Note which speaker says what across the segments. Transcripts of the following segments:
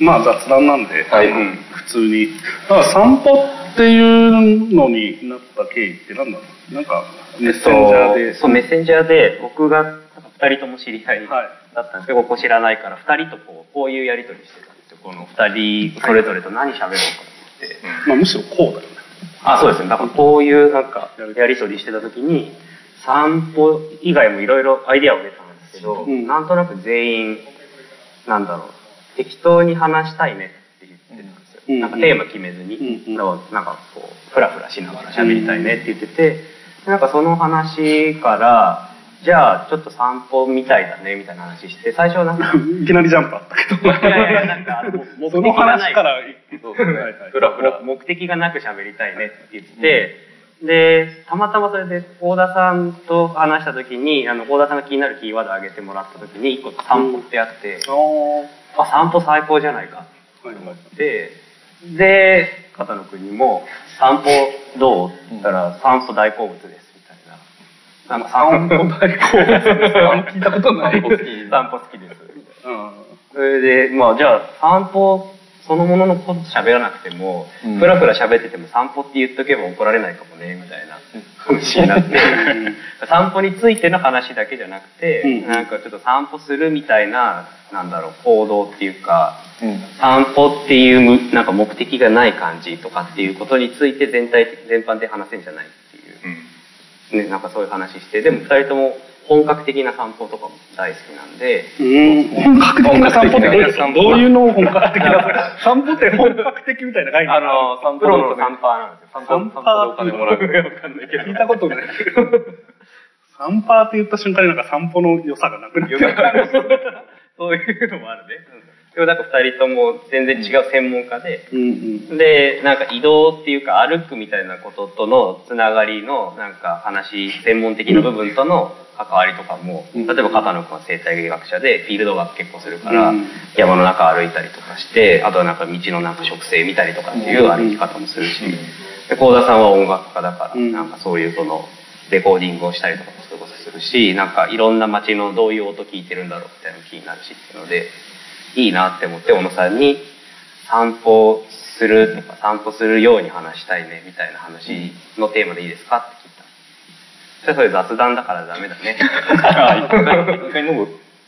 Speaker 1: まあ雑談なんで、
Speaker 2: はい
Speaker 1: うん普通に。だから散歩っていうのになった経緯ってなんだろうなんか、メッセンジャー
Speaker 2: えっ
Speaker 1: で。
Speaker 2: とそう、メッセンジャーで、僕が2人とも知り合い
Speaker 1: はい
Speaker 2: だったんですけど、ここ知らないから、2人とこうこういうやり取りしてたんですよ。この2人、それぞれと何喋ろうかって。
Speaker 1: まあ、むしろこうだよ ね。
Speaker 2: あ、そうですね。だからこういうなんか、やり取りしてた時に、散歩以外もいろいろアイディアを出たんですけど、
Speaker 1: うん
Speaker 2: なんとなく全員、なんだろう、適当に話したいねって言ってたんですよ。
Speaker 1: うん
Speaker 2: なんかテーマ決めずに、
Speaker 1: うんうん
Speaker 2: なんかこう、ふらふらしながら喋りたいねって言ってて、なんかその話から、じゃあちょっと散歩みたいだねみたいな話して、最初はなんか、
Speaker 1: いきなりジャンプあったけど。
Speaker 2: いやいやなんかあの目的がない
Speaker 1: その話から、そうですねはいはい
Speaker 2: ふらふら目的がなく喋りたいねって言って、で、たまたまそれで、大田さんと話した時に、あの、大田さんが気になるキーワードを上げてもらった時に、一個散歩ってあって、
Speaker 1: あー
Speaker 2: あ、散歩最高じゃないか
Speaker 1: はいはい
Speaker 2: って、で、片野くんにも、散歩どうって言ったら、散歩大好物です、みたいな。なんか散歩大好物 ですか
Speaker 1: 聞いたことない
Speaker 2: 散歩好き散歩好きです、みたいな。
Speaker 1: うん
Speaker 2: それで、まあ、じゃあ、散歩そのもののこと喋らなくても、
Speaker 3: うん
Speaker 2: ふらふら喋ってても散歩って言っとけば怒られないかもね、みたいな話になって、 散歩についての話だけじゃなくて、
Speaker 1: うん
Speaker 2: なんかちょっと散歩するみたいな、なんだろう、行動っていうか、
Speaker 3: うん
Speaker 2: 散歩っていうむなんか目的がない感じとかっていうことについて全体全般で話せんじゃないっていう。ね、なんかそういう話して、でも二人とも本格的な散歩とかも大好きなんで、
Speaker 1: 本格的な散歩ってどういう
Speaker 2: 本格的な散歩
Speaker 1: どういうのを本格的な 散歩って本格的みたいな概念
Speaker 2: あの、
Speaker 1: 散
Speaker 2: プ
Speaker 1: 歩
Speaker 2: ロの
Speaker 1: 散
Speaker 2: 散パーなんですよ。
Speaker 1: 散歩散歩でお金もらう
Speaker 2: わかんないけど。
Speaker 1: 聞いたことない散歩って言った瞬間になんか散歩の良さがなくなっちゃう
Speaker 2: そういうのもあるね。でもなんか二人とも全然違う専門家で、
Speaker 1: うんうん
Speaker 2: で、なんか移動っていうか歩くみたいなこととのつながりのなんか話、専門的な部分との関わりとかも、
Speaker 1: うん
Speaker 2: 例えば片野君は生態学者でフィールド学結構するから、
Speaker 1: うん
Speaker 2: 山の中歩いたりとかして、あとはなんか道のなんか植生見たりとかっていう歩き方もするし、で幸田さんは音楽家だから、
Speaker 1: うん
Speaker 2: なんかそういうそのレコーディングをしたりとかもそういうことするしなんかいろんな街のどういう音聞いてるんだろうみたいなの気になるしっていうのでいいなって思って小野さんに散歩するとか散歩するように話したいねみたいな話のテーマでいいですかって聞いた。そしたらそれ雑談だからダメだね。
Speaker 3: 一回脳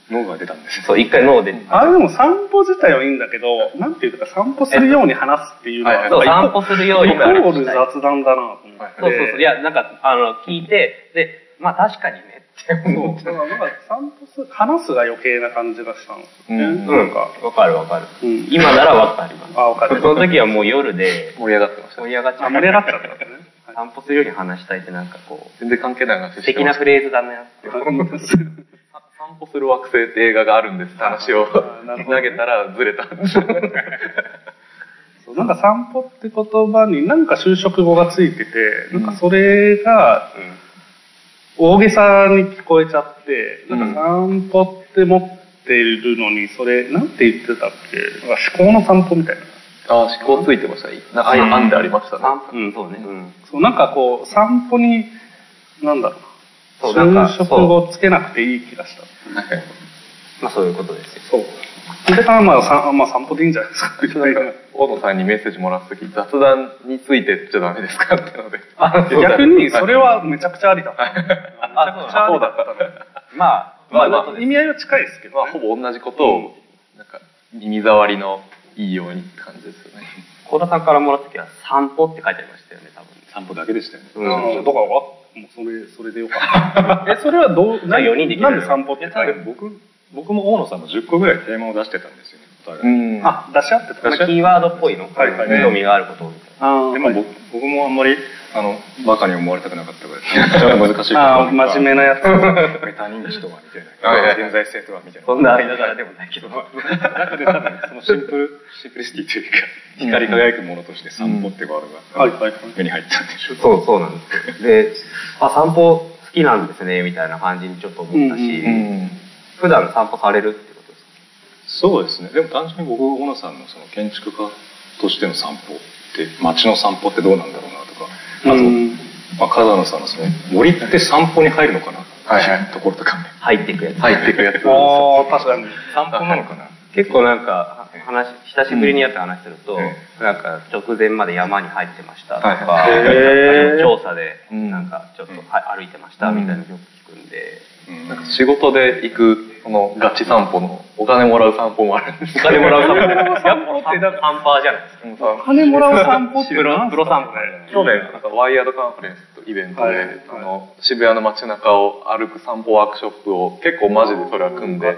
Speaker 3: 脳が出たんです
Speaker 2: そう、一回脳で。
Speaker 1: あれでも散歩自体はいいんだけどなんていうか散歩するように話すっていうのは
Speaker 3: えっ
Speaker 2: そう、散歩するように
Speaker 1: イコ
Speaker 2: 話
Speaker 1: ー
Speaker 2: し
Speaker 1: ル
Speaker 2: たい
Speaker 1: 雑談だなと思って
Speaker 2: そうそうそう。いや、なんか、あの、聞いて、で、まあ確かにねって
Speaker 1: そ
Speaker 2: 思
Speaker 1: う
Speaker 2: っ
Speaker 1: だ
Speaker 2: た
Speaker 1: か。らなんか散歩する話すが余計な感じがしたんですよね、
Speaker 3: うん
Speaker 1: なんか、
Speaker 2: わかるわかる。
Speaker 1: うん
Speaker 2: 今ならわかります。
Speaker 1: あ分かる
Speaker 2: その時はもう夜で
Speaker 3: 盛り上がってました
Speaker 2: 盛り上がっちゃ
Speaker 1: あ
Speaker 2: う。
Speaker 1: 盛り上がっちゃったんですね
Speaker 2: 散歩するように話したいってなんかこう、
Speaker 3: 全然関係ない話
Speaker 2: 素
Speaker 3: して
Speaker 2: 敵
Speaker 3: ま
Speaker 2: な
Speaker 3: し
Speaker 2: フレーズだね。
Speaker 3: た散歩する惑星って映画があるんですって話を
Speaker 1: あーなるほど
Speaker 3: 投げたらずれたん です
Speaker 1: そうなんか散歩って言葉になんか就職語がついてて、なんかそれが大げさに聞こえちゃって、
Speaker 3: うん
Speaker 1: なんか散歩って持ってるのに、それ、なんて言ってたっけ、なんか思考の散歩みたいな。
Speaker 3: ああ思考ついてましたなあいあんでありましたね
Speaker 2: 散歩、うん、そうね。うん。
Speaker 1: そうなんかこう、散歩に、なんだろう
Speaker 2: そうなん
Speaker 1: な、
Speaker 2: か
Speaker 1: 就職語つけなくていい気がした。
Speaker 2: まあそういうことですよ。
Speaker 1: そう。で、あまあ、さまあ、散歩でいいんじゃないですか。
Speaker 3: なんか大野さんにメッセージもらった時雑談についてっちゃダメですかってので
Speaker 1: 逆に、それはめちゃくちゃありだった。めちゃくちゃありだったね。
Speaker 2: まあ、
Speaker 3: ま
Speaker 2: ま
Speaker 3: あま
Speaker 2: あ
Speaker 3: あ、
Speaker 2: そうで
Speaker 1: 意味合いは近いですけど
Speaker 3: ま
Speaker 1: ね、
Speaker 3: あほぼ同じことをなんか耳障りのいいようにって感じですよね
Speaker 2: す。小田さんからもらった時は散歩って書いてありましたよね、多分。
Speaker 4: 散歩だけでしたよね。
Speaker 1: うん、だから、わもうそれ、それでよかった。え、それはどう、
Speaker 2: あ四人で行け
Speaker 1: な
Speaker 2: ばい
Speaker 1: ん
Speaker 2: いの
Speaker 1: で散歩って書いてある
Speaker 4: 僕僕も大野さんも10個ぐらいテーマを出してたんですよね。お互い
Speaker 3: んあ
Speaker 1: あ、出し合ってた。
Speaker 2: まあキーワードっぽいの。
Speaker 1: はいはい
Speaker 2: 興味があることみたいな。
Speaker 1: あ
Speaker 4: でも僕僕もあんまりあのバカに思われたくなかったから、ちょっと難しいこと
Speaker 1: あー真面目なやつ。
Speaker 4: 目。他人知とはみたい
Speaker 3: はいはい
Speaker 4: な、現在性とはみたいな。
Speaker 2: そんな間柄でもないけど。
Speaker 4: 中で多分そのシンプルシンプリシティというか光り輝くものとして散歩ってワード
Speaker 1: はい
Speaker 4: が
Speaker 1: はいはい。
Speaker 4: 目に入ったんでしょう。
Speaker 2: そうそうなんですよ。で、あ、散歩好きなんですね、みたいな感じにちょっと思ったし、
Speaker 1: う
Speaker 3: うん
Speaker 2: 普段散歩されるってことですか
Speaker 4: そうですね。でも単純に僕小野さんのその建築家としての散歩って街の散歩ってどうなんだろうなとか、あと、
Speaker 1: うん
Speaker 4: まあ、風野さんのその森って散歩に入るのかなって
Speaker 3: はい
Speaker 4: い
Speaker 3: は
Speaker 4: うところとかね。
Speaker 2: 入っていくやつ。
Speaker 3: 入ってくやつ
Speaker 1: ああ、確かに。
Speaker 4: 散歩なのかな。
Speaker 2: 結構なんか話久しぶりにやった話すると、
Speaker 4: うん
Speaker 2: なんか直前まで山に入ってましたとか、
Speaker 4: は
Speaker 1: へー
Speaker 2: 調査で
Speaker 3: うん
Speaker 2: なんかちょっとは歩いてましたみたいなのよく聞くんで、
Speaker 4: うん
Speaker 3: なんか仕事で行くそのガチ散歩のお金もらう散歩もあるんです
Speaker 2: お金も らう散歩
Speaker 1: お金もらう散歩ってなんか
Speaker 2: ハンパーじゃないですか
Speaker 3: う
Speaker 1: お
Speaker 3: ん
Speaker 1: 金もらう散歩って
Speaker 2: プロ
Speaker 1: なん
Speaker 2: プロ散歩
Speaker 3: 去年なんかワイヤードカンファレンスとイベントで、
Speaker 1: はいはい
Speaker 3: その渋谷の街中を歩く散歩ワークショップを結構マジでそれは組んで、
Speaker 4: うん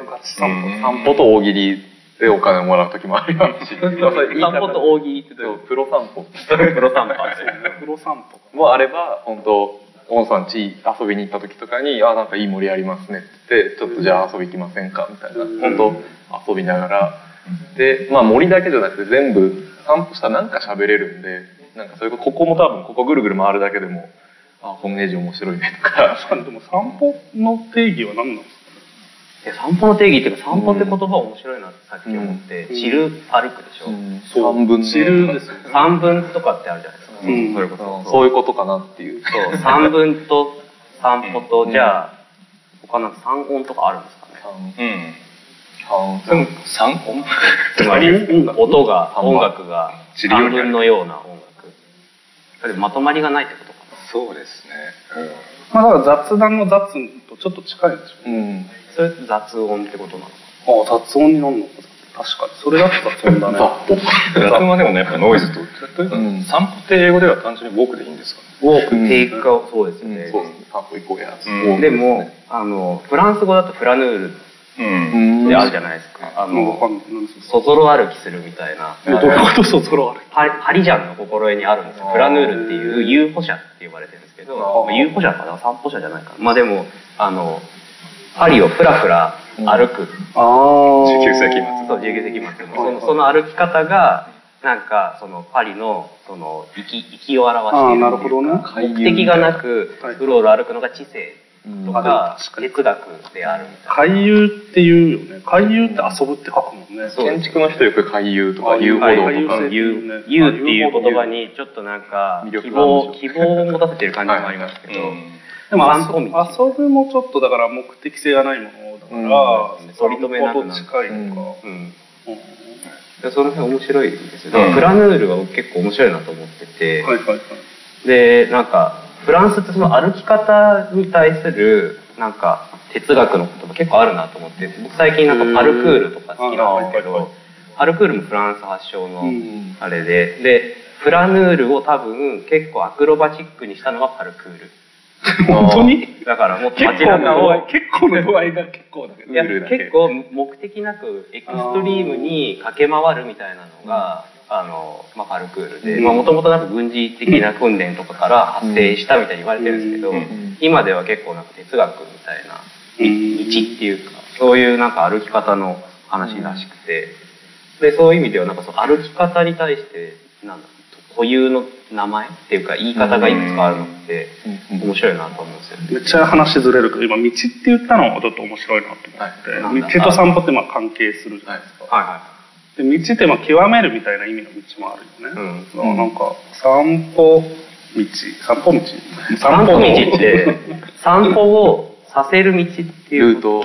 Speaker 3: 散歩と大喜利でお金もらう時もありますし
Speaker 2: 散歩と大喜利ってどう いうこ
Speaker 3: プロ散歩
Speaker 2: とプロ散歩って
Speaker 1: プロ散歩
Speaker 3: もあれば本当オンさん家遊びに行った時とかに「あなんかいい森ありますね」って言って「ちょっとじゃあ遊び行きませんか」みたいな本当遊びながらで、まあ、森だけじゃなくて全部散歩したらなんか喋れるんでなんかそれこそここも多分ここぐるぐる回るだけでも「あこのネジ面白いね」とか
Speaker 1: 確かにでも散歩の定義は何なんですか
Speaker 2: え散歩の定義っていうか散歩って言葉面白いなってさっき思って、
Speaker 1: うん
Speaker 2: 散る歩くでしょ、
Speaker 1: そう
Speaker 3: 半分ね
Speaker 1: 散るですよね
Speaker 2: 三分とかってあるじゃないですか、
Speaker 1: うん
Speaker 2: それこ
Speaker 3: そう
Speaker 2: そ
Speaker 3: そういうことかなっていう。
Speaker 2: そう三分と散歩と、
Speaker 3: うん
Speaker 2: じゃあ他なんか三音とかあるんですかね
Speaker 4: うん
Speaker 3: 半
Speaker 4: でも三音
Speaker 2: つまり音が音楽が
Speaker 4: 散るよ
Speaker 2: 三
Speaker 4: うになる
Speaker 2: 分のような音楽それまとまりがないってことかな
Speaker 4: そうですね、うん
Speaker 1: まあだから雑談の雑とちょっと近いんでしょ
Speaker 3: うん
Speaker 2: それって雑音ってことなのか
Speaker 1: ああ雑音になるのか確かにそれだと雑音だね
Speaker 4: ラテンはでもねやっぱノイズと例えば
Speaker 3: うん
Speaker 4: 散歩って英語では単純にウォークでいいんですかね
Speaker 2: ウォー
Speaker 3: うん
Speaker 2: クテイクアウトそうですよ
Speaker 3: うん
Speaker 2: ね、
Speaker 3: そうですね散歩行こうや、
Speaker 4: うん
Speaker 2: でも、あのフランス語だとフラヌールっ
Speaker 4: うん
Speaker 3: うん
Speaker 2: てあるじゃないですか、あ
Speaker 1: なんかわか
Speaker 2: の
Speaker 1: んない何ですか
Speaker 2: そぞろ歩きするみたいな
Speaker 1: えどういうことそぞろ歩き
Speaker 2: パリパリジャンの心得にあるんですよ
Speaker 3: あー
Speaker 2: フラヌールっていう遊歩者って呼ばれてるんですけど
Speaker 1: あー
Speaker 2: まあ遊歩者かな散歩者じゃないかなまあでもあのパリをふらふら歩く、
Speaker 1: ああ
Speaker 4: 19世紀末
Speaker 2: そう19世紀末の
Speaker 1: は
Speaker 2: そ
Speaker 1: いは
Speaker 2: の
Speaker 1: い
Speaker 2: その歩き方がなんかそのパリのその行き行きを表してい
Speaker 1: ああ
Speaker 2: る
Speaker 1: なるほどね
Speaker 2: っていうか目的がなく
Speaker 1: はいはいう
Speaker 2: ろうろ歩くのが知性と
Speaker 1: あ
Speaker 2: か
Speaker 1: 確かに
Speaker 2: 哲学であるみたいな。
Speaker 1: 回遊って言うよね回遊って遊ぶって書くもんね
Speaker 2: そう
Speaker 3: 建築の人よく回遊とか
Speaker 1: あ
Speaker 3: 遊歩
Speaker 2: はい
Speaker 3: 道
Speaker 1: 回遊
Speaker 3: とか
Speaker 1: 性
Speaker 2: 言う言うっていう言葉にちょっとなんか希
Speaker 3: 魅力がある
Speaker 2: 望
Speaker 3: んで
Speaker 2: 希望を持たせてる感じもありますけど、
Speaker 1: でも
Speaker 2: 散歩道
Speaker 1: 遊ぶもちょっとだから目的性がないものだから、
Speaker 2: うん取り留めなくな
Speaker 1: 散歩
Speaker 2: る
Speaker 1: と近いのか、
Speaker 2: うん、
Speaker 1: うん
Speaker 2: でその辺面白いんですよ。だ
Speaker 4: うん
Speaker 2: からフラヌールは結構面白いなと思ってて、
Speaker 1: はいはいはい
Speaker 2: でなんかフランスってその歩き方に対するなんか哲学の言葉結構あるなと思って僕最近なんかパルクールとか好きなんですけ
Speaker 1: うんあーはいはいは
Speaker 2: どパルクールもフランス発祥の
Speaker 1: うん
Speaker 2: あれで、でフラヌールを多分結構アクロバチックにしたのがパルクール
Speaker 1: 本当に
Speaker 2: だからもっと
Speaker 1: 結
Speaker 2: 街
Speaker 1: 構な
Speaker 2: 中
Speaker 1: 度合
Speaker 2: を
Speaker 1: い結構な度合いが結構だけど
Speaker 2: いや
Speaker 3: ルールだけ
Speaker 2: 結構目的なくエクストリームに駆け回るみたいなのがあの、まあ、パルクールで
Speaker 1: うん
Speaker 2: もともと軍事的な訓練とかから発生したみたいに言われてるんですけど、
Speaker 4: うんうん
Speaker 2: 今では結構なんか哲学みたいな道
Speaker 1: 一
Speaker 2: っていうかそういうなんか歩き方の話らしくてでそういう意味ではなんかその歩き方に対してなんだ固有の名前っていうか言い方がいくつかあるのって
Speaker 3: うん
Speaker 2: 面白いなと思うんですよね。
Speaker 1: めっちゃ話ずれるけど今道って言ったのがちょっと面白いなと
Speaker 2: は
Speaker 1: 思
Speaker 2: い
Speaker 1: って、道と散歩ってまあ関係するじゃないですか、
Speaker 2: はいはい
Speaker 1: で道ってまあ極めるみたいな意味の道もあるよね、
Speaker 2: うん
Speaker 1: だからなんか散歩道散歩道
Speaker 2: 散歩道
Speaker 1: の
Speaker 2: って散歩をさせる道ってい
Speaker 3: ルー
Speaker 2: う
Speaker 3: ト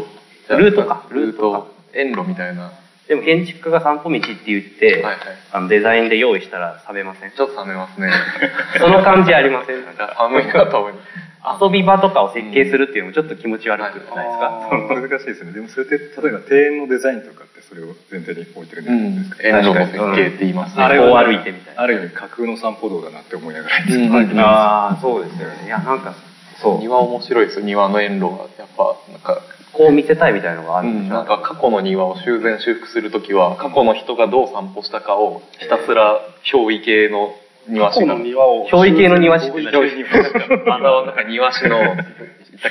Speaker 2: ルートか
Speaker 3: ル
Speaker 2: ルー
Speaker 3: ー
Speaker 2: トか
Speaker 3: ト遠路みたいな
Speaker 2: でも建築家が散歩道って言って、
Speaker 3: はいはい
Speaker 2: あのデザインで用意したら冷めません
Speaker 3: ちょっと冷めますね
Speaker 2: その感じありませんなん
Speaker 3: じゃ
Speaker 2: か
Speaker 3: あ寒いなと思います
Speaker 2: 遊び場とかを設計するっていうのもちょっと気持ち悪くないですか、
Speaker 1: あー
Speaker 4: 難しいですねでもそれって例えば庭園のデザインとかってそれを前提に置いてるんじゃないですか、
Speaker 3: 遠路の設計って言いま
Speaker 2: う
Speaker 3: す
Speaker 2: ん
Speaker 3: ね
Speaker 2: あれこう歩いてみたいな
Speaker 4: ある意味架空の散歩道だなって思いながら
Speaker 3: うん
Speaker 2: ああそうですよねいやなんかそう
Speaker 3: 庭面白いですよ庭の遠路はやっぱなんか
Speaker 2: こう見せたいみたいなのがあるんでしょ、
Speaker 3: なんか過去の庭を修繕修復するときは過去の人がどう散歩したかをひたすら憑依系の庭
Speaker 1: 過
Speaker 3: 師
Speaker 1: 去
Speaker 3: が
Speaker 1: の庭を
Speaker 2: 憑依系の庭師って
Speaker 3: 憑依あのなんか庭師 の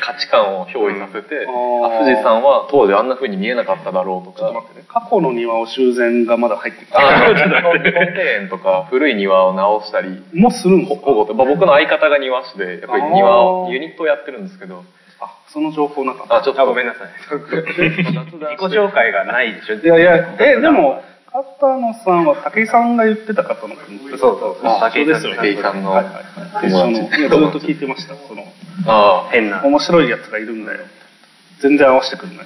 Speaker 3: 価値観を憑依させて、
Speaker 1: うん
Speaker 3: あ富士山は当時あんな風に見えなかっただろうと
Speaker 1: ちょっと
Speaker 3: か
Speaker 1: 待ってね過去の庭を修繕がまだ入 ってきて
Speaker 3: あの日本庭園とか古い庭を直したり
Speaker 1: もうするんですか
Speaker 3: 保護とまあ僕の相方が庭師でやっぱり庭
Speaker 1: あ
Speaker 3: を
Speaker 1: ー
Speaker 3: ユニットをやってるんですけど
Speaker 1: あその情報なかった
Speaker 3: あちょっと
Speaker 2: あごめんなさい 自己紹介がないでしょ
Speaker 1: いやいやえでも片野さんは武井さんが言ってた方の
Speaker 2: そうそうそう
Speaker 1: あ
Speaker 2: 武井さん
Speaker 1: そうですよね
Speaker 3: 武井さんの
Speaker 1: はいはいはい一緒のいやずっと聞いてましたその
Speaker 3: あ
Speaker 2: 変な
Speaker 1: 面白いやつがいるんだよ全然合わせてくれ な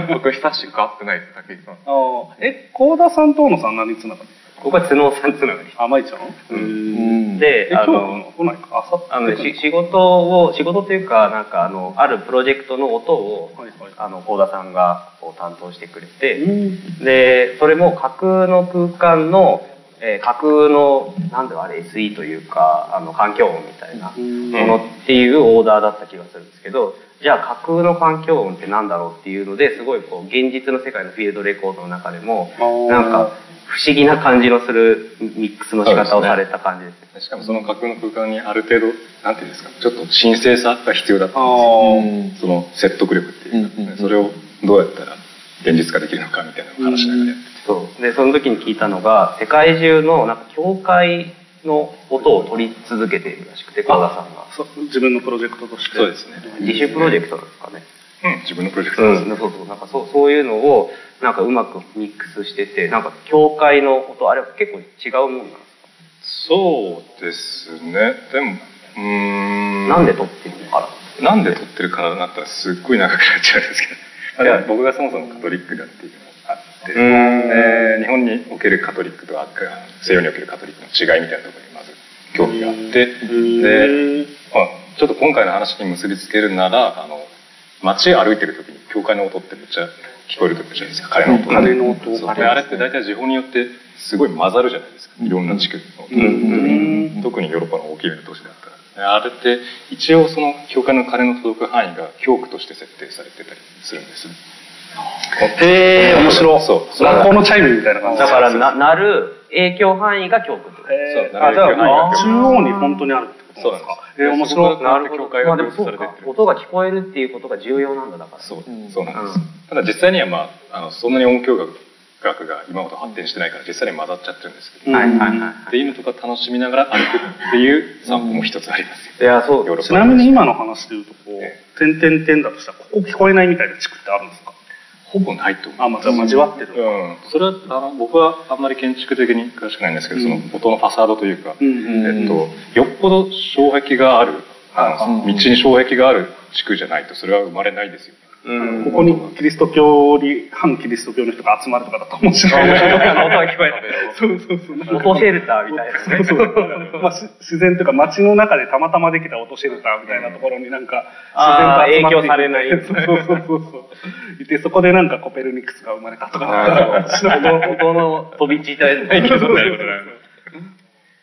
Speaker 1: い。
Speaker 3: 僕久しく会ってないです武井さん
Speaker 1: あーえ、幸田さんと大野さん何つながり
Speaker 2: 僕は角さんつながり。
Speaker 1: あ、舞ちゃん
Speaker 3: ん
Speaker 1: え、
Speaker 2: で、
Speaker 1: 今
Speaker 2: あ
Speaker 1: 日
Speaker 2: の、
Speaker 1: 来ないか。あさ
Speaker 2: あの
Speaker 1: って
Speaker 2: ね
Speaker 1: 来
Speaker 2: し
Speaker 1: る
Speaker 2: 仕事を、仕事というか、なんか、あの、あるプロジェクトの音を、
Speaker 1: はいはい
Speaker 2: あの、幸田さんがこう担当してくれて、
Speaker 1: うん
Speaker 2: で、それも架空の空間の、えー架空の、なんだろう、あれ、SE というか、あの、環境音みたいなものっていうオーダーだった気がするんですけど、じゃあ架空の環境音ってなんだろうっていうので、すごいこう、現実の世界のフィールドレコードの中でも、なんか、不思議な感じのするミックスの仕方をされた感じです。
Speaker 4: しかもその架空の空間にある程度なんていうんですかちょっと神聖さが必要だっ
Speaker 1: あ
Speaker 4: たんですよ
Speaker 1: ー
Speaker 3: ん
Speaker 4: その説得力っていうか、
Speaker 3: うんうんうん
Speaker 4: それをどうやったら現実化できるのかみたいなのを話しながらやって
Speaker 2: そう。で、その時に聞いたのが、世界中の、なんか、教会の音を取り続けているらしくて、川田さんが。
Speaker 1: そ自分のプロジェクトとして。
Speaker 4: そうですね
Speaker 2: 自主プロジェクトなんですかね。
Speaker 4: て、うん自分のプロジェクトです、
Speaker 2: うん、そうそう、なんかそうそういうのを、なんかうまくミックスしてて、なんか教会の音、あれは結構違うもんなんですか、
Speaker 4: そうですねでもうーん
Speaker 2: なんで撮ってるのかな
Speaker 4: なんで撮ってるからなったらすっごい長くなっちゃうんですけどまあでも僕がそもそもカトリックだっていうのがあって、えー日本におけるカトリックとあ西洋におけるカトリックの違いみたいなところにまず興味があってで、まあ、ちょっと今回の話に結びつけるならあの街歩いてる時に教会の音ってめっちゃ聞こえる時じゃないですか鐘の音
Speaker 1: 鐘の音
Speaker 4: そうであれって大体時報によってすごい混ざるじゃないですかいろんな地区の音が
Speaker 1: うん
Speaker 4: 特にヨーロッパの大きい都市だったらであれって一応その教会の鐘の届く範囲が教区として設定されてたりするんです
Speaker 1: へえ、面白
Speaker 4: そうそう
Speaker 1: 学校のチャイムみたいな感じ
Speaker 2: だからな、なる影響範囲が教区ってこと
Speaker 1: へー
Speaker 4: そう
Speaker 1: あ、じゃ
Speaker 4: なるべく早
Speaker 1: あ、
Speaker 4: く
Speaker 1: 中央に本当にあるってことなんですか。えー、面白い。
Speaker 4: なるほど教会
Speaker 2: まあ
Speaker 4: が
Speaker 2: で
Speaker 4: 分
Speaker 2: もそう
Speaker 4: 布され
Speaker 2: か
Speaker 4: てって、る
Speaker 2: 音が聞こえるっていうことが重要なんだ、だから。
Speaker 4: そう
Speaker 3: うん
Speaker 4: そうなんです、
Speaker 2: うん
Speaker 4: ただ実際には、まあ、あのそんなに音響学学が今ほど発展してないから実際に混ざっちゃってるんですけど、
Speaker 1: うん
Speaker 2: はいはいはいは
Speaker 4: っていうのとか楽しみながら歩くっていう散歩も一つありますよ
Speaker 2: い。いや、そう
Speaker 4: ヨーロッ
Speaker 1: ちなみに今の話でいうと、こ
Speaker 4: え
Speaker 1: う、点々点だとしたら、ここ聞こえないみたいな地区ってあるんですか
Speaker 4: ほぼないと思います
Speaker 1: あ、まあ、じゃあ交わってる。
Speaker 4: うん、それはあの僕はあんまり建築的に詳しくないんですけど、
Speaker 1: うん
Speaker 4: その音のファサードというか、
Speaker 1: うん
Speaker 4: えっと、よっぽど障壁があるあの
Speaker 3: うん
Speaker 4: 道に障壁がある地区じゃないとそれは生まれないですよね。
Speaker 1: ここにキリスト教に、反キリスト教の人が集まるとかだと面白い。
Speaker 2: 音が聞こえる。
Speaker 1: そうそうそう。なんか
Speaker 2: 音シェルターみたいなね。
Speaker 1: そうそうまあ、し自然というか街の中でたまたまできた落とシェルターみたいなところになんか
Speaker 2: あー
Speaker 1: 自然と集まって
Speaker 2: 影響されない
Speaker 1: そうそうそうそういてそこでなんかコペルニクスが生まれたとかなんか
Speaker 2: 音音の飛び散りたい
Speaker 4: ないことない。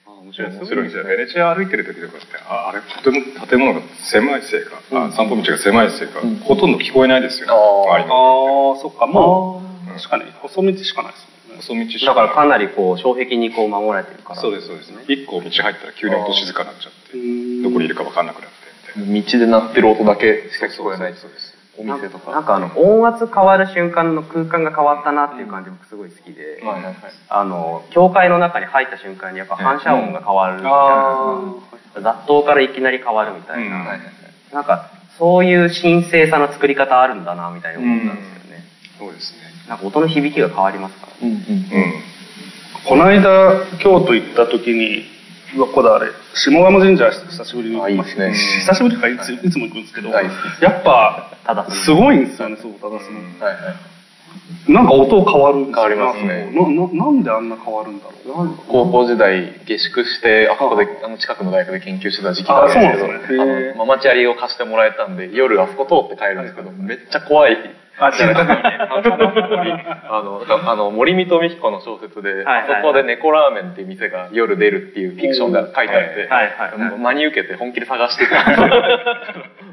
Speaker 4: 面白い面白いんですよ。ベネチア歩いてる時とかって、ああれとても建物が狭いせいか、あ散歩道が狭いせいか、
Speaker 3: うん
Speaker 4: ほとんど聞こえないですよ、ね。
Speaker 3: あー
Speaker 4: 周り
Speaker 1: あ
Speaker 4: の
Speaker 1: ーそっかもう
Speaker 4: あー
Speaker 1: 確かに細道しかないですもんね
Speaker 4: 細道し
Speaker 2: だからか
Speaker 4: い。
Speaker 2: なりこう、障壁にこう守られてるから。
Speaker 4: そうですそうです。一個道入ったら急に音静かになっちゃって、どこにいるか分かんなくなってみたいな。
Speaker 3: 道で鳴ってる音だけしか聞こえない
Speaker 4: そうです。
Speaker 3: お
Speaker 2: な
Speaker 3: 店とか
Speaker 2: なんかあの音圧変わる瞬間の空間が変わったなっていう感じ僕すごい好きで、
Speaker 3: はいはいはい
Speaker 2: あの教会の中に入った瞬間にやっぱ反射音が変わるみたいな、雑踏からいきなり変わるみたいな、
Speaker 4: うん
Speaker 3: はいはいはい
Speaker 2: なんかそういう神聖さの作り方あるんだなみたいな思ったんですよね、
Speaker 4: そうですね。
Speaker 2: なんか音の響きが変わりますから、
Speaker 3: うんうん
Speaker 4: うん。
Speaker 1: この間京都行った時にうわここだあれ下鴨神社久しぶりに行きました
Speaker 3: あいいですね
Speaker 1: 久しぶりかいついつも行くんですけど
Speaker 3: はい
Speaker 1: やっぱ
Speaker 2: ただ
Speaker 1: すごいんですよねそうただその
Speaker 3: はいはい
Speaker 1: なんか音変わるんですよ
Speaker 3: 変わりますね
Speaker 1: なななんであんな変わるんだろうな
Speaker 3: 高校時代下宿してあここであの近くの大学で研究してた時期
Speaker 1: あ
Speaker 3: があるんです
Speaker 1: そうなんです
Speaker 3: けど
Speaker 1: ね
Speaker 3: あ
Speaker 1: へー
Speaker 3: のママチャリを貸してもらえたんで夜あそこ通って帰るんですけどめっちゃ怖い
Speaker 1: あ違う
Speaker 3: あのあの森見と美彦の小説で、
Speaker 2: はいはいはい
Speaker 3: あそこで猫ラーメンっていう店が夜出るっていうフィクションが書いてあって、
Speaker 2: はいはいはい
Speaker 3: もう真に受けて本気で探してたんです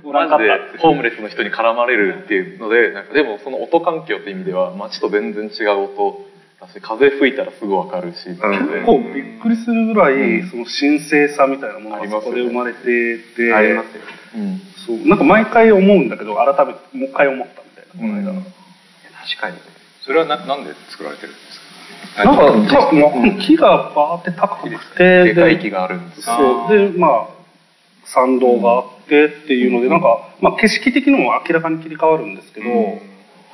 Speaker 3: よマジでホームレスの人に絡まれるっていうのでなんかでもその音環境って意味では街と全然違う音だし風吹いたらすぐ分かるし、
Speaker 1: 結構びっくりするぐらい、その神聖さみたいなもの
Speaker 3: あ
Speaker 1: が
Speaker 3: りま
Speaker 1: そ
Speaker 3: す
Speaker 1: こで
Speaker 3: よね
Speaker 1: 生まれてて、
Speaker 2: ありますよ
Speaker 3: うん
Speaker 1: そうなんか毎回思うんだけど改めてもう一回思ったみたいな。
Speaker 2: 確かに
Speaker 4: それはななんで作られてるんですか。
Speaker 1: なんかたまあ木がバーって高くて
Speaker 3: でかい木があるんです
Speaker 1: そうでまあ参道があってっていうので、なんか、まあ、景色的にも明らかに切り替わるんですけど、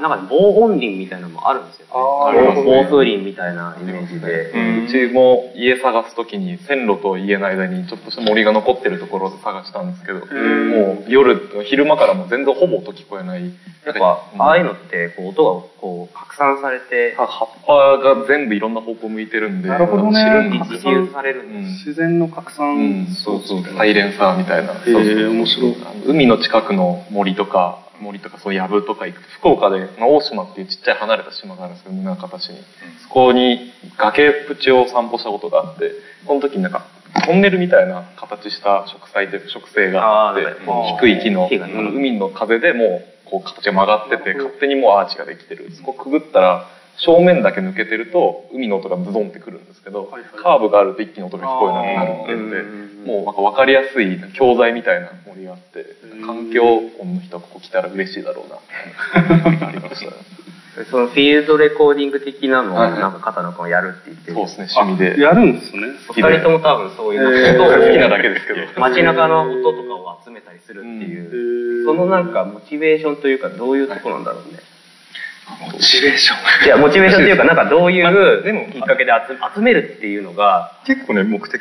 Speaker 2: なんか防音林みたいなのもあるんですよ、ね。
Speaker 3: あー
Speaker 2: あの
Speaker 3: なるほどね
Speaker 2: 防風林みたいなイメージで。
Speaker 3: うちも家探す時に線路と家の間にちょっとした森が残ってるところで探したんですけど、
Speaker 1: ん
Speaker 3: もう夜昼間からも全然ほぼ音聞こえない
Speaker 2: やっぱ、ああいう
Speaker 3: の
Speaker 2: のって、こう、音がこう、拡散されて、
Speaker 3: 葉っぱが全部いろんな方向向いてるんで
Speaker 1: なるほどね
Speaker 3: 知るんで
Speaker 1: 拡
Speaker 2: 一
Speaker 1: 散
Speaker 2: 流されるんで
Speaker 1: 自然の拡散、
Speaker 3: うん
Speaker 4: そうそう
Speaker 3: サイレンサーみたいな、
Speaker 1: えー面白い
Speaker 3: 海の近くの森とか森とかそういう藪とか行くと福岡で、まあ、大島っていうちっちゃい離れた島があるんですけど宗像市にそこに崖っぷちを散歩したことがあってその時になんかトンネルみたいな形した植栽で植生があって
Speaker 2: あーなんかこう
Speaker 3: 低い木の
Speaker 2: 木がね
Speaker 3: あの海の風でもうこう形が曲がってて勝手にもうアーチができてるそこくぐったら正面だけ抜けてると海の音がブドンってくるんですけど、
Speaker 1: はいはい
Speaker 3: カーブがあると一気に音が聞こえなくなるっていうので。もうなんか分かりやすい教材みたいな森があって
Speaker 1: ん
Speaker 3: 環境音の人がここ来たら嬉しいだろうなみたいなありましたね
Speaker 2: す。そのフィールドレコーディング的なのを、
Speaker 3: はいはい
Speaker 2: なんか片野くんはやるって言って
Speaker 3: そう
Speaker 2: る。
Speaker 3: ですね趣味で
Speaker 1: やるんですね。
Speaker 3: 好き
Speaker 2: 二
Speaker 3: で
Speaker 2: 人とも多分そうい
Speaker 1: え
Speaker 2: う
Speaker 1: ー
Speaker 2: の
Speaker 3: 好きな
Speaker 2: を、
Speaker 3: だけですけど
Speaker 2: 街中の音とかを集めたりするっていう、そのなんかモチベーションというか、どういうところなんだろうね。
Speaker 4: モチベーション
Speaker 2: いや、モチベーションというか、なんかどうい
Speaker 4: でも
Speaker 2: うきっかけで集め集めるっていうのが、
Speaker 4: 結構ね目的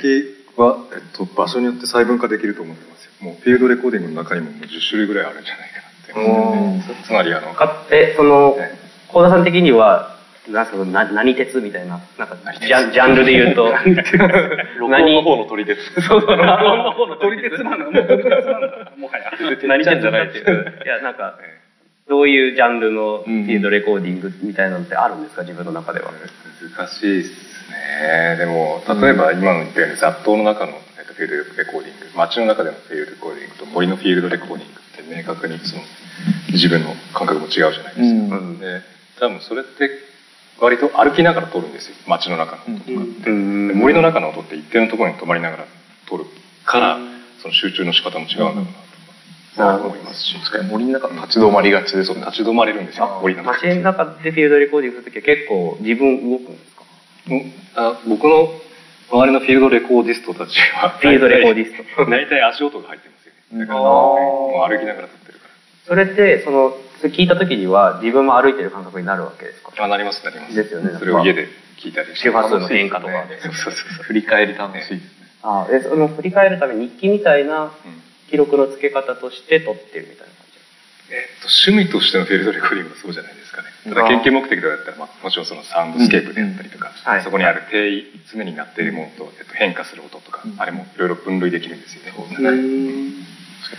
Speaker 4: は、えっと、場所によって細分化できると思ってますよもうフィールドレコーディングの中にももう10種類ぐらいあるんじゃないかなって
Speaker 2: うん
Speaker 4: つつまりあの
Speaker 2: かえ、その、
Speaker 4: え
Speaker 2: 高田さん的には、なんすかな何鉄みたいな、なんかジャンジャンルで言うと、
Speaker 3: 録音の
Speaker 2: 何、
Speaker 3: 方の鳥で す
Speaker 2: そうそう、録音の方 の
Speaker 1: 取り鉄なのもう取り鉄なんだもはや。
Speaker 2: 何鉄じゃないって いう。いや、なんか、どういうジャンルのフィールドレコーディングみたいなのってあるんですか、自分の中では。
Speaker 4: 難しいですねでも例えば今の言ったように雑踏の中のえっとフィールドレコーディング街の中でのフィールドレコーディングと森のフィールドレコーディングって明確にその自分の感覚も違うじゃないですか、
Speaker 3: うん
Speaker 4: で多分それって割と歩きながら撮るんですよ街の中の音とかって、で森の中の音って一定のところに止まりながら撮るから、その集中の仕方も違うんだろうなとか、思いますし
Speaker 3: 確かに森の中に立ち止まりがちで
Speaker 4: そ
Speaker 3: す
Speaker 4: う
Speaker 3: ね
Speaker 4: 立ち止まれるんですよ森の中
Speaker 2: 街の中でフィールドレコーディングするときは結構自分動くんですか
Speaker 4: うんあ僕の周りのフィールドレコーディストたちは
Speaker 2: フィールドレコーディスト。
Speaker 4: ト大体足音が入ってますよねだから
Speaker 3: あー
Speaker 4: もう歩きながら撮ってるか
Speaker 2: それって、その、それ聞いた時には自分も歩いてる感覚になるわけですか。
Speaker 4: らあなりますなります
Speaker 2: ですよね
Speaker 4: それを家で聞いたりして
Speaker 2: 周波数の変化とかで。
Speaker 4: そうそうそう
Speaker 3: 振り返り楽しいですね
Speaker 2: ああ、で、その振り返るために日記みたいな
Speaker 4: うん
Speaker 2: 記録の付け方として取ってるみたいな感
Speaker 4: えっと、趣味としてのフィールドレコーディングはそうじゃないですかねた
Speaker 2: あ
Speaker 4: だ
Speaker 2: ー
Speaker 4: 研究目的とかだったら、まあ、もちろんそのサウンドスケープであったりとか、
Speaker 2: うんはい
Speaker 4: そこにある定位常に鳴っているものと、えっと、変化する音とか、
Speaker 3: うん
Speaker 4: あれもいろいろ分類できるんですよね、
Speaker 3: 確かに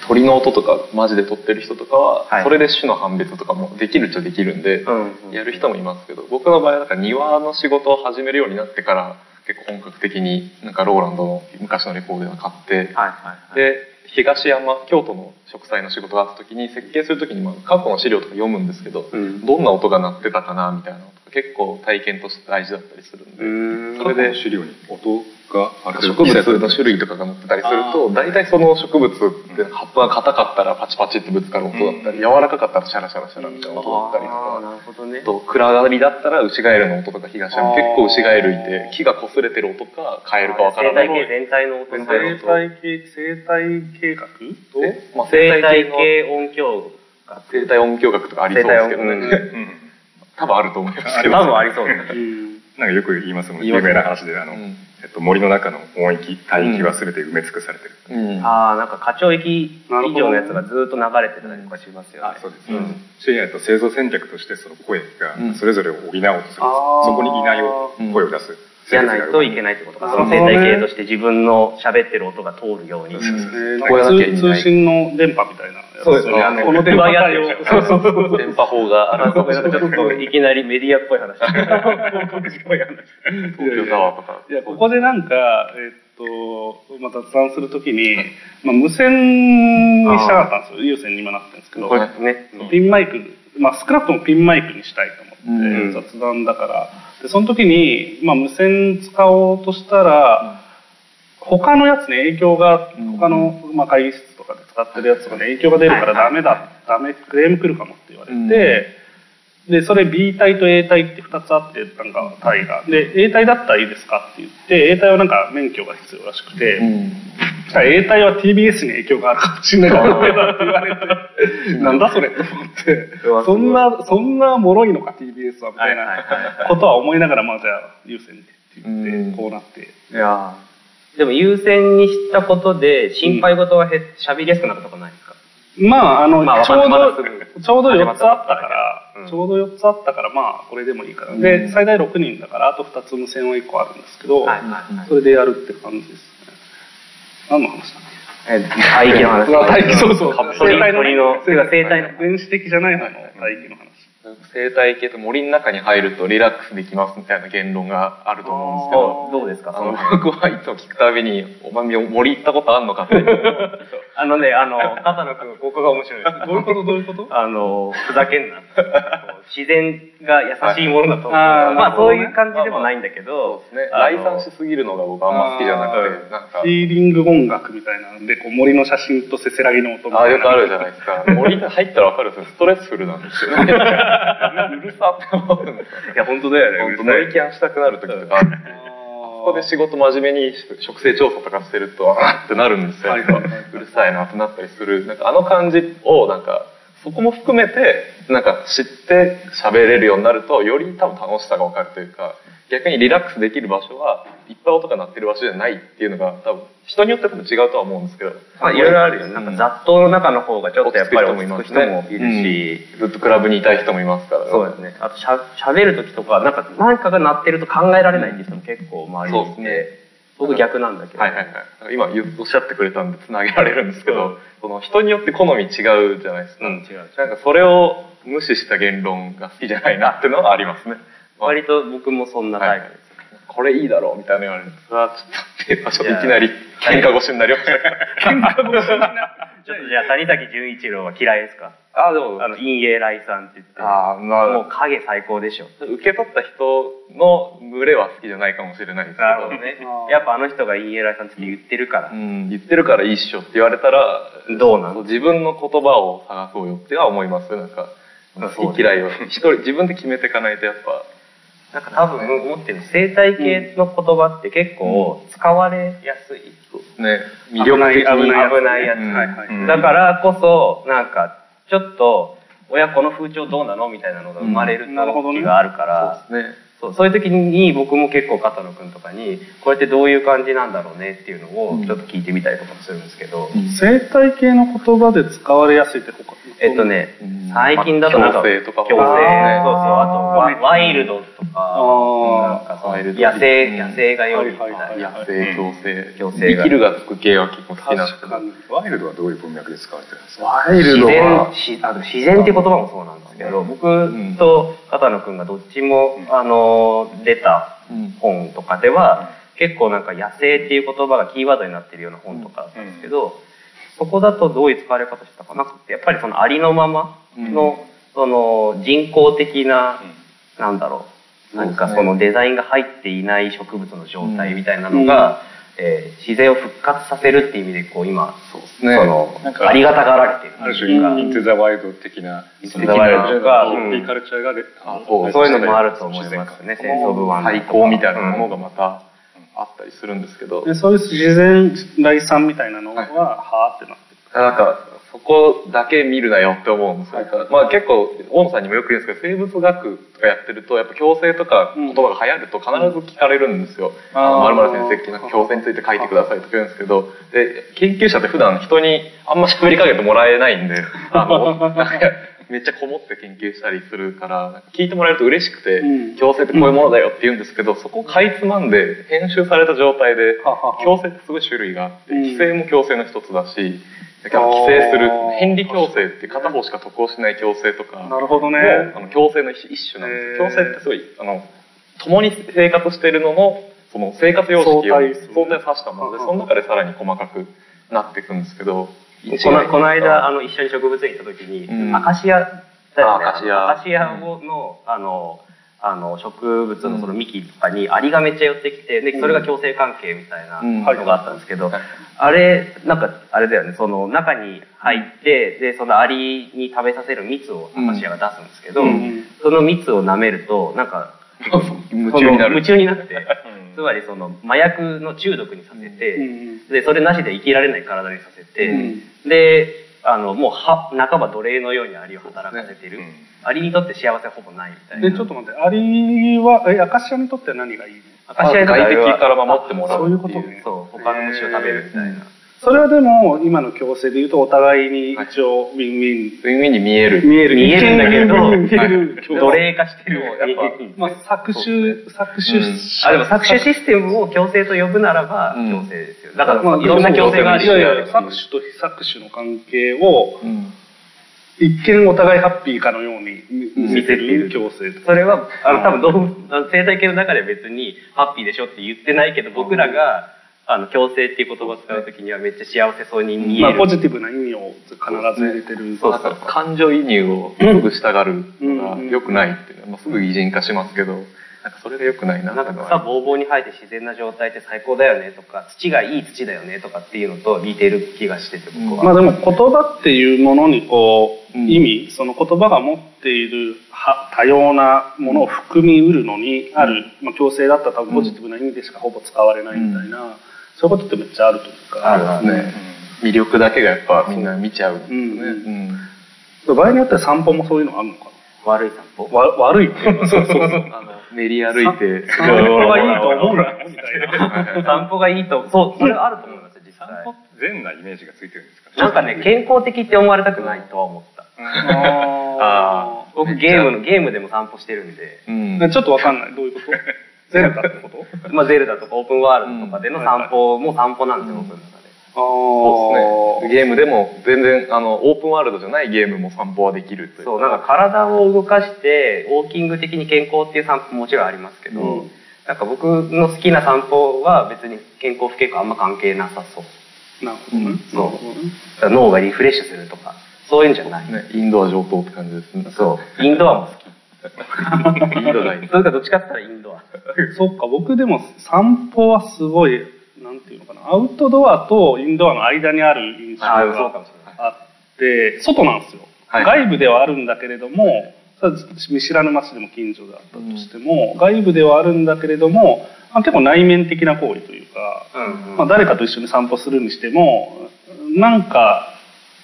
Speaker 3: 鳥の音とかマジで撮ってる人とかは、
Speaker 2: はい
Speaker 3: それで種の判別とかもできるっちゃできるんで、
Speaker 2: じ。うん
Speaker 3: やる人もいますけど僕の場合はなんか庭の仕事を始めるようになってから結構本格的になんかローランドの昔のレコーデを買って、
Speaker 2: はいはいはい。
Speaker 3: で東山京都の植栽の仕事があった時に設計する時にまあ過去の資料とか読むんですけど、
Speaker 2: うん
Speaker 3: どんな音が鳴ってたかなみたいなのとか結構体験として大事だったりするんで、
Speaker 4: それで資料に音がある
Speaker 3: 植物の種類とかが載ってたりすると大体その植物って葉っぱが硬かったらパチパチってぶつかる音だったり、
Speaker 4: うん
Speaker 3: 柔らかかったらシャラシャラシャラみたいな音だったりとか
Speaker 2: ああ、。なるほどね。
Speaker 3: あと暗がりだったらウシガエルの音とか東山
Speaker 2: あー
Speaker 3: 結構ウシガエルいて木が擦れてる音かカエルかわからない
Speaker 2: 生態系全体の音
Speaker 3: 全体の
Speaker 1: 生
Speaker 3: 音
Speaker 1: 態系生態計画
Speaker 3: と、まあ、
Speaker 2: 生態
Speaker 3: の
Speaker 2: 系音響が。
Speaker 3: 生態音響学とかありそうですけどね、
Speaker 2: 生態
Speaker 4: うん
Speaker 3: 多分あると思い ます
Speaker 2: 多
Speaker 3: けど
Speaker 2: 分ありそうですね。
Speaker 4: なんかよく言いますもんね
Speaker 3: 言いま
Speaker 4: 有
Speaker 3: すね
Speaker 4: 名な話であの、
Speaker 3: うん
Speaker 4: えっと、森の中の音域帯域は全て埋め尽くされてる、
Speaker 3: うん
Speaker 2: ああ、なんか課長域以上のやつがずっと流れてたりとかしますよね。
Speaker 4: あそうです、
Speaker 3: う
Speaker 4: うんと製造戦略としてその声
Speaker 3: うん
Speaker 4: がそれぞれを補おうとする、そこにいないように声を出す
Speaker 2: じゃないといけないってことか、その生態系として自分の喋ってる音が通るように。
Speaker 3: うん
Speaker 1: えー
Speaker 3: これだけ
Speaker 1: 通
Speaker 3: に
Speaker 1: 通信の電波みたいなやつ
Speaker 2: そうですね
Speaker 1: あのこの電波帯を
Speaker 2: 奪い合ってる
Speaker 1: そうそうそう
Speaker 3: 電波法がある
Speaker 2: あ、そうか、なんかちょっといきなりメディアっぽい話。
Speaker 1: 広告っぽい話
Speaker 3: 東京タワーとか
Speaker 1: いやここでなんか、えっとまあ、雑談するときに、まあ、無線にしたかったんですよ有線に今なってるんですけど、
Speaker 3: これ
Speaker 2: ね。
Speaker 1: ピンマイク、まあ、少なくともピンマイクにしたいと思って、
Speaker 3: うん
Speaker 1: 雑談だからでその時に、まあ、無線使おうとしたら、他のやつに影響が
Speaker 3: うん
Speaker 1: 他の、まあ、会議室とかで使ってるやつとかに影響が出るからダメだ、ダメクレーム来るかもって言われて。
Speaker 3: うん
Speaker 1: でそれ B 体と A 体って2つあってなんか体がで A 体だったらいいですかって言って A 体はなんか免許が必要らしくて、
Speaker 3: うん
Speaker 1: したら永代は TBS に影響があるかもしれないからって言われてなんだそれと思ってそんなそんな脆いのか TBS はみたい
Speaker 2: はい
Speaker 1: な
Speaker 2: はいはい
Speaker 1: ことは思いながらまあじゃあ優先でって言っ
Speaker 3: うん
Speaker 1: てこうなって
Speaker 2: いやーでも優先にしたことで心配事はへ喋りやすくなったことないですか、
Speaker 1: まああの、
Speaker 2: まあわ
Speaker 1: ち
Speaker 2: か
Speaker 1: ょ
Speaker 2: んな
Speaker 1: う
Speaker 2: いまだ
Speaker 1: ど
Speaker 2: すぐ
Speaker 1: ちょうど4つあったから、
Speaker 2: うん
Speaker 1: ちょうど4つあったからまあこれでもいいから、
Speaker 3: うん
Speaker 1: で最大6人だからあと2つ無線は1個あるんですけど、
Speaker 2: はいはいはい
Speaker 1: それでやるって感じですね何の話だっけ
Speaker 2: え 大気の話
Speaker 1: うわ大気そう そう
Speaker 2: 生
Speaker 1: 生
Speaker 2: 態
Speaker 1: 態
Speaker 2: の
Speaker 1: の
Speaker 2: 鳥のそれが生態の
Speaker 1: 電子的じゃない方の大気の話
Speaker 3: 生態系と森の中に入るとリラックスできますみたいな言論があると思うんですけど。
Speaker 2: どうですか
Speaker 3: あ
Speaker 2: その
Speaker 3: の僕はいつも聞くたびに「お前森行ったことあん のか?」って
Speaker 2: あのねあの片野君ここが面白いです
Speaker 1: どういうことどういうこと
Speaker 2: あのふざけ んな自然が優しいものだと思う、
Speaker 1: はいあー
Speaker 2: まあ
Speaker 1: なるほ
Speaker 2: そう
Speaker 1: どね
Speaker 2: いう感じでもないんだけ
Speaker 3: そう
Speaker 2: ど
Speaker 3: ですね
Speaker 2: あの
Speaker 3: 来賛しすぎるのが僕あんま好きじゃなくてなんか
Speaker 1: シーリング音楽みたいなのでこう森の写真とせせらぎの音み
Speaker 3: あ
Speaker 1: たいな
Speaker 3: よくあるじゃないですか 森入ったら分かるんですよストレスフルなんですよねうるさって思うんですよ
Speaker 2: いや本当だ
Speaker 3: 本当乗りキャンしたくなる時とかある
Speaker 1: あ
Speaker 3: そこで仕事真面目に植生調査とかしてるとあーってなるんですよ、
Speaker 1: はいはいはいう
Speaker 3: るさいなってなったりするなんかあの感じをなんかそこも含めてなんか知って喋れるようになるとより多分楽しさが分かるというか逆にリラックスできる場所はいっぱい音が鳴ってる場所じゃないっていうのが多分人によって多分違うとは思うんですけど
Speaker 2: まあいろいろあるよ、ね。なんか雑踏の中の方がちょっとやっぱり落
Speaker 3: 落
Speaker 2: ち着く
Speaker 3: ち着く
Speaker 2: 人
Speaker 3: 人
Speaker 2: も
Speaker 3: も
Speaker 2: い
Speaker 3: い
Speaker 2: る
Speaker 3: る
Speaker 2: し、
Speaker 3: ずっとクラブにいたい人もいますから
Speaker 2: そうですね。あとしゃ喋る時とかなんか何かが鳴ってると考えられないっていう人も結構周りにい
Speaker 3: そう
Speaker 2: て、
Speaker 3: です
Speaker 2: 僕逆なんだけど、
Speaker 3: はいはいはい、今言うおっしゃってくれたんでつなげられるんですけど、その人によって好み違うじゃないですか、
Speaker 2: うん違う
Speaker 3: なんかそれを無視した言論が好きじゃないなっていうのはありますね、まあ
Speaker 2: 割と僕もそんなタイプです。
Speaker 3: これいいだろうみたいな言われるとそれはちょっとっていう場所でいきなり喧嘩腰になりましたから
Speaker 2: ちょっとじゃあ谷崎潤一郎は嫌いですか？
Speaker 3: ああでも
Speaker 2: あの陰影来さんって言って、
Speaker 3: あー
Speaker 2: もう
Speaker 3: ま
Speaker 2: 影最高でしょ。
Speaker 3: あ受け取った人の群れは好きじゃないかもしれないですけ
Speaker 2: なる
Speaker 3: ど
Speaker 2: ほどね
Speaker 1: あ。ー
Speaker 2: やっぱあの人が陰影来さんって言ってるから
Speaker 3: う、ん、言ってるからいいっしょって言われたら
Speaker 2: どうな
Speaker 3: そう
Speaker 2: の？
Speaker 3: 自分の言葉を探そうよっては思いますなんか
Speaker 2: うん
Speaker 3: 好き嫌いを一人自分で決めていかないとやっぱ
Speaker 2: なんか多分思ってる生態系の言葉って結構使われやすい。
Speaker 3: ね魅
Speaker 1: 危
Speaker 3: 力
Speaker 1: ない
Speaker 3: 的
Speaker 1: 危
Speaker 3: に
Speaker 1: ない
Speaker 2: 危ないやつ
Speaker 1: はいはい
Speaker 3: うん
Speaker 2: だからこそなんかちょっと親子の風潮どうなのみたいなのが生まれる
Speaker 1: うんなるほどね
Speaker 2: 時があるから、
Speaker 3: ね
Speaker 2: そうそういう時に僕も結構片野くんとかにこれってどういう感じなんだろうねっていうのをちょっと聞いてみたりとかもするんですけど、
Speaker 1: 生態系の言葉で使われやすいって他
Speaker 2: えっとね、
Speaker 3: うん
Speaker 2: 最近だとなんか
Speaker 3: まあ強制とか
Speaker 2: 強制そうそう
Speaker 1: あー
Speaker 2: あとワワイルドと
Speaker 1: あ
Speaker 2: かな
Speaker 1: ー
Speaker 2: んかその
Speaker 3: ワイルド
Speaker 2: 野生
Speaker 3: うん
Speaker 2: 野生がよりみた
Speaker 1: はいいはいはい
Speaker 2: な
Speaker 3: 野生強制
Speaker 2: 強制が
Speaker 3: できるがつく系は結構好きなんですけ
Speaker 1: 確
Speaker 3: ど
Speaker 1: かに
Speaker 4: ワイルドはどういう文脈で使われてるんですか
Speaker 3: ワイ
Speaker 2: 自然しあの自然って言葉もそうなんですけど僕と片野くんがどっちも、あの出た
Speaker 3: うん
Speaker 2: 本とかでは、結構なんか野生っていう言葉がキーワードになってるような本とかだったんですけど、そこだとどういう使われ方してたかなってやっぱりそのありのままの,、その人工的な、なんだろうなんかそのデザインが入っていない植物の状態みたいなのが、えー自然を復活させるっていう意味でこう今
Speaker 3: そうですね
Speaker 2: その
Speaker 4: なんか
Speaker 2: ありがたがられてる
Speaker 4: ある種インイントゥザワイルド的な
Speaker 2: トゥザワイルドとか
Speaker 4: ヒッピーカルチャーがで
Speaker 3: あ
Speaker 2: そういうのもあると思いますね。センスオブワンダー
Speaker 3: 最
Speaker 2: とか
Speaker 3: 高みたいなものがまたあったりするんですけど、
Speaker 1: でそういう自然来産みたいなのは、
Speaker 3: は
Speaker 1: はいはーってなってる
Speaker 3: なんかそこだけ見るなよって思うんですよ、
Speaker 1: はいはい
Speaker 3: まあ、結構大野さんにもよく言うんですけど生物学とかやってるとやっぱ矯正とか
Speaker 1: うん
Speaker 3: 言葉が流行ると必ず聞かれるんですよ「
Speaker 1: あ
Speaker 3: あ
Speaker 1: ー
Speaker 3: の○○先生昨日矯正について書いてください」とか言うんですけどで研究者って普段人にあんま喋りかけてもらえないん であのなんかめっちゃこもって研究したりするからなんか聞いてもらえると嬉しくて
Speaker 1: うん
Speaker 3: 「矯正ってこういうものだよ」って言うんですけどそこをかいつまんで編集された状態で
Speaker 1: ははは
Speaker 3: 矯正ってすごい種類があっ
Speaker 1: う
Speaker 3: て
Speaker 1: ん
Speaker 3: 規制も矯正の一つだしだから規制する
Speaker 1: あー
Speaker 3: 変理矯正って片方しか得をしない矯正とか
Speaker 1: な
Speaker 3: も
Speaker 1: るほどね
Speaker 3: あの矯正の一一種なんですよ
Speaker 1: へー
Speaker 3: 矯正ってすごいあの共に生活しているののその生活様式を
Speaker 1: 相対する
Speaker 3: 相対させたもので
Speaker 1: うん
Speaker 3: その中でさらに細かくなっていくんですけど
Speaker 2: このこの間あの一緒に植物園行った時に、
Speaker 3: うん
Speaker 2: アカシアだよね
Speaker 3: あアカシア
Speaker 2: アカシアをのあのあの植物のその幹とかにアリがめっちゃ寄ってきてでそれが共生関係みたいな
Speaker 3: うん
Speaker 2: のがあったんですけど、
Speaker 3: はい
Speaker 2: あれなんかあれだよねその中に入ってでそのアリに食べさせる蜜をアカシアが出すんですけど、
Speaker 1: うん
Speaker 2: その蜜を舐めるとなんか
Speaker 3: 夢中に
Speaker 2: その
Speaker 3: なる
Speaker 2: 夢中になってつまりその麻薬の中毒にさせて、
Speaker 1: うん
Speaker 2: でそれなしで生きられない体にさせて、
Speaker 1: う
Speaker 2: であのもうは半ば奴隷のようにアリを働かせてる、
Speaker 4: ね
Speaker 2: アリにとって幸せはほぼないみたいな
Speaker 1: でちょっと待ってアリはえアカシアにとっては何がいいの
Speaker 2: 明石家と
Speaker 3: 外敵
Speaker 2: は
Speaker 3: から守ってもらうっていう
Speaker 1: あそういうことね
Speaker 2: そう他の虫を食べるみたいな、
Speaker 1: それはでも今の強制で言うとお互いに一応ウィンウィン、
Speaker 3: ウィンウィンに見える
Speaker 1: 見える
Speaker 2: 見えるんだけど
Speaker 1: 見える
Speaker 2: 奴隷化してる
Speaker 3: でもやっぱ
Speaker 1: まあ搾取搾取
Speaker 3: うん
Speaker 1: し
Speaker 2: あでも搾取システムを強制と呼ぶならば
Speaker 3: うん
Speaker 2: 強制ですよ、だから
Speaker 1: まあ
Speaker 2: いろんな強制がある
Speaker 1: いやいや搾取と非搾取の関係を
Speaker 3: うん
Speaker 1: 一見お互いハッピーかのように見
Speaker 2: ん
Speaker 1: 見せる強制
Speaker 2: それはあの多分動物あの生態系の中では別にハッピーでしょって言ってないけど僕らがあの強制っていう言葉を使う時にはめっちゃ幸せそうに見
Speaker 1: ま
Speaker 2: え
Speaker 1: あ
Speaker 2: る、
Speaker 1: ポジティブな意味を必ず入れてる
Speaker 2: そう
Speaker 3: な
Speaker 2: そ
Speaker 3: ん
Speaker 2: う
Speaker 3: か感情移入をすぐしたがるの
Speaker 1: う
Speaker 3: が
Speaker 1: ん
Speaker 3: 良くないっていうのは、まあ、すぐ擬人化しますけどなんかそれが良くないな
Speaker 2: なん
Speaker 3: って
Speaker 2: か
Speaker 3: の
Speaker 2: 草
Speaker 3: は
Speaker 2: ぼうぼうに生えて自然な状態って最高だよねとか土がいい土だよねとかっていうのと似てる気がしてて僕は、
Speaker 1: まあでも言葉っていうものにこう、
Speaker 3: うん
Speaker 1: 意味その言葉が持っているは多様なものを含みうるのにある、まあ、強制だったら多分ポジティブな意味でしかほぼ使われないみたいな、そういうことってめっちゃあるというか、
Speaker 2: ある
Speaker 3: ね魅力だけがやっぱみんな見ちゃう、
Speaker 1: う
Speaker 3: ね
Speaker 1: ん
Speaker 3: う
Speaker 1: うん
Speaker 3: ん、
Speaker 1: 場合によっては散歩もそういうのあるのか
Speaker 2: 悪い散 歩
Speaker 1: なわ悪いっていうのはそうそうそう
Speaker 3: 練り歩いて
Speaker 1: 散歩がいいと思うなみたいな。
Speaker 2: 散歩がいいとそうそれはあると思いますよ実際
Speaker 4: 散歩って善なイメージがついてるんですか
Speaker 2: なんかね健康的って思われたくないとは思った
Speaker 3: あ
Speaker 2: 僕ゲームのゲームでも散歩してるんで、
Speaker 3: うん
Speaker 1: ねちょっとわかんないどういうことゼルダってこと
Speaker 2: まあ、ゼルダとかオープンワールドとかでの散歩も散歩なんで僕の中で
Speaker 3: そうですね
Speaker 1: あ
Speaker 3: ゲームでも全然あのオープンワールドじゃないゲームも散歩はできるという
Speaker 2: そうなんか体を動かしてウォーキング的に健康っていう散歩ももちろんありますけど、
Speaker 1: うん
Speaker 2: なんか僕の好きな散歩は別に健康不健康あんま関係なさそう
Speaker 1: ーなるほどね
Speaker 2: そうだから脳がリフレッシュするとかそういうんじゃない、
Speaker 3: ね、インドア上等って感じですね
Speaker 2: そうインドアも好き
Speaker 3: インドがいい
Speaker 2: それかどっちかって言ったらインドア
Speaker 1: そっか僕でも散歩はすごいなんていうのかなアウトドアとインドアの間にある印象
Speaker 2: ああそうか
Speaker 1: が
Speaker 2: もしれない
Speaker 1: あって外なんですよ、
Speaker 3: はい
Speaker 1: 外部ではあるんだけれども、それは見知らぬ街でも近所であったとしても、外部ではあるんだけれどもあ結構内面的な行為というか、
Speaker 2: うんうん
Speaker 1: まあ、誰かと一緒に散歩するにしてもなんか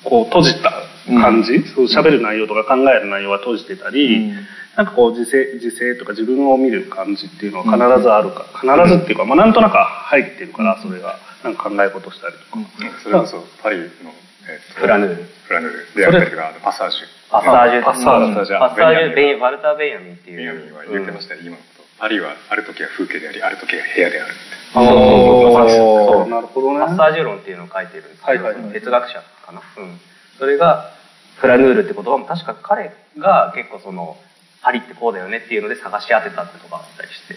Speaker 1: こう閉じた感じ、そう喋る内容とか考える内容は閉じてたり、
Speaker 3: うん
Speaker 1: なんかこう自制自制とか自分を見る感じっていうのは必ずあるか、必ずっていうか、まあ、なんとなく入ってるからそれがなんか考え事したりとか、
Speaker 4: それこそパリの、えーと
Speaker 2: フラヌール
Speaker 4: フラヌールでやったりとかあのパサージュ
Speaker 2: パサージュ
Speaker 4: パサージュ
Speaker 2: パサージュ
Speaker 4: ベ
Speaker 2: ベンワルター・ベンヤミンっていう
Speaker 4: ニヤミンは言ってましたよ、今のことパリはある時は風景でありある時は部屋であるって
Speaker 2: うん
Speaker 1: そ
Speaker 2: そう
Speaker 1: なるほどね
Speaker 2: パッサージュ論っていうのを書いてるんですけど、
Speaker 1: はいはいはい
Speaker 2: 哲学者かな、うん、それがフラヌールって言葉も確か彼が結構そのパリってこうだよねっていうので探し当てたってとかあったりして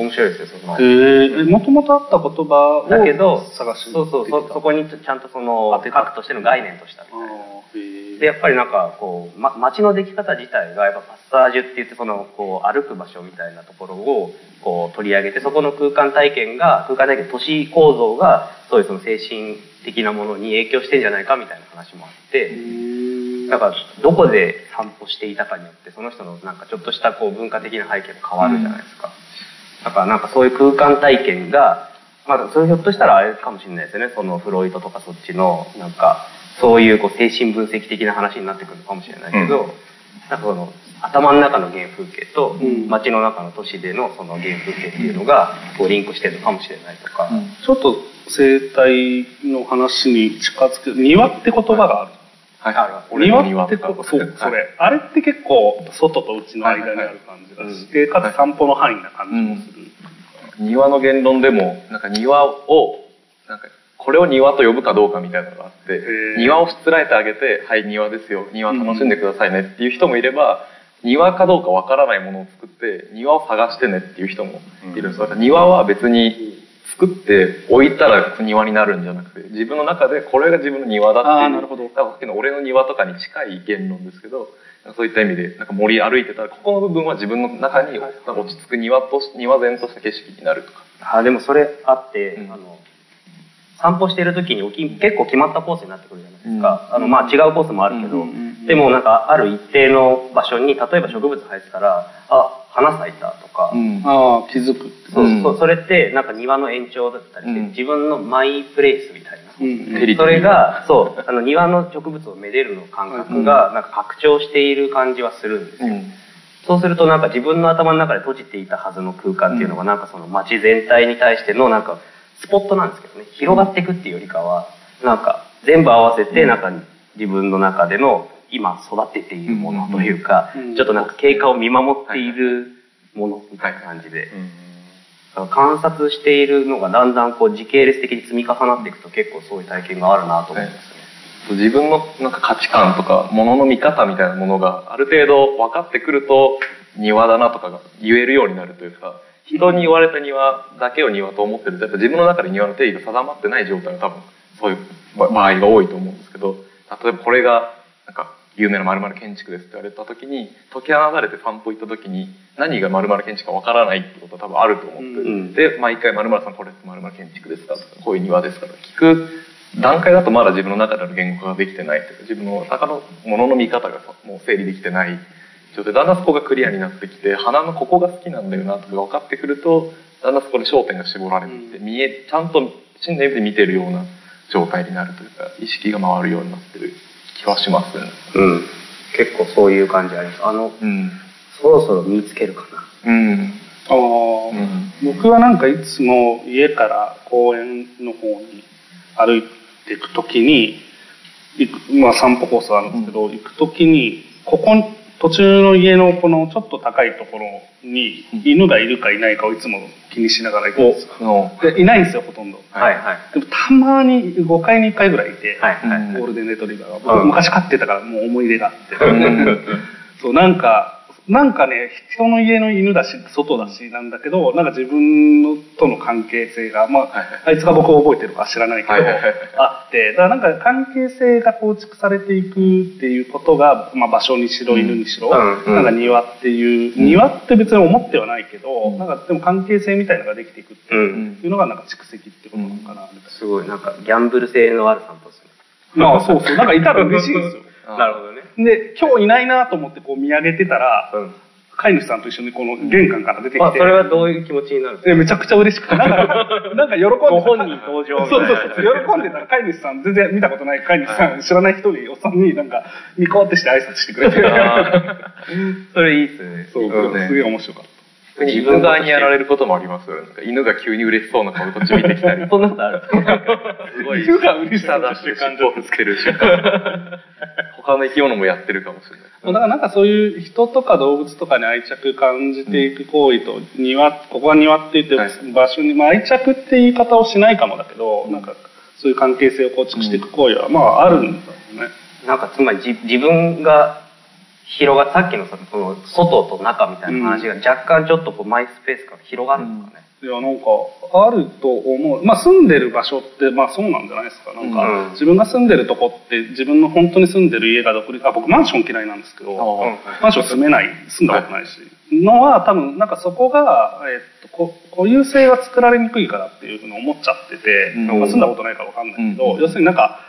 Speaker 2: 面白いですよその、
Speaker 1: えもともとあった言葉を
Speaker 2: だけど
Speaker 1: 探して
Speaker 2: そうそうそそこにちゃんとその核としての概念としたみたいなでやっぱりなんかこう、ま、街のでき方自体がやっぱパッサージュって言ってそのこう歩く場所みたいなところをこう取り上げてそこの空間体験が空間体験都市構造がそういうその精神的なものに影響してんじゃないかみたいな話もあってだからどこで散歩していたかによってその人のなんかちょっとしたこう文化的な背景も変わるじゃないですか。だからなんかそういう空間体験が、まあ、それひょっとしたらあれかもしれないですよねそのフロイトとかそっちのなんかそういうこう精神分析的な話になってくるのかもしれないけど、
Speaker 4: うん
Speaker 2: なんかその頭の中の原風景と
Speaker 1: うん
Speaker 2: 街の中の都市でのその原風景っていうのがこうリンクしてるのかもしれないとか、
Speaker 1: ちょっと生態の話に近づく庭って言葉がある
Speaker 3: はい
Speaker 2: あるあ
Speaker 3: 俺の
Speaker 1: 庭ってことそうそれ、あれって結構外と内の間にある感じがして、かつ散歩の範囲な感じもする、
Speaker 3: 庭の言論でもなんか庭をなんかこれを庭と呼ぶかどうかみたいなのがあって
Speaker 1: ー
Speaker 3: 庭をしつらえてあげて「はい庭ですよ庭楽しんでくださいね」っていう人もいれば庭かどうかわからないものを作って庭を探してねっていう人もいるんですだから庭は別に作って置いたら庭になるんじゃなくて自分の中でこれが自分の庭だっていう
Speaker 1: あーなるほど
Speaker 3: だからさっきの俺の庭とかに近い言論ですけどそういった意味でなんか森歩いてたらここの部分は自分の中に落ち着く庭とし庭前とした景色になるとか。
Speaker 2: あでもそれあって、
Speaker 3: うん
Speaker 2: あの散歩してる時におき結構決まったコースになってくるじゃないですか、あのまあ違うコースもあるけど、
Speaker 3: うんうん
Speaker 2: でもなんかある一定の場所に例えば植物生えてたら「あ花咲いた」と
Speaker 1: ああ
Speaker 2: か、
Speaker 1: 気づく
Speaker 2: そうそう
Speaker 3: うん
Speaker 2: それってなんか庭の延長だったりして、
Speaker 3: うん
Speaker 2: 自分のマイプレイスみたいな。
Speaker 3: テリト
Speaker 2: そ
Speaker 3: リ
Speaker 2: れ
Speaker 3: ー
Speaker 2: が、そう、あの庭の植物をめでるの感覚が、なんか拡張している感じはするんですよ。
Speaker 3: うん
Speaker 2: そうするとなんか自分の頭の中で閉じていたはずの空間っていうのが、なんかその街全体に対してのなんかスポットなんですけどね、広がっていくっていうよりかは、なんか全部合わせて、なんか自分の中での今育てているものというか、
Speaker 1: うん
Speaker 2: ちょっとなんか経過を見守っているものみたいな感じで、観察しているのがだんだんこう時系列的に積み重なっていくと結構そういう体験があるなと思いますね。
Speaker 3: 自分のなんか価値観とかものの見方みたいなものがある程度分かってくると庭だなとかが言えるようになるというか人に言われた庭だけを庭と思ってるとやっぱ自分の中で庭の定義が定まってない状態が多分そういう場場合が多いと思うんですけど例えばこれがなんか有名な〇〇建築ですって言われた時に解き放たれて散歩行った時に何が〇〇建築か分からないってことは多分あると思ってる
Speaker 2: うん
Speaker 3: で毎回「〇〇さんこれって〇〇建築ですか?」とか「こういう庭ですか?」とか聞く段階だとまだ自分の中での言語化ができてないというか自分の中のものの見方がさもう整理できてない状態だんだんそこがクリアになってきて花のここが好きなんだよなとか分かってくるとだんだんそこで焦点が絞られてきて、
Speaker 1: う
Speaker 3: 見えちゃんと真の意味で見てるような状態になるというか意識が回るようになってる気はしますね。
Speaker 2: うん。結構そういう感じあります。あの、
Speaker 3: うん
Speaker 2: そろそろ見つけるかな。
Speaker 3: うん
Speaker 1: あー
Speaker 3: うん
Speaker 1: 僕はなんかいつも家から公園の方に歩いていくときに行く、まあ、散歩コースあるんですけど、行くときにここ途中の家のこのちょっと高いところに
Speaker 3: うん
Speaker 1: 犬がいるかいないかをいつも気にしながら行くんですよ
Speaker 3: の
Speaker 1: でいないんですよほとんど
Speaker 2: はいはい。
Speaker 1: でもたまに5回に1回ぐらいいて、
Speaker 2: はいはい。
Speaker 3: うん
Speaker 1: ゴールデンレトリバーが
Speaker 2: う
Speaker 1: 僕
Speaker 2: ん
Speaker 1: 昔飼ってたからもう思い出があって
Speaker 3: うん
Speaker 1: そうなんかなんかね人の家の犬だし外だしなんだけどなんか自分のとの関係性が、まあ
Speaker 3: はい
Speaker 1: あいつが僕を覚えてるか知らないけど、
Speaker 3: はいはいはい
Speaker 1: あってだからなんか関係性が構築されていくっていうことが、まあ、場所にしろ犬にしろ、
Speaker 2: うんうん
Speaker 1: なんか庭っていう、
Speaker 3: うん
Speaker 1: 庭って別に思ってはないけど、
Speaker 3: うん
Speaker 1: なんかでも関係性みたいのができていくって
Speaker 2: う。
Speaker 1: いうんいうのがなんか蓄積ってことなのかなみたい
Speaker 2: すごい、なんかギャンブル性のある散歩ですね。
Speaker 1: な、ああそうそうなんかいたら嬉しいんですよ
Speaker 2: なるほどね。
Speaker 1: で今日いないなと思ってこう見上げてたら、
Speaker 2: うん。
Speaker 1: 飼い主さんと一緒にこの玄関から出てきて、
Speaker 2: あ、それはどういう気持ちになるんですか
Speaker 1: えめちゃくちゃ嬉しくてなん かなんか喜んで
Speaker 2: ご本人登場みた
Speaker 1: そ
Speaker 2: いうな
Speaker 1: そうそう喜んでたら飼い主さん全然見たことない飼い主さん、知らない人におっさんになんかニコってして挨拶してくれて
Speaker 2: それいいっすね。
Speaker 1: そう
Speaker 3: そうね
Speaker 1: すげえ面白かっ
Speaker 3: 自分側にやられることもありますよね。なんか犬が急に嬉しそうな顔でこっち見てきたり、
Speaker 2: そんなことある
Speaker 3: すごい
Speaker 1: 犬が嬉しそう
Speaker 3: 舌出して尻尾をつける瞬間。他の生き物もやってるかもしれない。
Speaker 1: た、だからなんかそういう人とか動物とかに愛着感じていく行為と庭ここが庭って言って、
Speaker 3: はい
Speaker 1: 場所に、まあ、愛着って言い方をしないかもだけど、なんかそういう関係性を構築していく行為は、まああるんだろうね。
Speaker 2: なんかつまりじ自分が広がさっきのさその外と中みたいな話が若干ちょっとこうマイスペースから広がるのかね。
Speaker 1: いやなんかあると思う、まあ、住んでる場所ってまあそうなんじゃないですかなんか、
Speaker 2: うん
Speaker 1: 自分が住んでるとこって自分の本当に住んでる家が独立あ僕マンション嫌いなんですけど
Speaker 3: あ
Speaker 1: マンション住めない住んだことないし、のは多分なんかそこが、えっと、こ固有性が作られにくいからっていうふうに思っちゃってて、
Speaker 3: うん
Speaker 1: まあ住んだことないから分かんないけど、
Speaker 3: うん
Speaker 1: 要するになんか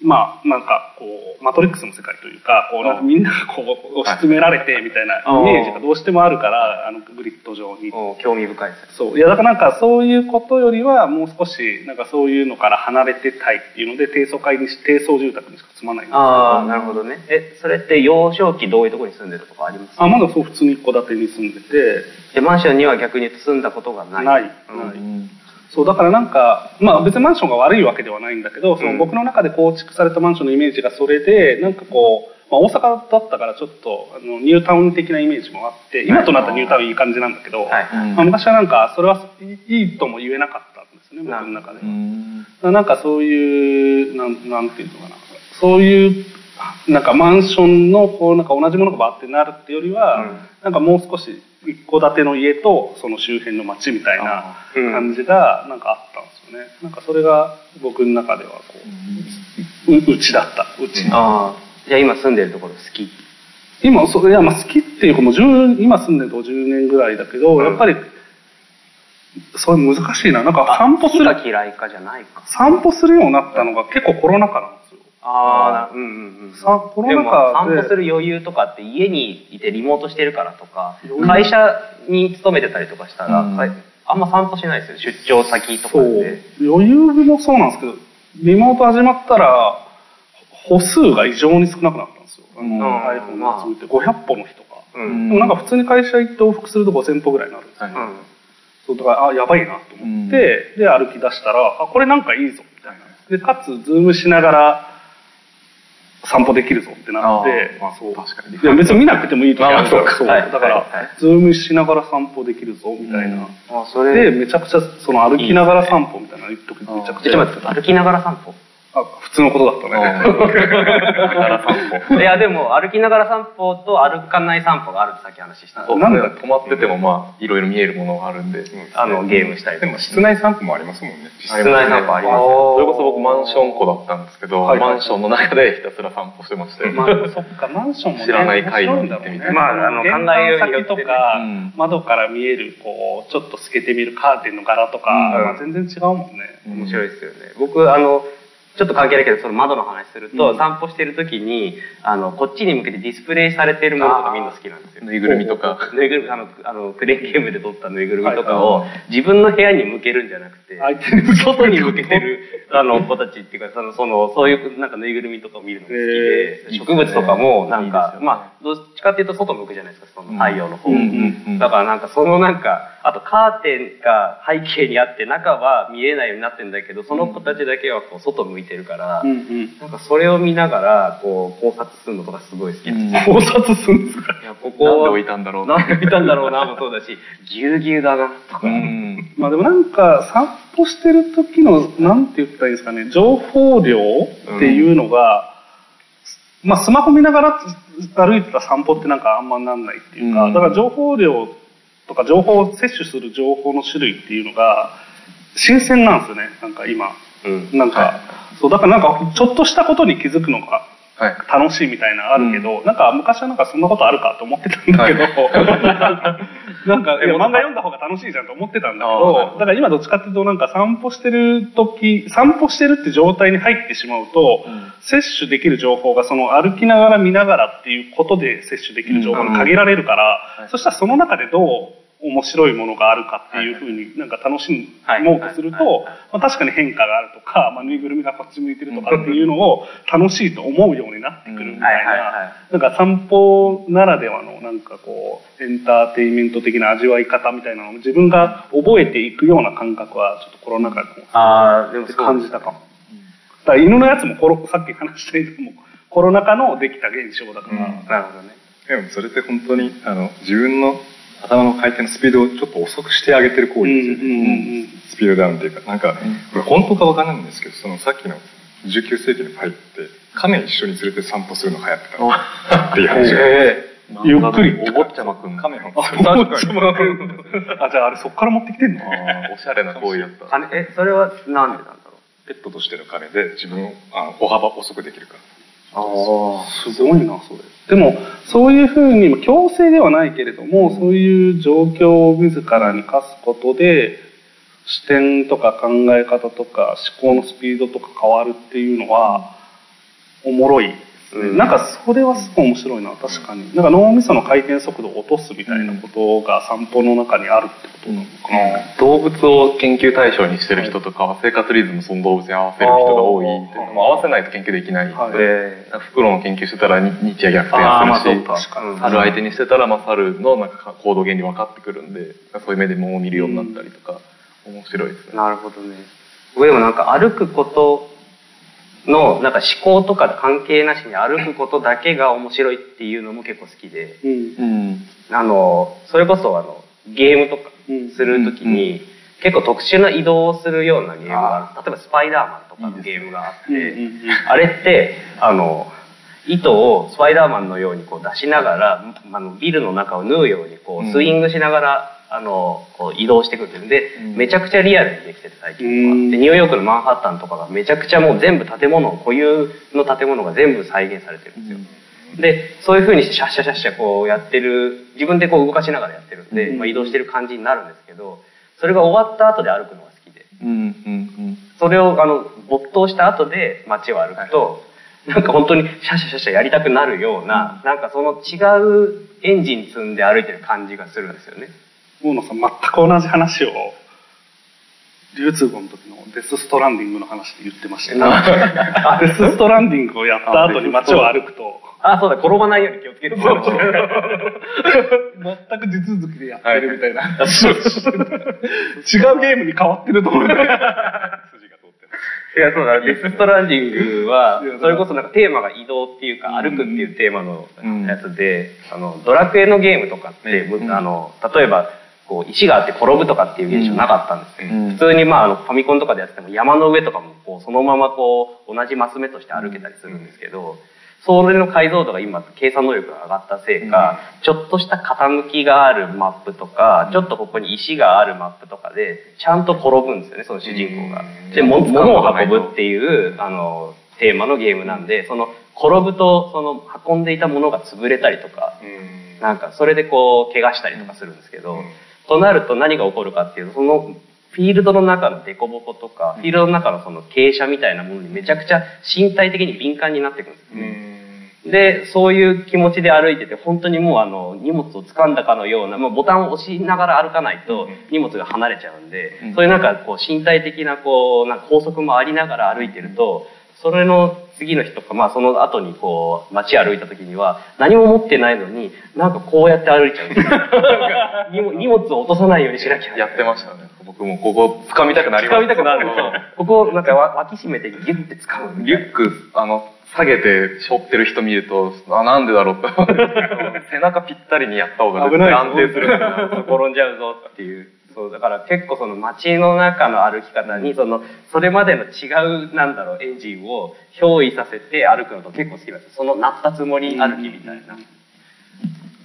Speaker 1: まあなんかこうマトリックスの世界というかこうなんかみんながこう押し詰められてみたいなイメージがどうしてもあるからあのグリッド上に。
Speaker 2: お興味深いですね。
Speaker 1: そういやだからなんかそういうことよりはもう少しなんかそういうのから離れてたいっていうので低層階にし低層住宅にしか住まないんです
Speaker 2: ああ、なるほどね。え、それって幼少期どういうところに住んでるとかあります
Speaker 1: あまだそう普通に一戸建てに住んでて
Speaker 2: でマンションには逆に住んだことがない。
Speaker 1: ない、
Speaker 2: うん
Speaker 1: ない
Speaker 3: うん
Speaker 1: そうだからなんか、まあ、別にマンションが悪いわけではないんだけど、そうの
Speaker 2: ん
Speaker 1: 僕の中で構築されたマンションのイメージがそれでなんかこう、まあ、大阪だったからちょっとあのニュータウン的なイメージもあって今となったらニュータウンいい感じなんだけど、
Speaker 2: はい
Speaker 1: まあ、昔はなんかそれはいいいいとも言えなかったんですね僕の中では。
Speaker 3: うん
Speaker 1: なんかそういうなんなんていうのかなそういうなんかマンションのこうなんか同じものがバーってなるってよりは、
Speaker 2: うん
Speaker 1: なんかもう少し一戸建ての家とその周辺の町みたいな
Speaker 3: あ
Speaker 2: ーうん
Speaker 1: 感じがなんかあったんですよね、なんかそれが僕の中ではこうううちだったうち、
Speaker 2: ああ。じゃあ今住んでるところ好き。
Speaker 1: 今そういやまあ好きっていうかもう10今住んでると10年ぐらいだけど、
Speaker 2: うん
Speaker 1: やっぱりそれ難しいななんか散歩す
Speaker 2: 好き
Speaker 1: る
Speaker 2: が嫌いかじゃないか。
Speaker 1: 散歩するようになったのが結構コロナ禍なんですよ
Speaker 2: ああ、うんうんうん。
Speaker 1: さコロナ禍で
Speaker 2: でも散歩する余裕とかって家にいてリモートしてるからとか
Speaker 1: 余、裕
Speaker 2: 会社に勤めてたりとかしたら、
Speaker 3: うん
Speaker 2: かいあんま散歩しないですよ。出張先とか
Speaker 1: そう
Speaker 2: で。
Speaker 1: 余裕もそうなんですけどリモート始まったら歩数が異常に少なくなったんですよ、
Speaker 3: うん
Speaker 1: あの iPhone の集めて500歩の人が、
Speaker 2: う。
Speaker 3: うん
Speaker 1: でもなんか普通に会社行って往復すると5000歩ぐらいになるんですよ、
Speaker 3: はい
Speaker 2: うん。
Speaker 1: そうだからあやばいなと思って、で歩き出したらあこれなんかいいぞみたいなでかつズームしながら散歩できるぞってなって
Speaker 3: あーまあそう確かに
Speaker 1: いや別に見なくてもいい時
Speaker 3: まあ
Speaker 1: あ
Speaker 3: まあ
Speaker 1: る
Speaker 3: そう
Speaker 1: か
Speaker 3: から
Speaker 1: そう
Speaker 2: はい
Speaker 1: だから、
Speaker 2: はいはい
Speaker 1: ズームしながら散歩できるぞみたいな、
Speaker 3: うん
Speaker 2: あそ
Speaker 1: で
Speaker 2: れ
Speaker 1: めちゃくちゃその歩きながら散歩みたいなの一時めちゃくち
Speaker 2: ち
Speaker 1: ゃや
Speaker 2: ょっ
Speaker 1: って
Speaker 2: と待
Speaker 1: た
Speaker 2: って歩きながら散歩。
Speaker 1: あ普通のことだったね
Speaker 2: いやでも歩きながら散歩と歩かない散歩があるってさっき話したんです
Speaker 3: そう
Speaker 1: なんだ
Speaker 3: 止まっててもまあいろいろ見えるものがあるんで、
Speaker 2: あのゲームしたりと
Speaker 4: でも
Speaker 2: かして
Speaker 4: 室内散歩もありますもんね。
Speaker 3: あり
Speaker 4: 実際
Speaker 3: ます
Speaker 2: 室内
Speaker 3: ね
Speaker 2: 散歩あります
Speaker 3: それこそ僕マンションっ子だったんですけど、
Speaker 1: はいはい
Speaker 3: マンションの中でひたすら散歩してましたよ、
Speaker 1: まあ、そっか、マンションも、ね、
Speaker 3: 知らない階に行ってみたいな
Speaker 1: まあ、あの、
Speaker 2: 玄
Speaker 1: 考
Speaker 2: 関
Speaker 1: え
Speaker 2: 先
Speaker 1: 先と
Speaker 2: と
Speaker 1: か
Speaker 2: か、
Speaker 3: うん
Speaker 1: 窓から見える、こう、ちょっと透けて見えるカーテンの柄とか、
Speaker 3: うん
Speaker 1: まあ、全然違うもんね。
Speaker 3: うん
Speaker 2: 面白いですよね。僕、あの、ちょっと関係ないけど、その窓の話すると、
Speaker 1: うん
Speaker 2: 散歩してる時に、あの、こっちに向けてディスプレイされてるものとかみんな好きなんですよ。
Speaker 3: ぬいぐるみとか
Speaker 2: ぬいぐるみ、あの、あのクレーンゲームで撮ったぬいぐるみとかを、自分の部屋に向けるんじゃなくて、
Speaker 1: 相手に
Speaker 2: 外に向けてる、あの、子たちっていうか、その、その、そういう、なんかぬいぐるみとかを見るのが好きで、
Speaker 3: へー
Speaker 2: 植物とかも、なん
Speaker 3: いいで
Speaker 2: か
Speaker 3: す、よね
Speaker 2: まあ、どっちかっていうと外向くじゃないですか、その太陽の方。
Speaker 1: うんうん
Speaker 3: うん
Speaker 2: だからなんか、そのなんか、あとカーテンが背景にあって、中は見えないようになってんだけど、その子たちだけはこう、外向いてるから、
Speaker 1: うんうん。
Speaker 2: なんかそれを見ながら、こう、考察するのとかすごい好きです。い
Speaker 3: なんで
Speaker 1: 考察するんですか
Speaker 2: や、ここは、
Speaker 3: 置いたんだろう
Speaker 2: な
Speaker 3: なん
Speaker 2: で置いたんだろうな、もそうだし、ぎゅうぎゅうだな、とか。
Speaker 3: うん
Speaker 1: まあでもなんか散歩してる時のなんて言ったらいいんですかね情報量っていうのが、まあスマホ見ながら歩いてた散歩ってなんかあんまなんないっていうか、
Speaker 3: うん
Speaker 1: だから情報量とか情報を摂取する情報の種類っていうのが新鮮なんですよねなんか今
Speaker 2: うん。
Speaker 1: なんか、
Speaker 3: は
Speaker 1: そうだからなんかちょっとしたことに気づくのが
Speaker 3: はい
Speaker 1: 楽しいみたいなのあるけど、なんか昔はなんかそんなことあるかと思ってたんだけど、 なんかいや漫画読んだ方が楽しいじゃんと思ってたんだけ
Speaker 3: あーなるほ
Speaker 1: どだ
Speaker 3: ど
Speaker 1: から今どっちかっていうとなんか散歩してる時散歩してるって状態に入ってしまうと、
Speaker 3: うん
Speaker 1: 摂取できる情報がその歩きながら見ながらっていうことで摂取できる情報に限られるから、
Speaker 3: うんはい
Speaker 1: そしたらその中でどう面白いものがあるかっていうふうになんか楽しもうとする
Speaker 2: はいはい
Speaker 1: と、まあ、確かに変化があるとか、まあ、ぬいぐるみがこっち向いてるとかっていうのを楽しいと思うようになってくるみたい
Speaker 2: はいはいは
Speaker 1: ななんか散歩ならではのなんかこうエンターテインメント的な味わい方みたいなのを自分が覚えていくような感覚はちょっとコロナ禍でも
Speaker 2: ああ、でも
Speaker 1: 感じたかも。だから犬のやつもコロさっき話したけどもコロナ禍のできた現象だから、
Speaker 4: うん
Speaker 2: なるほどね。
Speaker 4: でもそれって本当にあの自分の頭の回転のスピードをちょっと遅くしてあげてる行為ですよね、
Speaker 1: うんうんうんうん
Speaker 4: スピードダウンっていうかなんかこれ本当かわからないんですけどそのさっきの19世紀に入って亀一緒に連れて散歩するの流行ってたのっていう話が
Speaker 1: ゆっくり
Speaker 3: お坊ちゃまくんあ
Speaker 4: 亀を
Speaker 1: あそうあじゃああれそっから持ってきてんの
Speaker 3: ーおしゃれな行為だった
Speaker 2: 金え、それはなんでなんだろう。
Speaker 4: ペットとしての亀で自分をあ歩幅遅くできるから
Speaker 2: あ
Speaker 1: すごいなそれでもそういうふうに強制ではないけれども、そういう状況を自らに課すことで視点とか考え方とか思考のスピードとか変わるっていうのはおもろいですね、
Speaker 2: うん
Speaker 1: なんかそれはすごい面白いな確かになんか脳みその回転速度を落とすみたいなことが散歩の中にあるってことなのかな、
Speaker 3: 動物を研究対象にしてる人とかは生活リズムその動物に合わせる人が多いっていうのも合わせないと研究できないので、
Speaker 2: え
Speaker 3: フクロウの研究してたらに日夜逆
Speaker 2: あーまあ
Speaker 3: 転
Speaker 2: そ
Speaker 3: する
Speaker 2: う
Speaker 3: し
Speaker 2: か
Speaker 3: 猿相手にしてたら、まあ、猿のなんか行動原理分かってくるんでそういう目でもを見るようになったりとか、面白いですね。
Speaker 2: なるほどね。僕でもなんか歩くことの、なんか思考とか関係なしに歩くことだけが面白いっていうのも結構好きで、
Speaker 1: うん
Speaker 3: うん、
Speaker 2: あの、それこそあの、ゲームとかするときに、結構特殊な移動をするようなゲームがある。例えばスパイダーマンとかのゲームがあって、あれって、あの、糸をスパイダーマンのようにこう出しながら、あのビルの中を縫うようにこ
Speaker 3: うん
Speaker 2: うスイングしながら、あの、こう移動してくるんで、
Speaker 3: うん
Speaker 2: めちゃくちゃリアルにできてて最近のは。
Speaker 1: うん
Speaker 2: で、ニューヨークのマンハッタンとかがめちゃくちゃもう全部建物、固有の建物が全部再現されてるんですよ。で、そういう風にしてシャッシャシャッシャこうやってる、自分でこう動かしながらやってるんで、
Speaker 1: うん
Speaker 2: まあ、移動してる感じになるんですけど、それが終わった後で歩くのが好きで。
Speaker 3: うんうん
Speaker 2: それをあの没頭した後で街を歩くと、なんか本当にシャシャシャシャやりたくなるような、なんかその違うエンジン積んで歩いてる感じがするんですよね。
Speaker 1: 大野さん全く同じ話を流通語の時のデス・ストランディングの話で言ってましたよデス・ストランディングをやった後に街を歩くと
Speaker 2: あ、そうだ、転ばないように気をつけて
Speaker 1: そうそう全く地続きでやってるみたいな、違うゲームに変わってると思う
Speaker 4: 筋が通っ
Speaker 2: い
Speaker 4: て
Speaker 2: や、そうだ、デス・ストランディングは、それこそなんかテーマが移動っていうか、歩くっていうテーマのやつで、あの、ドラクエのゲームとかって、あの、例えば、こう、石があって転ぶとかっていう現象なかったんですよ。
Speaker 3: うん
Speaker 2: 普通に、まあ、あの、ファミコンとかでやってても、山の上とかも、こう、そのままこう、同じマス目として歩けたりするんですけど、それの解像度が今、計算能力が上がったせいか、ちょっとした傾きがあるマップとか、ちょっとここに石があるマップとかで、ちゃんと転ぶんですよね、その主人公が。
Speaker 4: うん
Speaker 2: で、も物を運ぶっていう、あの、テーマのゲームなんで、その、転ぶと、その、運んでいたものが潰れたりとか、
Speaker 4: うん
Speaker 2: なんか、それでこう、怪我したりとかするんですけど、
Speaker 4: うん
Speaker 2: となると何が起こるかっていうと、その、フィールドの中の凸凹とか、フィールドの中のその傾斜みたいなものにめちゃくちゃ身体的に敏感になってくるんですよね。で、そういう気持ちで歩いてて、本当にもうあの、荷物を掴んだかのような、もうボタンを押しながら歩かないと、荷物が離れちゃうんで、そういうなんかこう、身体的なこう、なんか拘束もありながら歩いてると、それの次の日とか、まあその後にこう、街歩いた時には、何も持ってないのに、なんかこうやって歩いちゃうんで すよ荷物荷物を落とさないようにしなきゃ。
Speaker 3: やってましたね。僕もここ掴みたくなります
Speaker 2: 掴みたくなるんですよ。ここをなんかわ脇締めてギュッて掴むみたいな。
Speaker 3: リュック、あの、下げて背負ってる人見ると、あ、なんでだろうって 思うんですけど背中ぴったりにやった方が
Speaker 1: 危ない
Speaker 3: 安定するんですよ。
Speaker 2: 転んじゃうぞっていう。そう、だから結構その街の中の歩き方に、その、それまでの違う、なんだろう、エンジンを憑依させて歩くのと結構好きなんですよそのなったつもり歩きみたいな。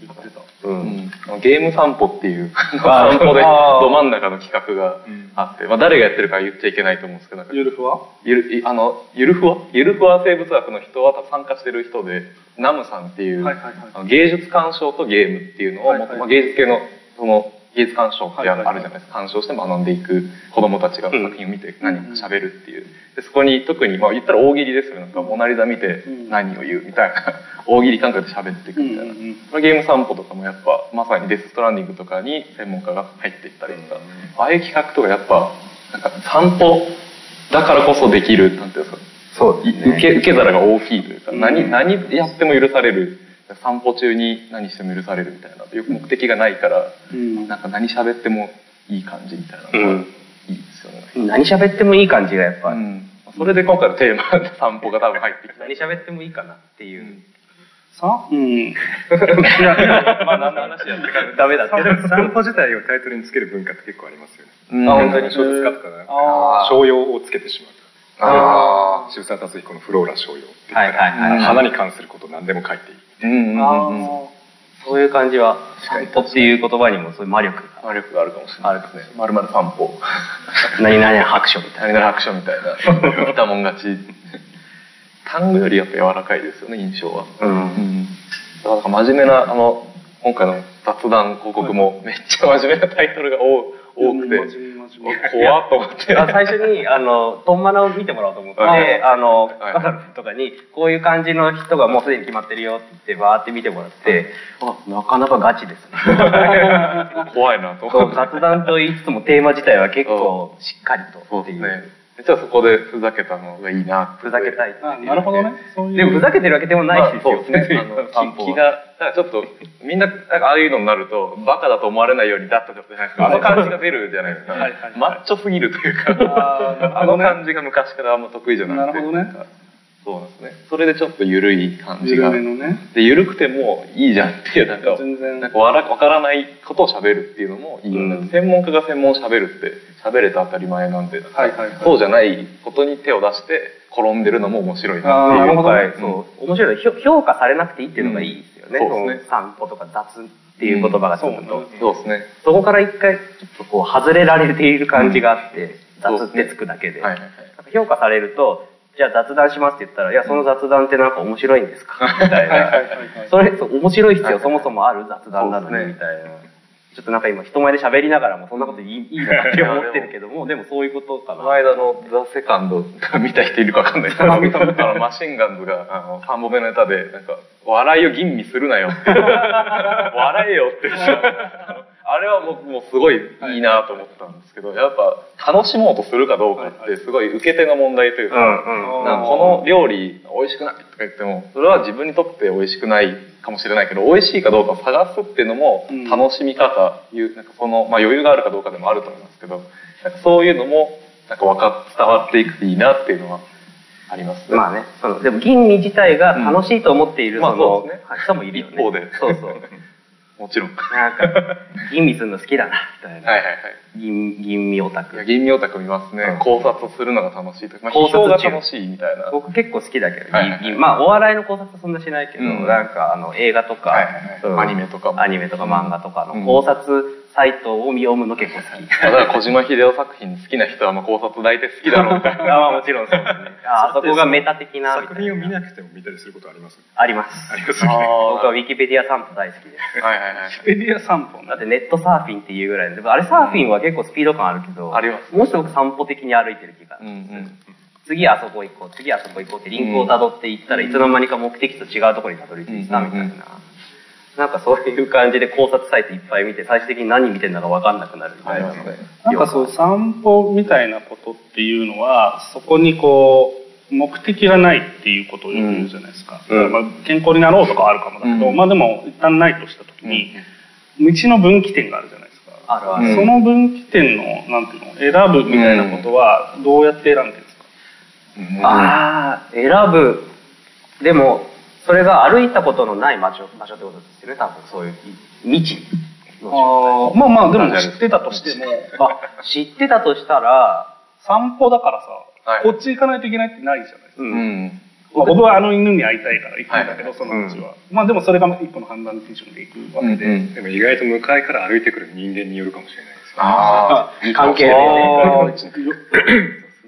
Speaker 2: 言ってた。
Speaker 3: うんゲーム散歩っていう
Speaker 2: あー
Speaker 3: 散歩でど真ん中の企画が
Speaker 4: ん
Speaker 3: あって、まあ、誰がやってるか言っちゃいけないと思うんですけどなんか
Speaker 1: ゆるふわ
Speaker 3: ゆるいあのゆるふわゆるふわ生物学の人は多分参加してる人でナムさんっていう、
Speaker 1: はいはいはい
Speaker 3: あの芸術鑑賞とゲームっていうのを、
Speaker 1: はいはい
Speaker 3: まあ、芸術系のその芸術鑑賞ってあ
Speaker 1: はいはい
Speaker 3: る
Speaker 1: はい
Speaker 3: あるじゃないですか、鑑賞して学んでいく子どもたちが作品を見て何か喋るっていうでそこに特に、まあ、言ったら大喜利ですよねなんかモナ・リザ見て
Speaker 1: うん
Speaker 3: 何を言うみたいな 大喜利感覚で喋っていくみたいな。まあゲーム散歩とかもやっぱまさにデス・ストランディングとかに専門家が入っていったりとか、ああいう企画とかやっぱなんか散歩だからこそできるなんていうんですか
Speaker 2: そう
Speaker 3: い受け受け皿が大きいというか、
Speaker 1: うん
Speaker 3: 何何やっても許される散歩中に何しても許されるみたいなよく目的がないから
Speaker 1: うん
Speaker 3: なんか何喋ってもいい感じみたいなのがいいですよね、
Speaker 2: 何喋ってもいい感じがやっぱ、
Speaker 3: うんそれで今回のテーマで散歩が多分入ってきた
Speaker 2: 何喋ってもいいかなっていう。
Speaker 1: さうん
Speaker 3: まあ何の話やってか
Speaker 2: ダメだって。
Speaker 4: 散 歩自体をタイトルにつける文化って結構ありますよね。
Speaker 3: うん
Speaker 4: あ本当に小説家とかなんか
Speaker 1: あ
Speaker 4: 商用をつけてしまう。
Speaker 3: あ
Speaker 4: 渋沢達彦のフローラ商用って、
Speaker 2: はいはいはい。
Speaker 4: 花に関すること何でも書いていい。
Speaker 3: うんうん
Speaker 1: あ
Speaker 3: うんうん
Speaker 1: ー
Speaker 2: そういう感じは、散歩っていう言葉にもそういう魔力が。
Speaker 3: 魔力があるかもしれないですね。まるまる散歩。
Speaker 2: 何々拍手みたいな。
Speaker 3: 何々アクションみたいな。見たもん勝ち。単語よりやっぱ柔らかいですよね、印象は。うん。だからなんか真面目な、あの、今回の雑談広告も、めっちゃ真面目なタイトルが多多くて、
Speaker 1: 真面目真面目
Speaker 3: 怖っと思っ て。
Speaker 2: あ最初にあのトンマナを見てもらおうと思って、
Speaker 3: はい
Speaker 2: あの
Speaker 3: はい
Speaker 2: カタルとかにこういう感じの人がもうすでに決まってるよって言ってバーって見てもらって、あなかなかガチですね
Speaker 3: 怖いなと
Speaker 2: そ
Speaker 3: 思
Speaker 2: う
Speaker 3: って。
Speaker 2: 雑談と言いつつもテーマ自体は結構しっかりと
Speaker 3: そ
Speaker 2: っ
Speaker 3: う
Speaker 2: て
Speaker 3: で
Speaker 2: い
Speaker 3: す
Speaker 2: う
Speaker 3: ね。じゃあそこでふざけたのがいいなって
Speaker 2: ふざけたい
Speaker 1: あなるほどねそういう
Speaker 2: でもふざけてるわけでもないしですよ、
Speaker 3: まあそうですね。あ の
Speaker 2: 散歩
Speaker 3: 気気が、だからちょっと、みんな、なんかああいうのになると、バカだと思われないようにだったじゃないですか。あの感じが出るじゃないですか
Speaker 1: はいはいはい。
Speaker 3: マッチョすぎるという
Speaker 1: あーなる
Speaker 3: か、あ
Speaker 1: ほど
Speaker 3: の
Speaker 1: ね
Speaker 3: 感じが昔からあんま得意じゃなくて。
Speaker 1: なるほどね
Speaker 3: んか。そうなんですね。それでちょっと緩い感じ
Speaker 1: 緩
Speaker 3: が。
Speaker 1: めのね
Speaker 3: で、緩くてもいいじゃんっていう、なんか、
Speaker 1: 全然
Speaker 3: なんかわらわからないことを喋るっていうのもいいよね、
Speaker 1: うん
Speaker 3: 専門家が専門喋るって、喋れて当たり前なんで、
Speaker 1: はいはいはい
Speaker 3: そうじゃないことに手を出して、転んでるのも面白いなって
Speaker 1: あ
Speaker 3: い
Speaker 1: ーな
Speaker 3: う。
Speaker 1: るほ
Speaker 2: 今
Speaker 1: どね
Speaker 2: 回、そう面白いのはひょ評価されなくていいっていうのがいいですよね,、
Speaker 3: うんそうですね
Speaker 2: 散歩とか雑っていう言葉がつくと、
Speaker 1: うん
Speaker 3: そうですね。
Speaker 2: そこから一回ちょっとこう外れられている感じがあって、雑ってつくだけで、
Speaker 3: はいはいはい
Speaker 2: なんか評価されるとじゃあ雑談しますって言ったら「いやその雑談ってなんか面白いんですか?」みたいな
Speaker 1: はいはいはいはい
Speaker 2: それそう面白い必
Speaker 3: はい
Speaker 2: 要
Speaker 3: はい
Speaker 2: そもそもある雑談なの
Speaker 3: そう
Speaker 2: に
Speaker 3: で
Speaker 2: み
Speaker 3: すね
Speaker 2: たいな。ちょっとなんか今人前で喋りながらもそんなこといいいいなって思ってるけども、でもそういうことか
Speaker 3: この
Speaker 2: な。
Speaker 3: 間の「ザ・セカンド見た人いるかわかんないけどあのマシンガンズがあの3本目のネタでなんか「笑いを吟味するなよ」 って「笑えよ」ってあのあれは僕もすごいいいなと思ったんですけどやっぱ楽しもうとするかどうかってすごい受け手の問題というか,、
Speaker 2: うん
Speaker 3: なんかこの料理美味しくないとか言ってもそれは自分にとって美味しくないかもしれないけど美味しいかどうかを探すっていうのも
Speaker 1: うん
Speaker 3: 楽しみ方、いうなんかその、まあ、余裕があるかどうかでもあると思いますけどなんかそういうのもなんかわか伝わっていくといいなっていうのはありますね。
Speaker 2: まあね、そのでも吟味自体が楽しいと思っている
Speaker 3: うんまあ
Speaker 2: その
Speaker 3: そうですね
Speaker 2: 人もいるよね。
Speaker 3: 一方で
Speaker 2: そうそう。
Speaker 3: もちろん。は
Speaker 2: な
Speaker 3: い
Speaker 2: んか吟味するの好きだなみたいな。
Speaker 3: はいはい。
Speaker 2: 吟吟味オタ
Speaker 3: い
Speaker 2: ク
Speaker 3: や。吟味オタク見ますね、
Speaker 2: うん
Speaker 3: 考察するのが楽しいとか、まあ、
Speaker 2: 考
Speaker 3: 批評
Speaker 2: 察
Speaker 3: が
Speaker 2: 中
Speaker 3: 楽しいみたい な。
Speaker 2: 僕結構好きだけど、
Speaker 3: はいはいはい
Speaker 2: 吟まあお笑いの考察はそんなしないけど、
Speaker 3: うん
Speaker 2: なんかあの映画とか、
Speaker 3: はいはいはい
Speaker 2: うん
Speaker 3: アニメとかも
Speaker 2: アニメとか漫画とか
Speaker 3: う
Speaker 2: の
Speaker 3: ん
Speaker 2: 考察サイトを見読むの結構好き。
Speaker 3: まあだから小島秀夫作品好きな人はまあ考察大体好きだろうみたいな。
Speaker 2: あまあもちろんそうですね。 ああそこがメタ的なみた
Speaker 4: 作
Speaker 2: い
Speaker 4: 品を見
Speaker 2: な。
Speaker 4: なくても見たりすることあります
Speaker 2: あります。
Speaker 4: あります
Speaker 3: あ
Speaker 4: ね
Speaker 3: あ
Speaker 2: 僕はウィキペディア散歩大好きです。
Speaker 3: はいはいはい。
Speaker 1: ペディア散歩
Speaker 2: だってネットサーフィンっていうぐらいで、でもあれサーフィンは結構スピード感あるけど、
Speaker 3: あります
Speaker 2: もうすごく散歩的に歩いてる気が
Speaker 3: うんうん。
Speaker 2: 次あそこ行こう、次あそこ行こうってリンクを辿っていったら、いつの間にか目的と違うところにたどり着いたみたいな。
Speaker 3: うんうんうん
Speaker 2: なんかそういう感じで考察サイトいっぱい見て、最終的に何見てるのか分かんなくなるみたいなの
Speaker 3: ありますね
Speaker 1: なんかそう散歩みたいなことっていうのはそこにこう目的がないっていうことをよく言うじゃないですか、
Speaker 2: うん
Speaker 1: まあ、健康になろうとかはあるかもだけど、
Speaker 3: うん
Speaker 1: まあでも一旦ないとした時に、道の分岐点があるじゃないですか
Speaker 2: あるあ
Speaker 3: う
Speaker 2: る。
Speaker 3: ん
Speaker 1: その分岐点のなんていうの選ぶみたいなことはどうやって選んでるんですか、
Speaker 2: ああ、選ぶ。でも、それが歩いたことのない場所場所ってことですよね、多分そういう未知の
Speaker 1: あ
Speaker 2: 状
Speaker 1: ーまあまあでも知ってたとしても
Speaker 2: 態。あ、知ってたとしたら、
Speaker 1: 散歩だからさ、
Speaker 3: はい
Speaker 1: こっち行かないといけないってないじゃないですか、
Speaker 2: う。
Speaker 3: うんん。
Speaker 1: まあ僕はあの犬に会いたいから行くんだけど、
Speaker 3: はい
Speaker 1: その道は、まあでもそれが一個の判断基準で行くわけで、
Speaker 4: でも意外と向かいから歩いてくる人間によるかもしれないですよ
Speaker 3: ああ。
Speaker 2: 関係ないね。
Speaker 1: よ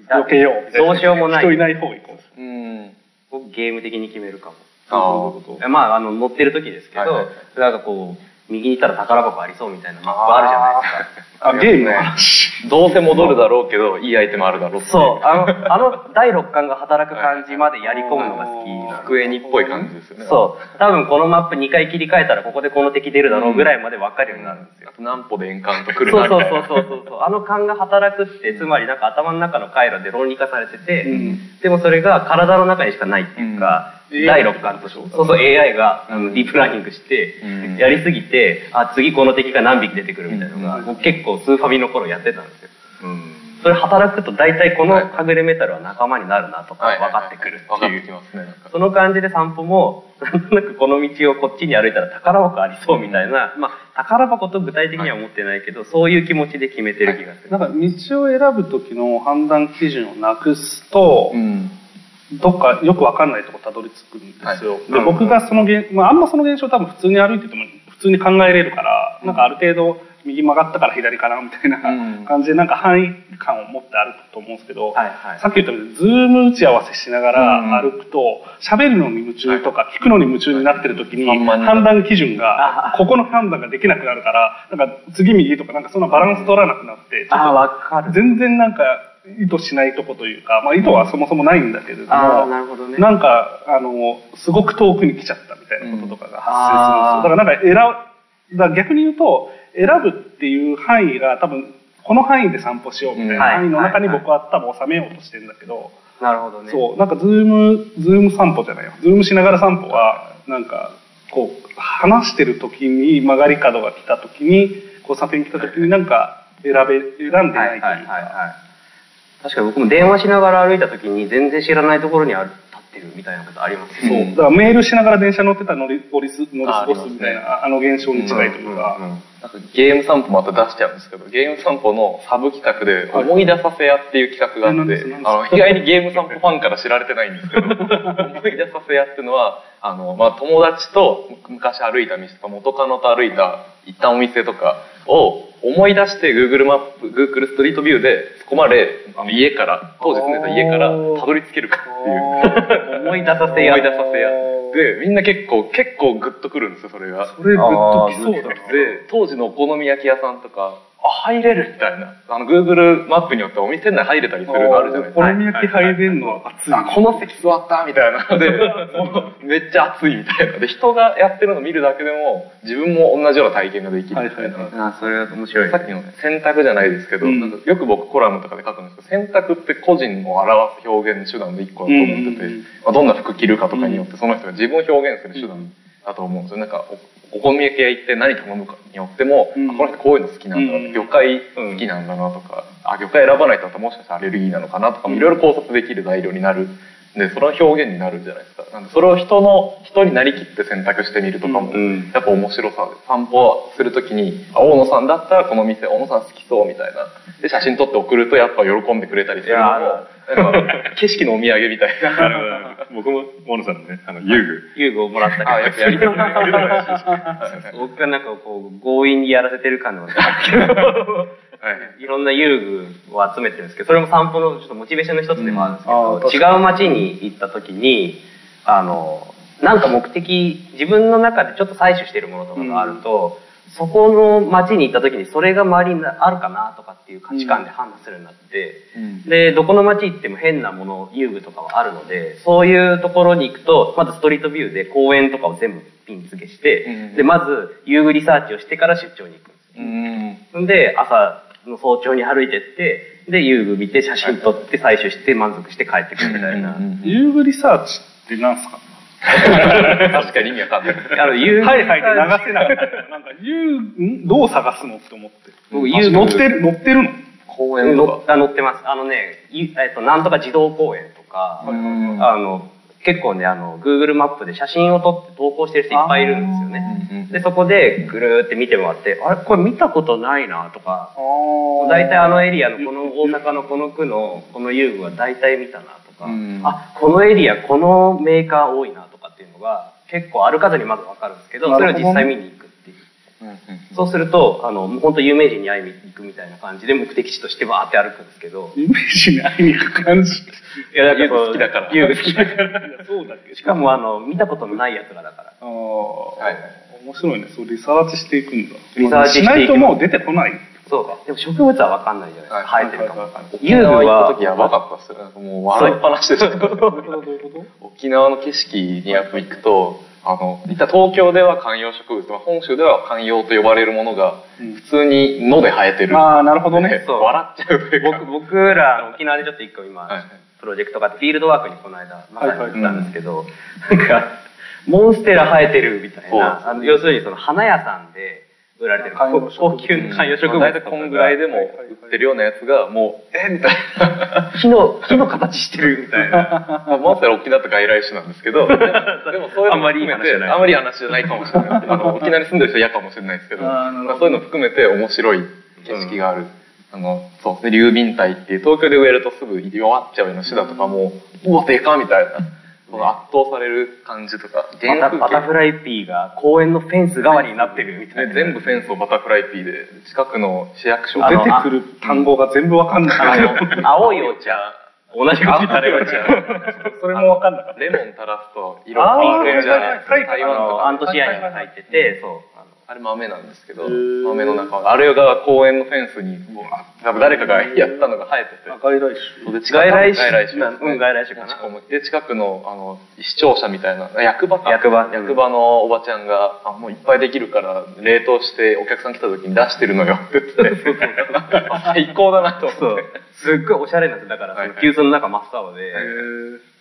Speaker 1: 避けようみたいな
Speaker 2: どうしようもない
Speaker 1: 人いない方行こう
Speaker 3: うん。
Speaker 2: 僕ゲーム的に決めるかも。
Speaker 3: あ
Speaker 2: えまあ、あの乗ってる時ですけど、
Speaker 3: はいはいは
Speaker 2: なんかこう右に行ったら宝箱ありそうみたいなマップあるじゃないですか。
Speaker 1: あゲームの話
Speaker 3: あ。どうせ戻るだろうけど、いいアイテムあるだろう。
Speaker 2: そう、あのあの第六感が働く感じまでやり込むのが好きなの。
Speaker 3: クエニっぽい感じですよね。
Speaker 2: そう、多分このマップ2回切り替えたらここでこの敵出るだろうぐらいまで分かるようになるんですよ。
Speaker 3: あと何歩でエンカウント来
Speaker 2: そう
Speaker 3: る
Speaker 2: そ
Speaker 3: な
Speaker 2: う
Speaker 3: みたい
Speaker 2: そう
Speaker 3: な。
Speaker 2: そうそうそうあの勘が働くってつまりなんか頭の中の回路で論理化されてて、
Speaker 1: うん
Speaker 2: でもそれが体の中にしかないっていうか、
Speaker 1: うん
Speaker 2: 第六感としてそうそう AI があのディープラーニングして、
Speaker 3: うん
Speaker 2: やりすぎてあ次この敵が何匹出てくるみたいなのが、僕結構スーファミの頃やってたんですよ
Speaker 4: うん
Speaker 2: それ働くと大体このはぐれメタルは仲間になるなとか分かってくる
Speaker 3: 分
Speaker 2: って
Speaker 3: かっ
Speaker 2: い
Speaker 3: て
Speaker 2: う
Speaker 3: きますね。なんか
Speaker 2: その感じで散歩も、 なんとなくこの道をこっちに歩いたら宝箱ありそうみたいな、まあ、宝箱と具体的には思ってないけど、そういう気持ちで決めてる気がする。
Speaker 1: なんか道を選ぶ時の判断基準をなくすと、
Speaker 3: うん。
Speaker 1: どっかよくわかんないとこたどり着くんですよ、
Speaker 3: はい
Speaker 1: で僕がその現、まあ、あんまその現象多分普通に歩いてても普通に考えれるから、なんかある程度右曲がったから左かなみたいな
Speaker 3: うん
Speaker 1: 感じでなんか範囲感を持って歩くと思うんですけど、
Speaker 2: はいはい
Speaker 1: さっき言ったようにズーム打ち合わせしながら
Speaker 3: うん
Speaker 1: 歩くと喋るのに夢中とか聞くのに夢中になってる時に
Speaker 3: はい散漫に
Speaker 1: 判断基準がここの判断ができなくなるからなんか次右とかなんかそんなバランス取らなくなってちょっと
Speaker 2: あ、わかる。
Speaker 1: 全然なんか意図しないとこというか、まあ、意図はそもそもないんだけれども、
Speaker 2: あーなるほどね
Speaker 1: んかあのすごく遠くに来ちゃったみたいなこととかが発生するんですよ、だからなんか選ぶだから逆に言うと選ぶっていう範囲が多分この範囲で散歩しようみたいな範囲の中に僕は多分収めようとしてるんだけど、
Speaker 2: なるほどね。
Speaker 1: そうなんかズームズーム散歩じゃないよズームしながら散歩はなんかこう話してる時に曲がり角が来た時にこうサフに来た時になんか選べ選んでないというか、
Speaker 2: い。確かに僕も電話しながら歩いた時に全然知らないところにある立ってるみたいなことあります
Speaker 1: そう
Speaker 2: よ
Speaker 1: だからメールしながら電車乗ってたら乗り降りす乗り過ご
Speaker 3: ああ
Speaker 1: す
Speaker 3: りますね
Speaker 1: みたいなあ,、の現象に近いというか、
Speaker 3: なんかゲーム散歩また出しちゃうんですけど、ゲーム散歩のサブ企画で思い出させ屋っていう企画があって、
Speaker 1: はい
Speaker 3: あの意外にゲーム散歩ファンから知られてない んですけど、思い出させ屋っていうのは、あのまあ、友達と昔歩いた道とか元カノと歩いた行ったお店とかを思い出して Google マップ、Google ストリートビューでそこまであの家から、当時住んでた家からたどり着けるかっていう。
Speaker 2: 思い出させ
Speaker 3: 思
Speaker 2: や。
Speaker 3: い出させ屋でみんな結構結構グッとくるんですよそれが
Speaker 1: それグッときそうだな
Speaker 3: で当時のお好み焼き屋さんとかあ入れるみたいなあの Google マップによってお店内入れたりするのあるじゃない
Speaker 1: お
Speaker 3: ですか
Speaker 1: 好み焼き入れんのは熱い
Speaker 3: あこの席座ったみたいなので もうめっちゃ熱いみたいなで人がやってるの見るだけでも自分も同じような体験ができるみたいな、
Speaker 1: はいはいはい
Speaker 2: あそれは面白い
Speaker 3: さっきの選択じゃないですけど、
Speaker 1: うん
Speaker 3: なんかよく僕コラムとかで書くんですけど選択って個人を表す表現の手段の一個だと思ってて、
Speaker 1: うんうんうん
Speaker 3: まあ、どんな服着るかとかによってその人が自分を表現する手段だと思うんですよなんかおお好み焼き屋行って何頼むかによっても、
Speaker 1: うん
Speaker 3: あこの人こういうの好きなんだな、
Speaker 1: うん
Speaker 3: 魚介好きなんだなとか、あ魚介選ばないともしかしたらアレルギーなのかなとかもいろいろ考察できる材料になる。でそれは表現になるじゃないですかなんでそれを人の人になりきって選択してみるとかも
Speaker 2: うん
Speaker 3: やっぱ面白さで散歩するときにあ大野さんだったらこの店大野さん好きそうみたいなで写真撮って送るとやっぱ喜んでくれたりするのも
Speaker 2: いや
Speaker 3: なんか景色のお土産みたいな
Speaker 4: 僕もモノさんのねあの遊
Speaker 2: 遊具をもらったけど
Speaker 3: あやっぱやりたいやりたい はい
Speaker 2: 僕がなんかこう強引にやらせてる感のあるけどいろんな遊具を集めてるんですけどそれも散歩のちょっとモチベーションの一つでもあるんですけ
Speaker 1: うんあー確
Speaker 2: ど、違う街に行った時にあのなんか目的自分の中でちょっと採取しているものとかがあると、そこの街に行った時にそれが周りにあるかなとかっていう価値観で判断するようになって。でどこの街行っても変なもの遊具とかはあるのでそういうところに行くとまずストリートビューで公園とかを全部ピン付けして、
Speaker 3: うん
Speaker 2: でまず遊具リサーチをしてから出張に行くんです
Speaker 3: うん
Speaker 2: よで朝の早朝に歩いてってで遊具見て写真撮って採取して満足して帰ってくるみたいな、
Speaker 1: 遊具リサーチってなんすか
Speaker 3: 確かに意味わかんない
Speaker 2: あの遊具
Speaker 1: はいはいで流せなかった。なんか、ゆうんどう探すのって思って。
Speaker 2: 僕遊具
Speaker 1: 乗ってる、乗ってるの
Speaker 3: 公園と
Speaker 2: 乗
Speaker 3: か
Speaker 2: あ乗ってますあのね、いえっと、なんとか児童公園とか、
Speaker 3: うん
Speaker 2: あの結構ねあの Google マップで写真を撮って投稿してる人いっぱいいるんですよねでそこでぐるーって見てもらってあれこれ見たことないなとか大体あのエリアのこの大阪のこの区のこの遊具は大体見たなとか、
Speaker 3: うん
Speaker 2: あこのエリアこのメーカー多いなとかっていうのが結構歩かずにまず分かるんですけどそれを実際見に行くっていう。そうすると、あの、もう本当有名人に会いに行くみたいな感じで目的地としてバーって歩くんですけど。
Speaker 1: イメージに会いに行く感じ。
Speaker 2: いや、
Speaker 3: 遊具好きだから
Speaker 2: 遊具好きだから。
Speaker 1: そうだっけ
Speaker 2: しかも、あの、見たことのない奴らだから。
Speaker 1: ああ、
Speaker 3: はい
Speaker 1: 面白いね。そう、リサーチしていくんだ。
Speaker 2: リサーチしていきます
Speaker 1: ないともう出てこない。
Speaker 2: そうか。でも植物は分かんないじゃないですか。
Speaker 3: は
Speaker 2: 生えてるかもわかんない。
Speaker 3: 沖縄行った時やばかったっすよなんかもう笑いっぱなしでした 沖縄の景色にやっぱ行くとあのいった東京では観葉植物まあ本州では観葉と呼ばれるものが
Speaker 1: うん
Speaker 3: 普通に野で生えてる、
Speaker 1: ああ、なるほど
Speaker 3: ね
Speaker 1: ね。
Speaker 2: そう
Speaker 3: 笑っちゃうという か
Speaker 2: 僕僕らあの沖縄でちょっと一個今、
Speaker 3: はい
Speaker 2: プロジェクトがあってフィールドワークにこの間まさに
Speaker 1: はいはい
Speaker 2: 行ったんですけど、なんかモンステラ生えてるみたい
Speaker 3: そう
Speaker 2: なあの要するにその花屋さんで売られてる
Speaker 1: 観葉植物
Speaker 2: 高級な観葉植物
Speaker 3: 大体こんぐらいでも売ってるようなやつがもうえみたいな
Speaker 2: 木の木の形してるみたいな
Speaker 3: まさに沖縄って外来種なんですけどでもで もそういうのも含めてあ
Speaker 2: あ
Speaker 3: んまりいい話じゃないかもしれないあの沖縄に住んでる人は嫌かもしれないですけど
Speaker 1: あーなるほど
Speaker 3: まあそういうの含めて面白い景色がある、あのそうですね竜敏帯っていう東京で植えるとすぐ弱っちゃうようなシダとかもうわでかみたいなその圧倒される感じとか全
Speaker 2: バタバタフライピーが公園のフェンス代わりになってるみたいな
Speaker 3: 全部フェンスをバタフライピーで近くの市役所
Speaker 2: あ
Speaker 1: 出
Speaker 2: の
Speaker 1: てくる単語が全部わかんない。
Speaker 2: あの青いお茶同じこと言ったらいいお 茶
Speaker 1: それもわかんなかっ
Speaker 3: レモン垂らすと色変わるじゃないですか。
Speaker 1: あー
Speaker 3: 台
Speaker 2: あ
Speaker 3: 湾と
Speaker 2: の
Speaker 3: か。
Speaker 2: アントシアニンが入っててそうあの
Speaker 3: あれ豆なんですけど、
Speaker 1: ー
Speaker 3: 豆の中があれが公園のフェンスに、うわ多分誰かがやったのが生えてて
Speaker 1: た。。赤い来
Speaker 3: で近く
Speaker 2: 外来種
Speaker 3: 外来種ですね
Speaker 2: うん外来種かな
Speaker 3: 持ち込むで近くのあの視聴者みたいな役場か
Speaker 2: 役場
Speaker 3: 役場のおばちゃんがあもういっぱいできるから冷凍してお客さん来た時に出してるのよって言ってあ 最高だなと
Speaker 2: そ
Speaker 3: 思っ
Speaker 2: う
Speaker 3: て。
Speaker 2: すっごいおしゃれなんですよだから、その
Speaker 3: はいはい
Speaker 2: 急須の中真っ青で、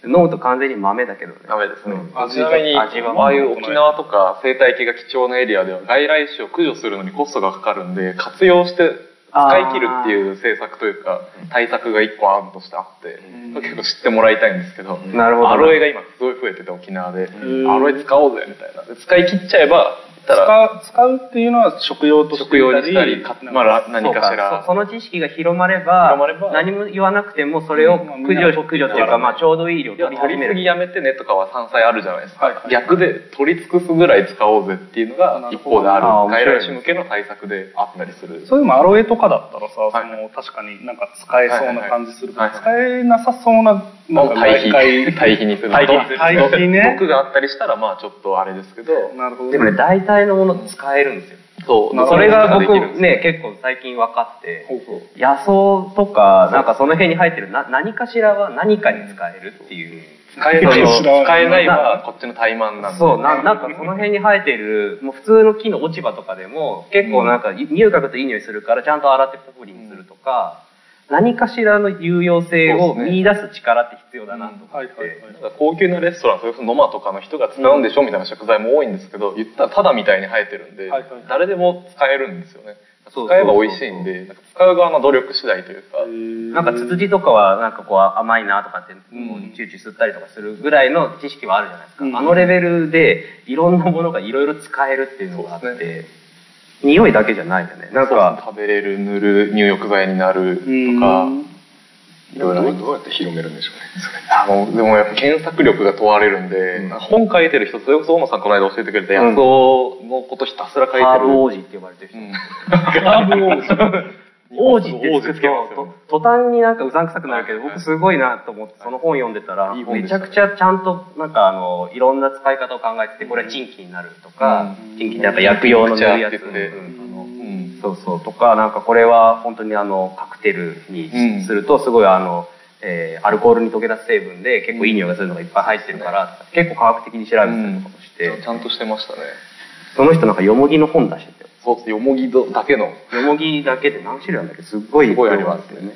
Speaker 2: 飲むと完全に豆だけどね。
Speaker 3: ダメですね。
Speaker 1: ん
Speaker 3: ちなみに、
Speaker 2: 味は
Speaker 3: ああいう沖縄とか生態系が貴重なエリアでは外来種を駆除するのにコストがかかるんで、活用して使い切るっていう政策というか、対策が一個案としてあって、結構知ってもらいたいんですけど、
Speaker 2: なるほど
Speaker 3: アロエが今すごい増えてて沖縄で、
Speaker 1: ん
Speaker 3: アロエ使おうぜみたいな。で使い切っちゃえば、言ったら
Speaker 1: 使う、使うっていうのは食用として
Speaker 3: 食用にしたり、かまあら何かし
Speaker 2: そう
Speaker 3: ら
Speaker 2: そ。その知識が広まれば
Speaker 3: 広まれば
Speaker 2: 何も言わなくてもそれを
Speaker 1: うんまあみん
Speaker 2: 駆
Speaker 1: な
Speaker 2: 除駆除っていうか、まあ、ちょうどいい量
Speaker 3: いや
Speaker 2: 取り
Speaker 3: 取
Speaker 2: 始
Speaker 3: り
Speaker 2: め
Speaker 3: す
Speaker 2: る
Speaker 3: ぎやめてねとかは山菜あるじゃないですか、
Speaker 1: はいはい
Speaker 3: 逆で取り尽くすぐらい使おうぜっていうのが一方である
Speaker 2: なるほど
Speaker 3: 外来種向けの対策であったりする
Speaker 1: そういうのアロエとかだったらさ、
Speaker 3: はい
Speaker 1: その確かになんか使えそうな感じするから、
Speaker 3: は
Speaker 1: 使
Speaker 3: いは
Speaker 1: えなさそうななんか
Speaker 3: 対比
Speaker 1: 毎回
Speaker 3: 対比にするの
Speaker 1: 対
Speaker 3: と
Speaker 1: 比する対比ね
Speaker 3: 毒があったりしたらまあちょっとあれですけど
Speaker 1: なるほど
Speaker 2: でもね、大体のもの使えるんですよ。
Speaker 3: そう
Speaker 1: なるほど
Speaker 2: それが僕
Speaker 3: できるんです
Speaker 2: ね、結構最近分かって、
Speaker 1: ほうほう
Speaker 2: 野草とか、なんかその辺に入ってるな何かしらは何かに使えるっていう。
Speaker 1: 使える
Speaker 3: けど
Speaker 1: かもしれない
Speaker 3: 使えないはこっちの怠慢なんで
Speaker 2: そうな、なんかその辺に生えてる、もう普通の木の落ち葉とかでも、結構なんか匂い嗅ぐといい匂いするから、ちゃんと洗ってポプリにするとか、何かしらの有用性を見出す力って必要だなと思って。
Speaker 1: はいはいはい
Speaker 3: なんか高級なレストランそれこそ野間とかの人が使うんでしょみたいな食材も多いんですけど言ったらタダみたいに生えてるんで
Speaker 1: はいはい
Speaker 3: 誰でも使えるんですよね使
Speaker 2: そう
Speaker 3: えば美味しいんでなんか使う側の努力次第というか
Speaker 2: なんかツツジとかはなんかこう甘いなとかってもうチューチュー吸ったりとかするぐらいの知識はあるじゃないですか、
Speaker 1: うん
Speaker 2: あのレベルでいろんなものがいろいろ使えるっていうのがあって、
Speaker 3: そうで
Speaker 2: 匂いだけじゃないよねなんか
Speaker 3: 食べれる塗る入浴剤になるとかいろいろ
Speaker 4: どうどうやって広めるんでしょうねそれ
Speaker 3: あのでもやっぱ検索力が問われるんで、
Speaker 4: うん
Speaker 3: 本書いてる人それこそ大野さんこの間教えてくれた
Speaker 2: うん
Speaker 3: 野草のことひたすら書いてる、
Speaker 2: ハーブ王子って呼ばれてる人、
Speaker 3: うん
Speaker 1: ハーブ王子
Speaker 2: 王子って
Speaker 3: 王
Speaker 2: つ
Speaker 3: 子
Speaker 2: く
Speaker 3: つ
Speaker 2: と
Speaker 3: けますよね
Speaker 2: と途端になんかうさんくさくなるけど
Speaker 3: はい
Speaker 2: 僕すごいなと思ってその本読んでたら
Speaker 3: いい本
Speaker 2: め
Speaker 3: でし
Speaker 2: ち
Speaker 3: た
Speaker 2: ゃ
Speaker 3: ね
Speaker 2: くちゃちゃんとなんかあのいろんな使い方を考えててこれはチンキになるとか
Speaker 1: うん
Speaker 2: チンキってなんか薬用の塗るやつ
Speaker 3: って言って
Speaker 2: うん
Speaker 3: あのうん
Speaker 2: そうそうとかなんかこれは本当にあのカクテル
Speaker 3: う
Speaker 2: に
Speaker 3: ん
Speaker 2: するとすごいあの、えーアルコールに溶け出す成分で結構いい匂いがするのがいっぱい入ってるから、結構科学的に調べたりとかもして、
Speaker 3: ちゃんとしてましたね
Speaker 2: その人なんかヨモギの本出してた
Speaker 3: そうですよもぎどだけの
Speaker 2: よヨモギだけで何種類なんだっけすっごい
Speaker 3: すごいあり
Speaker 2: 量が
Speaker 3: ま
Speaker 2: あっ
Speaker 3: す
Speaker 2: て
Speaker 3: よ
Speaker 2: ね
Speaker 3: ね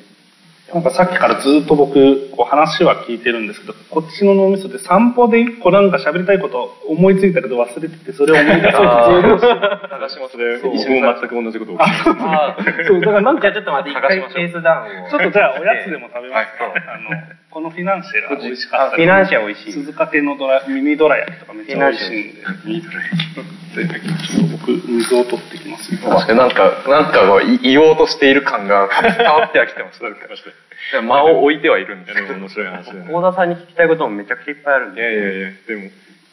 Speaker 1: なんかさっきからずっと僕こう話は聞いてるんですけどこっちの脳みそで散歩で一個なんか喋りたいこと思いついたけど忘れててそれを思い出そうとずっと
Speaker 3: 探します
Speaker 4: 一瞬全く同じことを聞いて
Speaker 1: そうだからなん
Speaker 2: じ
Speaker 1: か
Speaker 2: ゃあちょっと待って一
Speaker 3: 探
Speaker 2: 回
Speaker 3: しましょう
Speaker 2: ペースダウンを
Speaker 1: ちょっとじゃあおやつでも食べますか、
Speaker 3: はい
Speaker 1: あのこのフィナンシェラ美味しかった
Speaker 2: フィナンシェ美味しい
Speaker 1: 鈴鹿亭のドラミニドラ焼きとかめっちゃ美味しいんで
Speaker 4: ミートライ
Speaker 1: いただきます僕水を取ってきますね
Speaker 3: 確かになんかなんかこうい言おうとしている感が伝わってはきてましたなんか でも間を置いてはいるんです
Speaker 4: キでも面白い話だね
Speaker 2: 大田さんに聞きたいこともめちゃくちゃいっぱいあるん
Speaker 4: い
Speaker 2: で
Speaker 4: やいやいやでも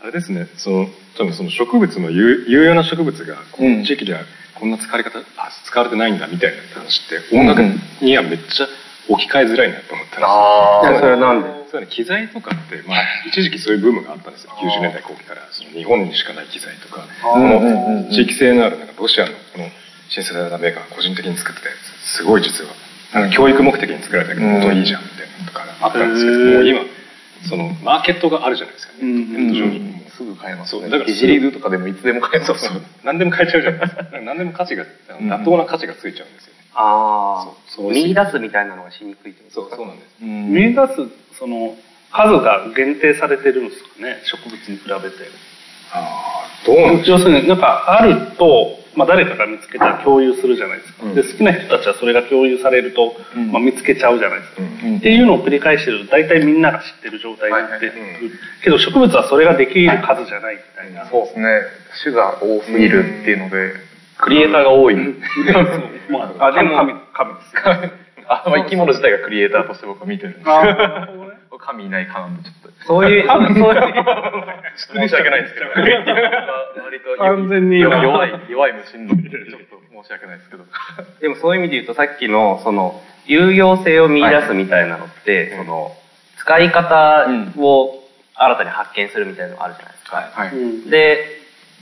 Speaker 4: あれですねその多分その植物の有有用な植物がこの地域ではこんな使われ方、あ使われてないんだみたいな話って音楽にはめっちゃ置き換えづらいなと思ったんですよ
Speaker 3: あ
Speaker 2: い
Speaker 3: ー
Speaker 2: やそれはなんで
Speaker 4: そうね、機材とかって、まあ、一時期そういうブームがあったんですよ90年代後期からその日本にしかない機材とかこ
Speaker 3: うんうんうん
Speaker 4: の地域性のあるなんかロシアのこのシンセサイザーメーカーが個人的に作ってたやつすごい実はなんか教育目的に作られたけど
Speaker 3: うん
Speaker 4: 本当にいいじゃんみたいなのとかあったんですけど
Speaker 1: へー
Speaker 4: もう今そのマーケットがあるじゃないですか、ね
Speaker 1: うん
Speaker 4: ネット上にもう
Speaker 3: すぐ買えます
Speaker 4: そう
Speaker 3: ね
Speaker 4: だから
Speaker 3: ビジリーズとかでもいつでも買えます
Speaker 4: そう そう何でも買えちゃうじゃないですかだから何でも価値があの妥当な価値がついちゃうんですよね、
Speaker 2: ああ
Speaker 4: そうそう
Speaker 2: 見出すみたいなのがしにくいってこと
Speaker 4: そうそうなんです
Speaker 3: うん
Speaker 1: 見出すその数が限定されてるんですかね植物に比べて
Speaker 4: ああどうなんでしょ
Speaker 1: 要するになんかあると、まあ、誰かが見つけたら共有するじゃないですか、
Speaker 4: うん
Speaker 1: で好きな人たちはそれが共有されると、
Speaker 3: うん
Speaker 1: まあ、見つけちゃうじゃないですか、
Speaker 4: う、う
Speaker 3: うんん
Speaker 1: っていうのを繰り返してると大体みんなが知ってる状態になってくる、
Speaker 4: はいはい
Speaker 1: けど植物はそれができる数じゃないみたいな、
Speaker 3: そうですね種が多すぎるっていうのでクリエイターが多い
Speaker 1: まあ、あでも神神ですよ
Speaker 3: あまあ生き物自体がクリエイターとして僕は見てるんですけ
Speaker 1: あー
Speaker 3: ど神いないかなんでちょっと
Speaker 2: そういうそうそういう
Speaker 3: 申し訳ないですけど割 と
Speaker 1: 完全に弱い
Speaker 3: 弱い弱い虫のでちょっと申し訳ないですけど
Speaker 2: でもそういう意味で言うとさっきのその有用性を見出すみたいなのって、その使い方を新たに発見するみたいなのがあるじゃないですか。
Speaker 3: は
Speaker 1: うん
Speaker 2: で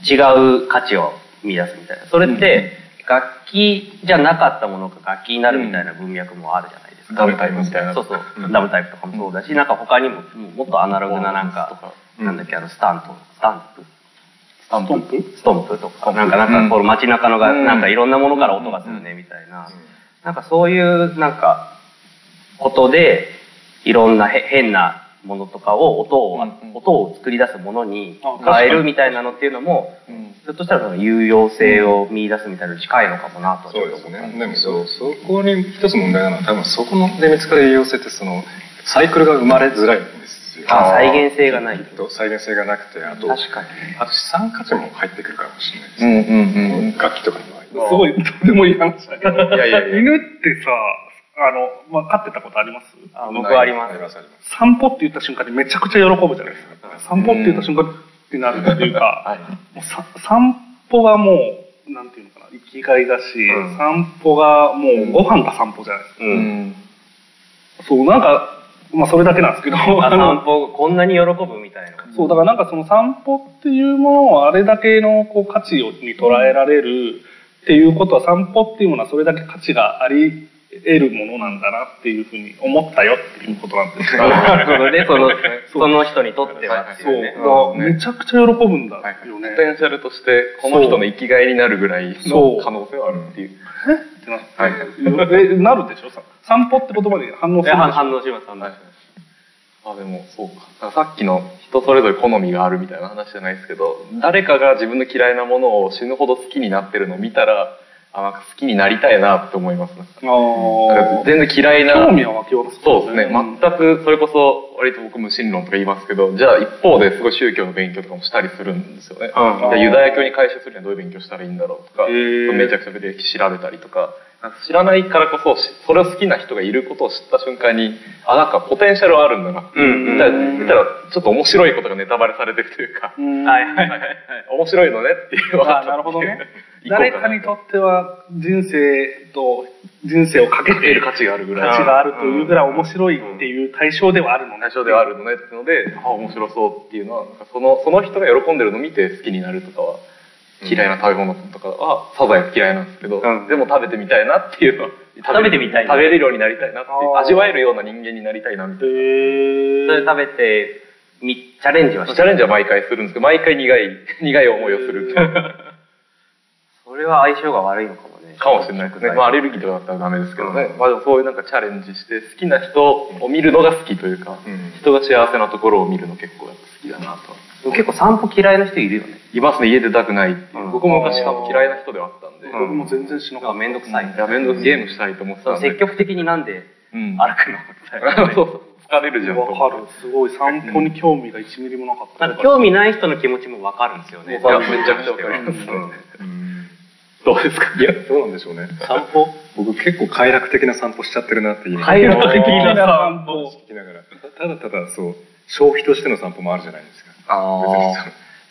Speaker 2: 違う価値を見出すみたいなそれって楽器じゃなかったものが楽器になるみたいな文脈もあるじゃないですか。
Speaker 3: ダブルタイプみたいな
Speaker 2: そうそう
Speaker 4: うん
Speaker 2: ダブルタイプとかもそうだし、なんか他にももっとアナログななん
Speaker 3: と
Speaker 2: か
Speaker 3: か、
Speaker 2: なんだっけあのスタントスタンプ
Speaker 3: スタンプ
Speaker 1: トンプ
Speaker 2: ストンプとか、なんか、なんか、こう、街中のが、
Speaker 3: うん
Speaker 2: なんか、いろんなものから音がするね、みたいな。なんか、そういう、なんか、ことで、いろんなへ変なものとかを、音を
Speaker 3: うんう、ん
Speaker 2: 音を作り出すものに
Speaker 1: あ確かに
Speaker 2: 変えるみたいなのっていうのも、
Speaker 3: うん
Speaker 2: ひょっとしたら、その、有用性を見出すみたいなのに近いのかもなと、ち
Speaker 4: そ
Speaker 2: ょ
Speaker 4: う
Speaker 2: っと
Speaker 4: です
Speaker 2: 思っ
Speaker 4: ね
Speaker 2: たんで
Speaker 4: ですも
Speaker 2: けど。
Speaker 4: そうそこに一つ問題なのは多分そこので見つかる栄養性ってそのサイクルが生まれづらいんですよ
Speaker 2: あ再現性がない
Speaker 4: きっと再現性がなくてあと
Speaker 2: 確かに。
Speaker 4: あと資産価値も入ってくるかもしれないで
Speaker 3: う
Speaker 4: す、
Speaker 3: んうんうん
Speaker 4: 楽器とかの場合
Speaker 1: すごいとてもいい話だけど
Speaker 3: いやいやいや
Speaker 1: 犬ってさあの、まあ、飼ってたことあります
Speaker 2: あ僕はありま
Speaker 4: あり
Speaker 2: す。
Speaker 4: ますありま
Speaker 1: 散歩って言った瞬間にめちゃくちゃ喜ぶじゃないですか散歩って言った瞬間にってなるっていうか、
Speaker 3: はい
Speaker 1: もうさ散歩がもうなんていうのかな生きがいだし、
Speaker 2: うん
Speaker 1: 散歩がもうご飯が散歩じゃないですか、
Speaker 2: う。
Speaker 3: うんん
Speaker 1: そうなんかまあ、それだけなんですけど、
Speaker 2: あ
Speaker 1: あ
Speaker 2: 散
Speaker 1: の
Speaker 2: 歩こんなに喜ぶみたいな
Speaker 1: そう、だからなんかその散歩っていうものをあれだけのこう価値をに捉えられるっていうことは散歩っていうものはそれだけ価値があり得るものなんだなっていうふうに思ったよっていうことなんですけど、
Speaker 2: なるほどねそのその人にとってはって
Speaker 1: そ
Speaker 2: いう
Speaker 1: う、
Speaker 2: ね
Speaker 1: だからめちゃくちゃ喜ぶんだよね。
Speaker 3: ポテンシャルとしてこの人の生きがいになるぐらいの可能性はあるっていう
Speaker 1: ってなってえなるでしょさ散歩って言葉に反応す
Speaker 2: え
Speaker 1: るで
Speaker 2: 反
Speaker 1: しょ
Speaker 2: 反応します反応します
Speaker 3: あでもそうかさっきの人それぞれ好みがあるみたいな話じゃないですけど誰かが自分の嫌いなものを死ぬほど好きになってるのを見たらあなんか好きになりたいなって思いますなんか
Speaker 1: あー
Speaker 3: 全然嫌いな
Speaker 1: 興味は湧きます
Speaker 3: そうですね、
Speaker 1: ん
Speaker 3: 全くそれこそ割と僕無神論とか言いますけどじゃあ一方ですごい宗教の勉強とかもしたりするんですよね、
Speaker 2: うん
Speaker 3: じゃあユダヤ教に改宗するにはどういう勉強したらいいんだろうとか
Speaker 1: へー
Speaker 3: めちゃくちゃ歴史調べたりとか知らないからこそしそれを好きな人がいることを知った瞬間にあなんかポテンシャルはあるんだな、
Speaker 2: うんうん
Speaker 3: だから見たらちょっと面白いことがネタバレされてるというか、
Speaker 1: うん
Speaker 2: はいはいはい
Speaker 3: 面白いのねっ ていうのが
Speaker 1: あーなるほどね
Speaker 3: 行こう
Speaker 1: 誰
Speaker 3: な
Speaker 1: かにとっては人生と人生をかけて
Speaker 3: 得
Speaker 1: い
Speaker 3: る
Speaker 1: る価
Speaker 3: 価値があるぐらい
Speaker 1: 値があるというぐらい面白いっていう対象ではあるのね
Speaker 3: 対象ではあるのねってので、あ面白そうっていうのはなんかそのその人が喜んでるのを見て好きになるとかは嫌いな食べ物とかはサザエ嫌いなんですけど、
Speaker 2: うん
Speaker 3: でも食べてみたいなっていうのは
Speaker 2: 食べてみたいな
Speaker 3: 食べれるようになりたいなっていう
Speaker 1: あー
Speaker 3: 味わえるような人間になりたいなみた
Speaker 2: そ
Speaker 3: い
Speaker 2: れ食べてみチャレンジは
Speaker 3: な
Speaker 2: し
Speaker 3: チ
Speaker 2: た
Speaker 3: ャレンジは毎回するんですけど毎回苦い 苦い思いをする
Speaker 2: それは相性が悪いのかもね
Speaker 3: かもしれないですね、まあ、アレルギーとかだったらダメですけどね、まあ、でもそういうなんかチャレンジして好きな人を見るのが好きというか、
Speaker 4: うん
Speaker 3: 人が幸せなところを見るの結構やっぱ好きだなとは
Speaker 2: でも結構散歩嫌いな人いるよね
Speaker 3: いますね、家出たくないっていう
Speaker 2: うん
Speaker 3: 僕も昔多分嫌いな人ではあったんで、
Speaker 1: 僕も全然しなか
Speaker 2: な
Speaker 1: っ
Speaker 2: んかめんどくさい
Speaker 3: いや、面倒ゲームしたいと思って
Speaker 2: そ
Speaker 3: た
Speaker 2: の
Speaker 3: んで。
Speaker 2: 積極的になんで
Speaker 3: うん。
Speaker 2: 歩くのみたいな
Speaker 3: そうそう。疲れるじ
Speaker 1: た
Speaker 3: ゃんと
Speaker 1: わ
Speaker 3: 思って。
Speaker 1: かるすごい散歩に興味が1ミリもなかった
Speaker 2: なんか興味ない人の気持ちもわかるんですよね
Speaker 3: いや、めちゃくちゃわかります。どうですか
Speaker 4: いや、どうなんでしょうね。
Speaker 2: 散歩
Speaker 4: 僕結構快楽的な散歩しちゃってるなっていう。
Speaker 2: 快楽的な
Speaker 1: 散歩
Speaker 4: 聞きながら。ただただそう、消費としての散歩もあるじゃないですか。別に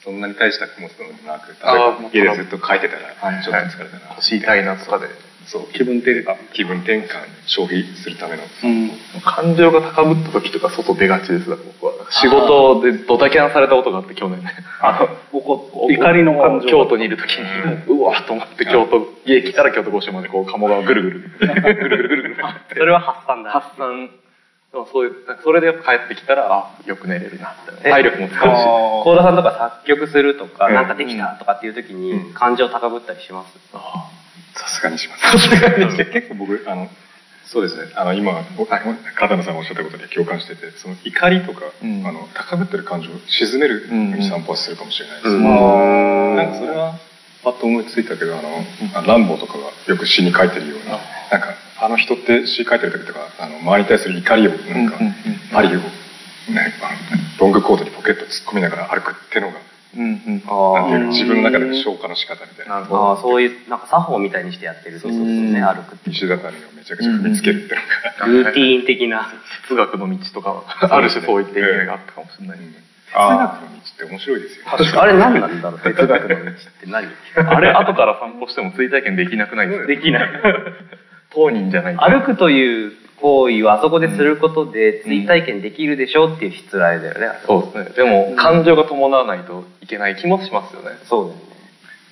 Speaker 4: そのそんなに大した持つのもなく、例え
Speaker 3: あ
Speaker 4: ば
Speaker 3: ー
Speaker 4: 家でずっと書いてたら、
Speaker 3: はい
Speaker 4: ちょっと疲れたな。
Speaker 3: 腰痛いなとかで。
Speaker 4: そう、
Speaker 1: 気分転換
Speaker 4: 気分転換、消費するための。
Speaker 1: うん
Speaker 3: 感情が高ぶった時とか外出がちです、だから僕は。なんか仕事でドタキャンされたことがあって、去年ね。あ
Speaker 1: 怒怒りの感情
Speaker 3: 京都にいる時に、うわーと思って、京都、家来たら京都五所までこう、鴨川ぐるぐる、ぐるぐるぐるぐるぐる回って
Speaker 2: それは発散だ
Speaker 3: 発散。でもそういう、なんかそれでやっぱ帰ってきたら、あ、よく寝れるなって。
Speaker 2: え
Speaker 3: 体力も使うし。
Speaker 1: あ
Speaker 2: 幸田さんとか作曲するとか
Speaker 4: うん
Speaker 2: なんかできたとかっていう時に感情高ぶったりします
Speaker 3: あ
Speaker 4: さすがにします。さすがにして、結構僕、あの、そうですね、あの、今、お片野さんがおっしゃったことに共感してて、その怒りとか、
Speaker 3: うん
Speaker 4: あの、高ぶってる感情を沈めるように散歩はするかもしれないです
Speaker 3: う
Speaker 4: ね。
Speaker 3: ん
Speaker 1: ー
Speaker 4: なんかそれはパッと思いついたけどあの、ランボーとかがよく詩に書いてるようななんかあの人って詩書いてる時とかあの周りに対する怒りをなんか
Speaker 3: うんうんうん
Speaker 4: 針を、ね、あのロングコートにポケット突っ込みながら歩くってのが
Speaker 3: うんうん。
Speaker 4: なんていう
Speaker 2: ー
Speaker 4: の自分の中での消化の仕方みたい
Speaker 2: なる
Speaker 4: な
Speaker 2: ほどあーそういうなんか作法みたいにしてやってるってことですね
Speaker 3: うん
Speaker 2: 歩くって
Speaker 4: 石畳をめちゃくちゃ踏みつけるってのが、
Speaker 2: ルーティーン的な
Speaker 3: 哲学の道とかはある種そういった意味があったかもしれない。
Speaker 4: うん哲学の道って面白いですよね
Speaker 2: あれ何なんだろう哲学 の道って何
Speaker 3: あれ、後から散歩しても追体験できなくないですか
Speaker 2: できない
Speaker 3: 当人じゃないと。
Speaker 2: 歩くという行為をあそこですることで追体験できるでしょうっていう失礼だよね、あれ
Speaker 3: そうですね。でも、感情が伴わないといけない気もしますよね。
Speaker 2: そうだよね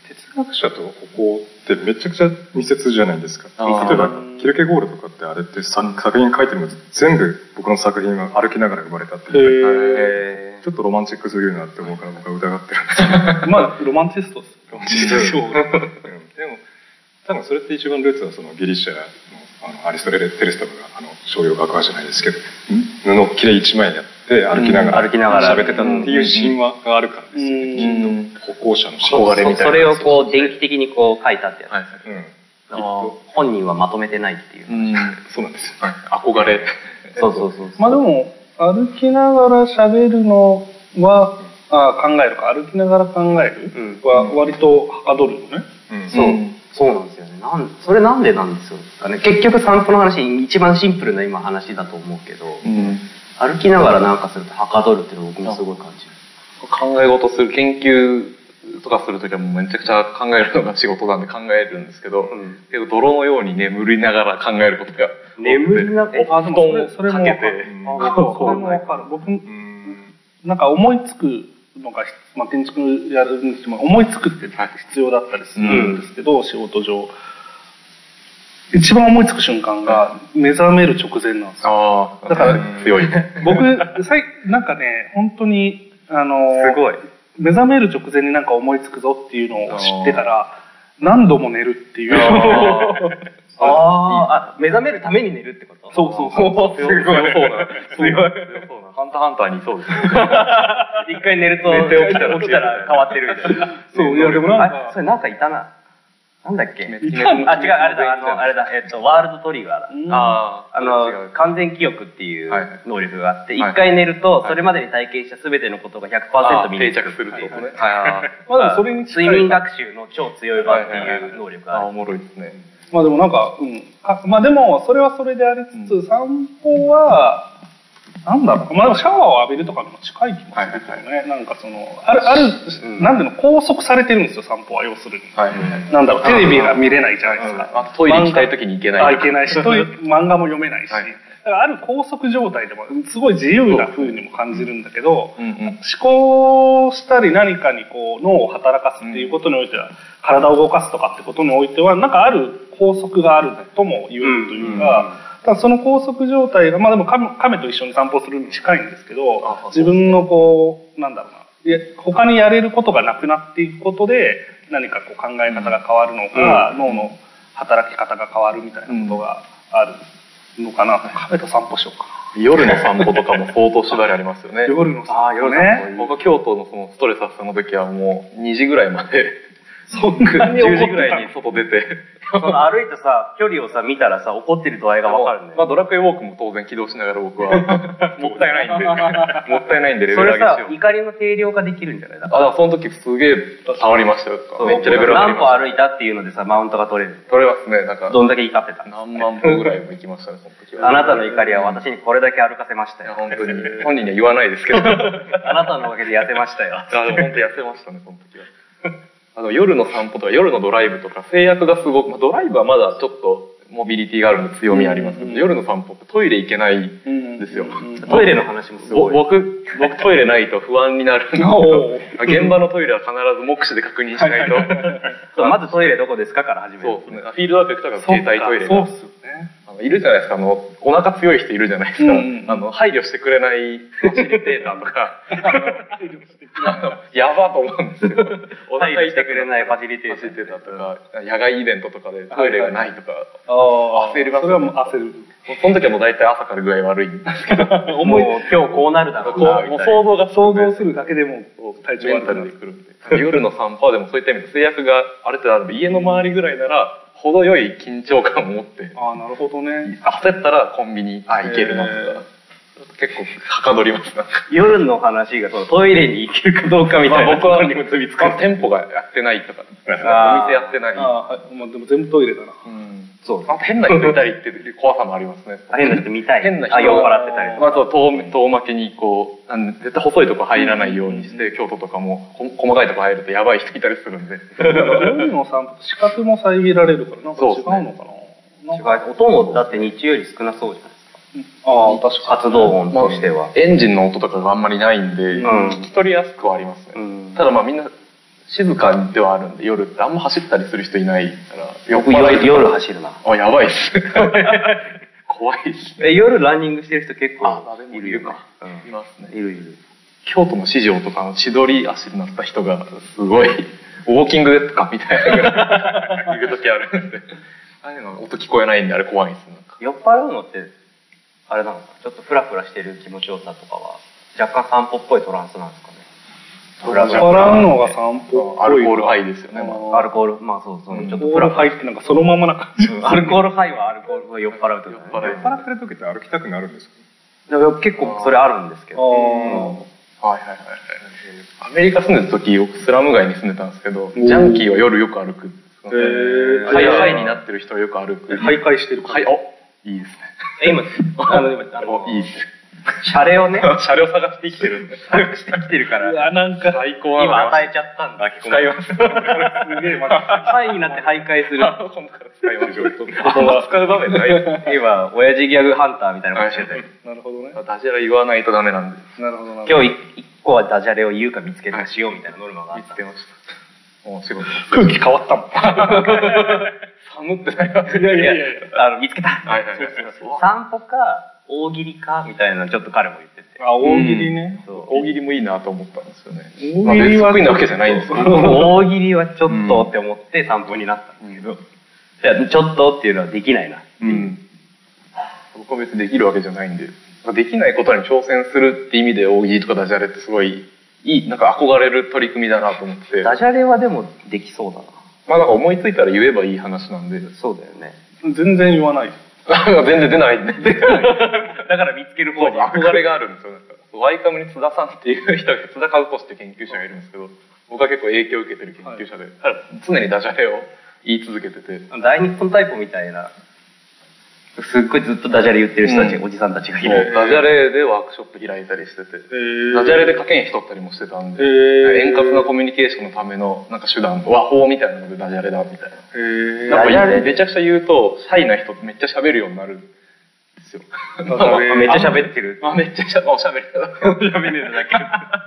Speaker 4: 哲学者と歩行ってめちゃくちゃ密接じゃないですか
Speaker 3: あー
Speaker 4: 例えばキルケゴールとかってあれって作作品書いてるの全部僕の作品は歩きながら生まれたって
Speaker 1: ー
Speaker 4: いう
Speaker 2: へ
Speaker 4: ちょっとロマンチックすぎるなって思うから僕は疑ってるんです
Speaker 1: まあロマンチスト です
Speaker 4: ロマンチックですよ、うん、でも多分それって一番ルーツはそのギリシャのあのアリストレテレスとかがあの商用学派じゃないですけど布切れ一枚やって歩きながら
Speaker 2: うん歩きながら
Speaker 4: 喋ってたっていう神話があるからですよね、
Speaker 1: う
Speaker 4: 歩行者の神
Speaker 2: そ
Speaker 4: 話
Speaker 3: 憧れみたいな
Speaker 2: それをこう電気的にこう書いたってやつ、
Speaker 3: はい。
Speaker 4: うん
Speaker 2: あの本人はまとめてないっていう、
Speaker 3: うん。
Speaker 4: そうなんですよ
Speaker 3: 憧れ。
Speaker 2: そうそうそうそう
Speaker 1: まあでも歩きながら喋るのはあ考えるか歩きながら考える
Speaker 2: うん
Speaker 1: は割とはかどるよね、
Speaker 4: うん
Speaker 2: そう、
Speaker 3: うん
Speaker 2: そうなんですよねなんそれなんでなんですかね結局散歩の話一番シンプルな今話だと思うけど、
Speaker 3: うん。
Speaker 2: 歩きながらなんかするとはかどるっていうのを僕もすごい感じる
Speaker 3: 考え事する研究とかするときはもうめちゃくちゃ考えるのが仕事なんで考えるんですけど、けど泥のように眠りながら考えることが
Speaker 2: 眠りながら
Speaker 3: お布団を
Speaker 1: それ
Speaker 3: か
Speaker 1: も
Speaker 3: け
Speaker 1: わか
Speaker 3: て
Speaker 1: る
Speaker 4: うん
Speaker 1: あーそれもわかる僕なんか思いつくのが、まあ、建築やるにしても思いつくって必要だったりするんですけど、仕事上一番思いつく瞬間が目覚める直前なんですよ
Speaker 3: ああ
Speaker 1: だから
Speaker 3: 強いね
Speaker 1: 僕さいなんかね本当にあの
Speaker 4: すごい。
Speaker 1: 目覚める直前になんか思いつくぞっていうのを知ってから何度も寝るっていう
Speaker 2: あああ、目覚めるために寝るってこと
Speaker 1: そうそうそう
Speaker 2: おー すごい。
Speaker 3: 強そうな
Speaker 2: 強い
Speaker 3: そうなハンターハンターにそうです
Speaker 2: 一回寝ると、
Speaker 3: 寝て起きたら
Speaker 2: 起きたら変わってるみたい な。
Speaker 1: そういやでもなんか
Speaker 2: あそれなんかいたな。なんだっけあ、違う、
Speaker 1: いたんだ
Speaker 2: あれだ、あの、あれだ、えっと、ワールドトリガーだ。
Speaker 3: あ
Speaker 2: あの、完全記憶っていう
Speaker 3: はい
Speaker 2: 能力があって、一
Speaker 3: はい
Speaker 2: 回寝ると、それまでに体験した全てのことが
Speaker 3: あ
Speaker 2: 100%身に
Speaker 3: 定
Speaker 2: つ
Speaker 3: 着
Speaker 2: く
Speaker 3: するってことね
Speaker 2: っていう
Speaker 3: はい
Speaker 1: まあでもそれに近い
Speaker 2: 睡眠学習の超強い版っていう能力があ
Speaker 3: あ
Speaker 2: る
Speaker 3: お。もろいですね
Speaker 1: まあでもなんか、うん、かまあでもそれはそれでありつつ、散歩はなんだろうまあでもシャワーを浴びるとかにも近い気もするけどね、なんかそのあるある、なんていうの拘束されてるんですよ散歩は要するに、
Speaker 3: はいはい
Speaker 1: なんだろうテレビが見れないじゃないですか、
Speaker 3: あとトイレ行きたい時に行けない
Speaker 1: あいけないしトイレ漫画も読めないし、
Speaker 3: はい
Speaker 1: だからある拘束状態でもすごい自由な風にも感じるんだけど、
Speaker 3: うんうん
Speaker 1: 思考したり何かにこう脳を働かすっていうことにおいては、体を動かすとかってことにおいてはなんかある拘束があるとも言えるというか、ただその拘束状態がまあでも亀亀と一緒に散歩するに近いんですけど自分のこうなんだろうないや他にやれることがなくなっていくことで何かこう考え方が変わるのか、脳の働き方が変わるみたいなことがあるのかなと、亀と散歩しようかな
Speaker 3: 夜の散歩とかも相当縛りありますよね
Speaker 1: 夜の散
Speaker 2: あー
Speaker 1: 歩
Speaker 2: 夜の散
Speaker 1: ね
Speaker 3: 僕は京都のそのストレス発散の時はもう2時ぐらいまで
Speaker 1: そんなに怒
Speaker 3: 10
Speaker 1: って
Speaker 3: 時
Speaker 1: た
Speaker 3: ぐらいに外出て
Speaker 2: その歩いてさ、距離をさ、見たらさ、怒ってる度合いがわかるんだよ
Speaker 3: まあ、ドラクエウォークも当然起動しながら 僕はもったいないんでもったいないんでレ
Speaker 2: そ
Speaker 3: ベル
Speaker 2: れ
Speaker 3: 上げし
Speaker 2: さ
Speaker 3: よ、う
Speaker 2: 怒りの定量化できるんじゃないだ
Speaker 3: あだからその時すげえ触りましたよ
Speaker 2: そう
Speaker 3: めっちゃレベル上がり
Speaker 2: 何
Speaker 3: ま
Speaker 2: 歩
Speaker 3: した
Speaker 2: 歩いたっていうのでさ、マウントが取れる。
Speaker 3: 取れますねなんか
Speaker 2: どんだけ怒ってた
Speaker 3: 何万歩ぐらいも行きましたねその時は
Speaker 2: あなたの怒りは私にこれだけ歩かせました
Speaker 3: いや
Speaker 2: よ。
Speaker 3: 本当に本人には言わな いですけどあで
Speaker 2: あなたのおかげで痩せましたよ。
Speaker 3: も本当痩せましたねその時は あの夜の散歩とか夜のドライブとか制約がすごく、まあ、ドライブはまだちょっとモビリティがあるので強みありますけど、夜の散歩ってトイレ行けないんですよ、
Speaker 2: トイレの話もすごい。
Speaker 3: 僕僕トイレないと不安にな るんですけど現場のトイレは必ず目視で確認しないと
Speaker 2: そうまずトイレどこですかから始め
Speaker 3: そう
Speaker 2: る
Speaker 3: で。すねフィールドワーク行くとか携帯トイレ
Speaker 1: そうっ
Speaker 3: が
Speaker 1: すよね
Speaker 3: あのいるじゃないですかあのお腹強い人いるじゃないですか、
Speaker 1: うん
Speaker 3: あの配慮してくれないファシリテーターとか あのやばと思うんですよ お
Speaker 2: 配
Speaker 3: 腹
Speaker 2: 慮し
Speaker 3: 痛
Speaker 2: て
Speaker 3: く
Speaker 2: く
Speaker 3: れ
Speaker 2: れ
Speaker 3: ない
Speaker 2: ないファシリテ
Speaker 3: フ
Speaker 2: ー
Speaker 3: ァシ
Speaker 2: ショ
Speaker 3: リ
Speaker 2: ン。
Speaker 3: テーターとか野外イベントとかでトイレがないとか、
Speaker 1: あ
Speaker 3: 焦ります
Speaker 1: それはもう焦る。
Speaker 3: その時はもう大体朝から具合 悪いんですけど
Speaker 2: もう今日こうなるだろうな、
Speaker 3: も
Speaker 2: みた
Speaker 3: う
Speaker 2: いな。
Speaker 3: 想像が
Speaker 1: 想像するだけでも体調
Speaker 3: メンタ
Speaker 1: 悪
Speaker 3: ルで
Speaker 1: く
Speaker 3: くるんで夜の散歩はでもそういった意味で制約がある程度あるので家の周りぐらいなら程よい緊張感を持って
Speaker 1: なる。ああ、なるほどね。
Speaker 3: 焦ったらコンビニあ行けるなとか結構はかどりますなんか
Speaker 2: 夜の話がそのトイレに行けるかどうかみたいなところに結びつく。
Speaker 3: まあ店舗がやってないとか
Speaker 2: あー
Speaker 3: お店やってない
Speaker 1: ああ、はい。まあでも全部トイレだな。
Speaker 3: うん
Speaker 2: そう。
Speaker 3: あ変な人いたりっていう怖さもありますね
Speaker 2: 変な人見たい。
Speaker 3: 変な人
Speaker 2: あ、酔っ払ってたりとか。
Speaker 3: まあ、そう遠遠巻きにこうなん絶対細いとこ入らないようにして、京都とかもこ細かいとこ入るとやばい人いたりす るんで
Speaker 1: 夜の散歩、視覚も遮られるから、なんか違うのかな。なんか
Speaker 2: 違う音もだって日中より少なそうじゃないですか。
Speaker 1: ああ、確か
Speaker 2: 活動音としては。
Speaker 3: エンジンの音とかがあんまりないんで、
Speaker 2: うん
Speaker 3: 聞き取りやすくはありますね、
Speaker 2: うん
Speaker 3: ただまあみんな静かではあるんで夜ってあんま走ったりする人いないから
Speaker 2: 僕
Speaker 3: 酔っ払い
Speaker 2: 夜夜走るな。
Speaker 3: あやばいっ す怖いっす
Speaker 2: え夜ランニングしてる人結構
Speaker 3: あ
Speaker 2: いるよね。
Speaker 3: います
Speaker 2: い
Speaker 3: ね
Speaker 2: るいる。
Speaker 3: 京都の市場とかの千鳥足になった人がす ごいウォーキングですかみたいなぐ らい行く時あるんでああいうの音聞こえないんであれ怖いっすなんか
Speaker 2: 酔っ払うのって、あれなのかなちょっとフラフラしてる気持ちよさとかは、若干散歩っぽいトランスなんですかね。フラ
Speaker 1: に。
Speaker 2: フ
Speaker 1: 酔っ
Speaker 2: ラ。
Speaker 1: 払うのが散歩。
Speaker 3: アルコールハイですよね、まあ
Speaker 1: あ
Speaker 2: アルコール、まあそうそう、ちょ
Speaker 1: アル
Speaker 2: っと
Speaker 1: コ
Speaker 2: フ
Speaker 1: ール
Speaker 2: ラフラ。
Speaker 1: 入ってなんかそのままな感じ。
Speaker 2: アルコールハイはアルコールは酔っ払うと
Speaker 3: 酔っ
Speaker 2: か、
Speaker 3: 払
Speaker 2: ね
Speaker 3: い。
Speaker 4: 酔っ払ってる時って歩きたくなるんですか
Speaker 2: でも結構それあるんですけ
Speaker 1: あ
Speaker 2: ど。
Speaker 1: あ。
Speaker 3: はいはいはいはい。アメリカ住んでた時、僕スラム街に住んでたんですけど、ジャンキーは夜よく歩く。
Speaker 1: へー
Speaker 3: ハイハイになってる人はよく歩く。
Speaker 1: 徘徊してる
Speaker 3: はい、おいいですね。
Speaker 2: え、今、あの、今、あの
Speaker 3: おいいです。
Speaker 2: シャレをね、
Speaker 3: 車両探して生きてるんで。
Speaker 2: 探してきてるから、
Speaker 1: あ、なんか、
Speaker 3: 最高なの
Speaker 2: 今
Speaker 3: が
Speaker 2: 与えちゃったんだ。
Speaker 3: 使います。
Speaker 2: す げえ、ま 範囲になって徘徊する。
Speaker 3: 今から使いましょう。
Speaker 2: 使う場面ない 今、親父ギャグハンターみたいなことしてたよ。
Speaker 1: なるほどね。
Speaker 3: ダジャレ言わないとダメなんで。
Speaker 1: なるほどなるほど。
Speaker 2: 今日一個はダジャレを言うか見つけるかしようみたいなノルマがあ
Speaker 3: 見
Speaker 2: っ
Speaker 3: つ
Speaker 2: た。
Speaker 3: けました。面白い。
Speaker 1: 空気変わったもん。
Speaker 3: 寒ってないわ。い
Speaker 1: やいやいや
Speaker 2: あの見つけた。
Speaker 3: はいはいはい
Speaker 2: 散歩か、大喜利かみたいなのちょっと彼も言ってて。
Speaker 1: あ、大喜利
Speaker 3: う
Speaker 1: ね
Speaker 3: ん。そう大喜利もいいなと思ったんですよね。
Speaker 1: 大喜利は
Speaker 3: まあ別に得意なわけじゃないんですけど。
Speaker 2: 大喜利はちょっとって思って散歩になったんですけど、いやちょっとっていうのはできないな。
Speaker 3: うん。僕は別にできるわけじゃないんで。できないことに挑戦するって意味で大喜利とかダジャレってすごいいい、なんか憧れる取り組みだなと思って。
Speaker 2: ダジャレはでもできそうだな。
Speaker 3: まあなんか思いついたら言えばいい話なんで。
Speaker 2: そうだよね。
Speaker 1: 全然言わない。
Speaker 3: 全然出ないんで。
Speaker 2: だから見つける方に。
Speaker 3: 憧れがあるんですよ。なんかワイカムに津田さんっていう人が、津田和俊っていう研究者がいるんですけど、僕は結構影響を受けてる研究者で、常にダジャレを言い続けてて。
Speaker 2: 大日本タイプみたいな、すっごいずっとダジャレ言ってる人たち、
Speaker 3: うん
Speaker 2: おじさんたちがい
Speaker 3: もう
Speaker 2: る。
Speaker 3: ダジャレでワークショップ開いたりしてて、ダジャレでけん人ったりもしてたんで、
Speaker 1: へー
Speaker 3: 円滑なコミュニケーションのためのなんか手段、和法みたいなのでダジャレだみたいな。
Speaker 1: えー
Speaker 2: ダ
Speaker 3: や
Speaker 2: ジャ
Speaker 3: っぱ
Speaker 2: レ
Speaker 3: りめちゃくちゃ言うと、シャイな人ってめっちゃ喋るようになるんですよ。
Speaker 2: めっちゃ喋ってる。
Speaker 3: まあめっちゃしゃ、まあ、おしゃべりだけど。
Speaker 2: 喋るだけ。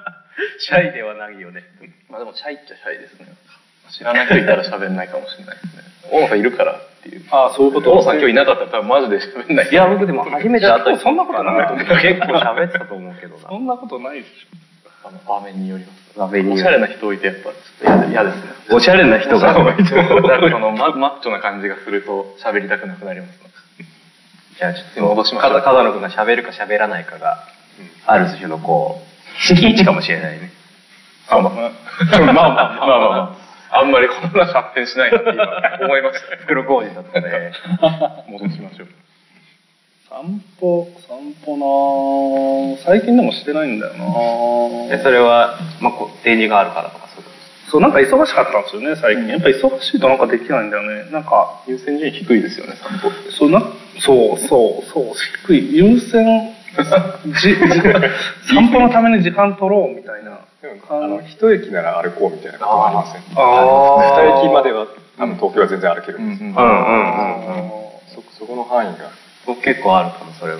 Speaker 2: シャイではないよね。
Speaker 3: まあでも、シャイっちゃシャイですね。知らない人いたら喋んないかもしれないですね。大野さんいるからっていう。
Speaker 1: あ、そういうこ
Speaker 3: 大
Speaker 1: と。
Speaker 3: 野さん今日いなかったら多分マジで喋んない。
Speaker 2: いや、僕でも初めて会った
Speaker 1: そんなことないと思う
Speaker 2: 結構喋ってたと思うけどな
Speaker 1: そ。んなことないでし
Speaker 3: あの場面によります。
Speaker 2: ラベニ
Speaker 3: おしゃれな人置いてやっぱちょっと嫌ですね。
Speaker 2: おしゃれな人が。
Speaker 3: なんかそのママッチョな感じがすると喋りたくなくなります、
Speaker 2: じゃあちょっと
Speaker 3: 戻しましょう
Speaker 2: か風野くんが喋るか喋らないかが、ある種のこう、敷地かもしれないね。
Speaker 3: あまあ、まあまあまあまあまあ。あんまりこんな発展しないなって今思いました。
Speaker 2: 袋小路だったね。
Speaker 3: 戻しましょう。
Speaker 1: ょ。散歩、散歩なぁ最近でもしてないんだよなぁ
Speaker 2: で、それは、まあ、こう、展示があるからとか、そういうこ
Speaker 1: そう、なんか忙しかったんですよね、最近。やっぱ忙しいとなんかできないんだよね。なんか、
Speaker 3: 優先順位低いですよね、散歩。
Speaker 1: そうな、そう、そう、そう、低い。優先、じ散歩のために時間取ろうみたいな。
Speaker 4: あの一駅なら歩こうみたいなことありません、ね、
Speaker 1: あ
Speaker 4: 二駅までは多分東京は全然歩けるんですよ、
Speaker 2: と。
Speaker 1: うんうん
Speaker 4: そそこの範囲が
Speaker 2: 僕結構あるかも、それは。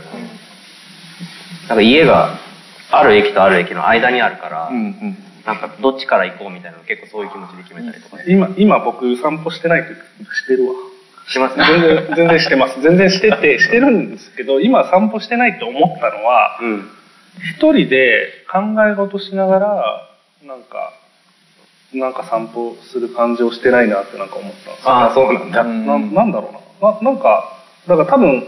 Speaker 2: なんか家が、ある駅とある駅の間にあるから、
Speaker 3: うんうん。
Speaker 2: なんかどっちから行こうみたいなの結構そういう気持ちで決めたりとかね
Speaker 1: 今、今僕散歩してないけど、してるわ。
Speaker 2: しますね。
Speaker 1: 全然、 全然してます。全然してて、してるんですけど、今散歩してないって思ったのは、
Speaker 2: うん。
Speaker 1: 一人で考え事しながら、なんか、なんか散歩する感じをしてないなってなんか思ったんですよ
Speaker 2: ああ、そうなんだ。
Speaker 1: ななんだろうなななんかだから多分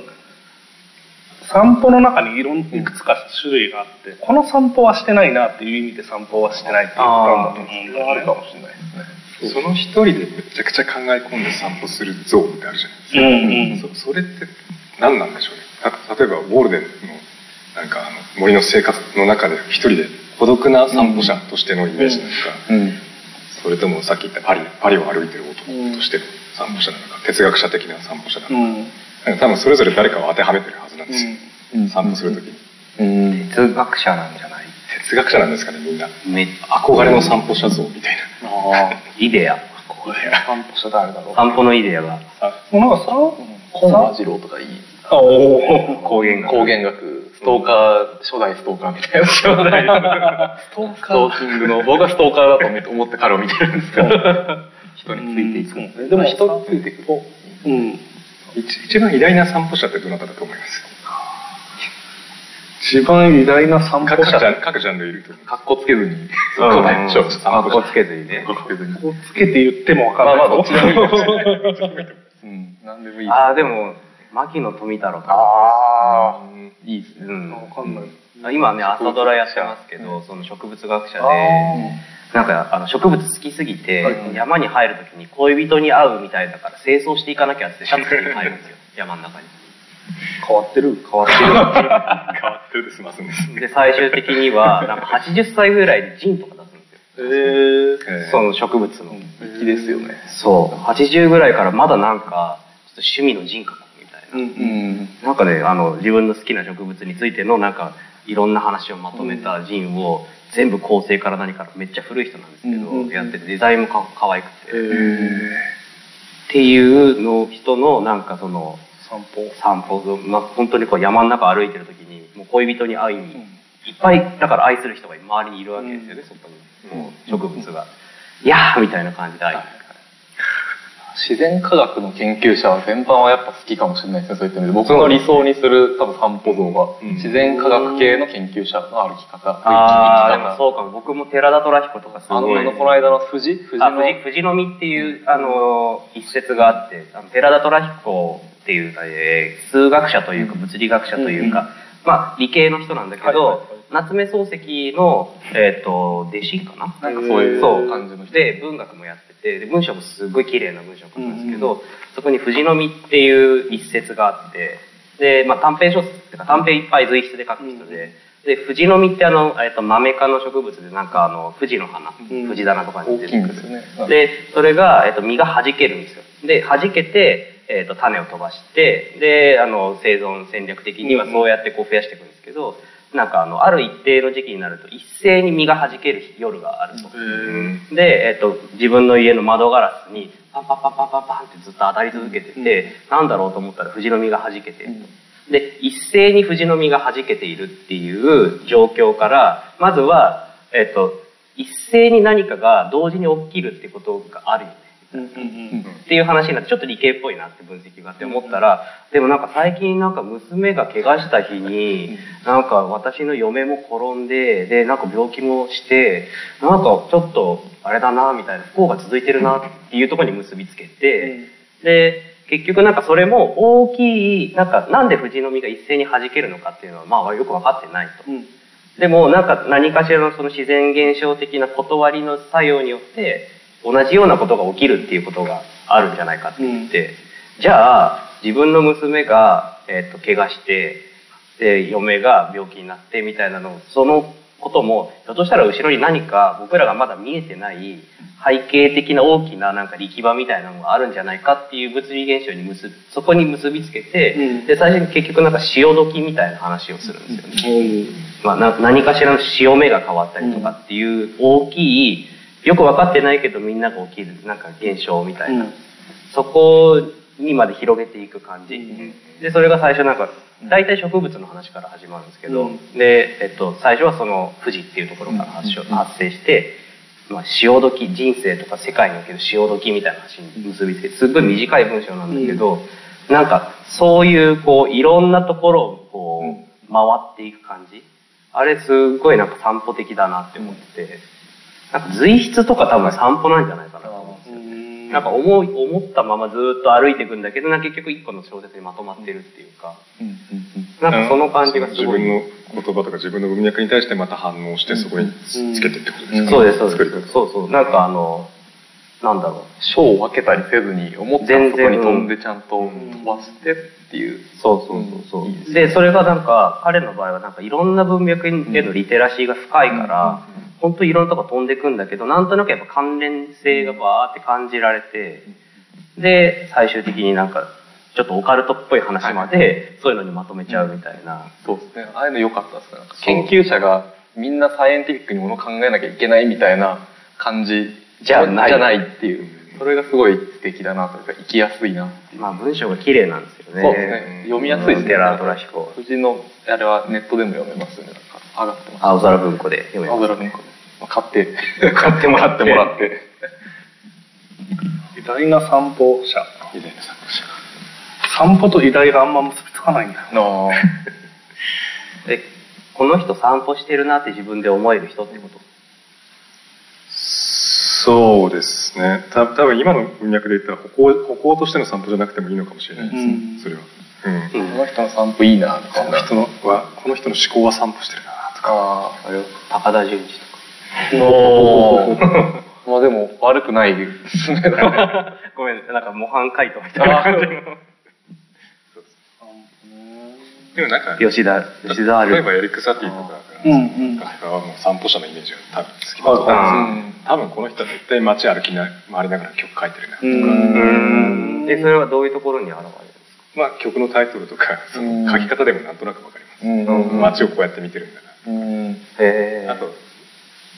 Speaker 1: 散歩の中にいろんいくつか種類があって、この散歩はしてないなっていう意味で散歩はしてないって言ったんだと思うんだよね
Speaker 3: あるかもしれないですね。
Speaker 4: その一人でめちゃくちゃ考え込んで散歩する像ってあるじゃないです
Speaker 1: う
Speaker 4: か、
Speaker 1: んうん
Speaker 4: そそれって何なんでしょうねた例えばウォールデンのなんかあの森の生活の中で一人で孤独な散歩者としてのイメージなのか、
Speaker 3: うん。
Speaker 4: それともさっき言ったパリパリを歩いてる男としての散歩者なのか哲学者的な散歩者な
Speaker 1: う
Speaker 4: のか,、
Speaker 1: ん
Speaker 4: 多分それぞれ誰かを当てはめてるはずなんですよ、
Speaker 3: うん
Speaker 4: 散歩する時に
Speaker 3: うん。
Speaker 2: 哲学者なんじゃない
Speaker 4: 哲学者なんですかねみんな
Speaker 2: めっ
Speaker 4: 憧れの散歩者像みたいな
Speaker 3: あ
Speaker 2: イデア。
Speaker 3: あ。散歩者誰だろう。
Speaker 2: 散歩のイデアが。
Speaker 1: もうなんかさ
Speaker 3: 本和次郎とかいい。
Speaker 1: あおー
Speaker 2: 高原学
Speaker 3: 高原学、ストーカー、初代ストーカーみたいな。初代ストーカー。ストーキングの、僕はストーカーだと思って思って彼を見てるんですけど、人についていく。
Speaker 1: でも
Speaker 3: 人についてくる。
Speaker 1: うん
Speaker 4: 一一番偉大な散歩者ってどなただと思います
Speaker 1: 一番偉大な散
Speaker 4: 各
Speaker 1: 歩
Speaker 4: ジ
Speaker 1: 者
Speaker 4: ャン各ジャンルいると思う
Speaker 3: かっこつけ ず
Speaker 2: う
Speaker 3: に、
Speaker 2: ん
Speaker 3: 答えましょう。
Speaker 2: かっこつけずにね。
Speaker 3: かっこつけずに。
Speaker 1: をつけて言っても分かんない
Speaker 3: まあまあどっちでもいいかもし
Speaker 4: うん
Speaker 3: 何でもい い。
Speaker 2: ああ、でも、牧野富太郎か。
Speaker 3: あー、いいですね。
Speaker 2: うん
Speaker 1: わかんない
Speaker 2: 今ね、朝ドラやってますけど、その植物学者で、なんかあの植物好きすぎて、山に入るときに恋人に会うみたいだから、清掃していかなきゃってシャツ着て入るん ですよ、山の中に。
Speaker 1: 変わってる
Speaker 2: 変わって
Speaker 4: 変わってるで済ますんです
Speaker 2: る。で、最終的には、なんか80歳ぐらいでジンとか出すんですよ。
Speaker 1: えー、
Speaker 2: その植物の。
Speaker 3: 粋ですよね。
Speaker 2: そう。80ぐらいからまだなんか、ちょっと趣味の人格みたいな。
Speaker 3: うん。
Speaker 2: なんかね、あの、自分の好きな植物についての、なんか、いろんな話をまとめたジンを全部構成から何からめっちゃ古い人なんですけど、
Speaker 3: うんうん
Speaker 2: やっててデザインもか可愛くて、
Speaker 3: え
Speaker 2: っ
Speaker 3: ー、
Speaker 2: ていうの人のなんかその
Speaker 3: 散歩
Speaker 2: 散歩が、まあ、本当にこう山の中歩いてる時にもう恋人に会いに、いっぱいだから愛する人が周りにいるわけですよね、そこにもう植物が「いやー!」みたいな感じで会いに行く
Speaker 3: 自然科学の研究者全般はやっぱ好きかもしれないですねそういった意味で僕の理想にする多分散歩像は、
Speaker 4: うん
Speaker 3: 自然科学系の研究者の歩き方
Speaker 2: ああで
Speaker 3: 生き
Speaker 2: も
Speaker 3: 方
Speaker 2: そうかも僕も寺田虎彦とかす
Speaker 3: あの
Speaker 2: ごい
Speaker 3: この間の富士富士
Speaker 2: あ
Speaker 3: の
Speaker 2: 富士富士の実っていうあの一節があってあの寺田虎彦っていう、えー数学者というか物理学者というか、まあ、理系の人なんだけど、
Speaker 3: はいはいはい
Speaker 2: 夏目漱石の、えー、と弟子かな
Speaker 3: なんかそういう
Speaker 2: そう
Speaker 3: 感じの人
Speaker 2: で文学もやっててで文章もすごい綺麗な文章を書くんですけど、そこに「藤の実」っていう一節があってで、まあ、短編小説っていうか短編いっぱい随筆で書く人で。で藤の実ってあの、えっと、マメ科の植物でなんかあの藤の花、
Speaker 1: ん
Speaker 2: 藤棚とかに
Speaker 3: 大
Speaker 2: 出て
Speaker 3: き
Speaker 2: く
Speaker 3: い
Speaker 2: る
Speaker 3: んですよね
Speaker 2: でそれが、えっと実が弾けるんですよで弾けて、えっと種を飛ばしてであの生存戦略的にはそうやってこう増やしていくんですけど、なんかあのある一定の時期になると一斉に実が弾ける日夜があると、で、えっと自分の家の窓ガラスにパンパンパンパンパンパンってずっと当たり続けてて、なんだろうと思ったら藤の実が弾けてると。で一斉に藤の実が弾けているっていう状況からまずは、えっと一斉に何かが同時に起きるってことがあるよねっていう話になってちょっと理系っぽいなって分析があって思ったらでもなんか最近なんか娘が怪我した日になんか私の嫁も転んででなんか病気もしてなんかちょっとあれだなみたいな不幸が続いてるなっていうところに結びつけてで結局なんかそれも大きいなんかなんで藤の実が一斉に弾けるのかっていうのはまあよく分かってないと。でもなんか何かしらのその自然現象的な断りの作用によって同じようなことが起きるっていうことがあるんじゃないかって言って、じゃあ自分の娘が、えっと怪我してで嫁が病気になってみたいなのそのこともひょっとしたら後ろに何か僕らがまだ見えてない背景的な大きななんか力場みたいなのがあるんじゃないかっていう物理現象に結びそこに結びつけて、で最初に結局なんか潮時みたいな話をするんですよね。まあ、な何かしらの潮目が変わったりとかっていう大きいよく分かってないけどみんなが起きるなんか現象みたいな、そこにまで広げていく感じ、でそれが最初なんか大体植物の話から始まるんですけど、で、えっと、最初はその富士っていうところから発祥発生して、まあ、潮時人生とか世界における潮時みたいな話に結びつけてすっごい短い文章なんだけど、なんかそういうこういろんなところをこう、回っていく感じあれすごいなんか散歩的だなって思ってて、なんか随筆とか多分散歩なんじゃないかなと思うんですよ、なんか思い思ったままずーっと歩いていくんだけどなんか結局一個の小説にまとまってるっていうか、なんかその感じがすごい、
Speaker 4: 自分の言葉とか自分の文脈に対してまた反応してそこにつけてってことですか、
Speaker 2: そうですそう
Speaker 4: 作り方
Speaker 2: ですそうそうなんかあのなんだろう
Speaker 3: 章を分けたりせずに思ったらそこに飛んでちゃんと飛ばしてっていう、
Speaker 2: そうそうそうそう、
Speaker 3: うんいいです
Speaker 2: でそれがなんか彼の場合はなんかいろんな文脈へのリテラシーが深いから、本当いろんなとこ飛んでくんだけどなんとなくやっぱ関連性がバーって感じられてで最終的になんかちょっとオカルトっぽい話までそういうのにまとめちゃうみたいな、
Speaker 3: そうですねああいうの良かったですねなんか研究者がみんなサイエンティフィックにものを考えなきゃいけないみたいな感じ
Speaker 2: じゃない
Speaker 3: じゃないっていうそれがすごい素敵だなというか生きやすいな
Speaker 2: まあ文章が綺麗なんですよね
Speaker 3: そうですね読みやすいですね
Speaker 2: 寺田虎彦は
Speaker 3: 富士のあれはネットでも読めますよねなんか上がってます
Speaker 2: 青空文庫で読め
Speaker 3: 青
Speaker 2: ます
Speaker 3: 空文庫買って
Speaker 2: 買ってもら
Speaker 3: 買ってもらっ て
Speaker 1: 偉大な散歩者
Speaker 4: 偉大な作家
Speaker 1: 散歩と偉大があんま結びつかないんだよ
Speaker 3: の
Speaker 2: でこの人散歩してるなって自分で思える人ってこと
Speaker 4: そうですねた多分今の文脈で言ったら歩行歩行としての散歩じゃなくてもいいのかもしれないですね、それは、うん
Speaker 3: この人の散歩いいなとか
Speaker 4: この人のはこの人の思考は散歩してるなとか
Speaker 3: あああれ
Speaker 2: 高田純次とか
Speaker 3: まあでも悪くないですね
Speaker 2: ごめん、なんか模範解答みたいな感じの。
Speaker 4: でもなんか
Speaker 2: 吉田、吉田あ
Speaker 4: 例えば
Speaker 2: る。
Speaker 4: エリック・サティとかが
Speaker 1: うん
Speaker 4: はもう散歩者のイメージが多分好きだと思うんですよ多分この人は絶対街歩きな回りながら曲書いてるなとか、
Speaker 2: え、それはどういうところに現れるんですか
Speaker 4: まあ曲のタイトルとかその書き方でもなんとなくわかります
Speaker 3: うんうんうん
Speaker 4: 街をこうやって見てるんだな
Speaker 3: うんへえ
Speaker 4: あと、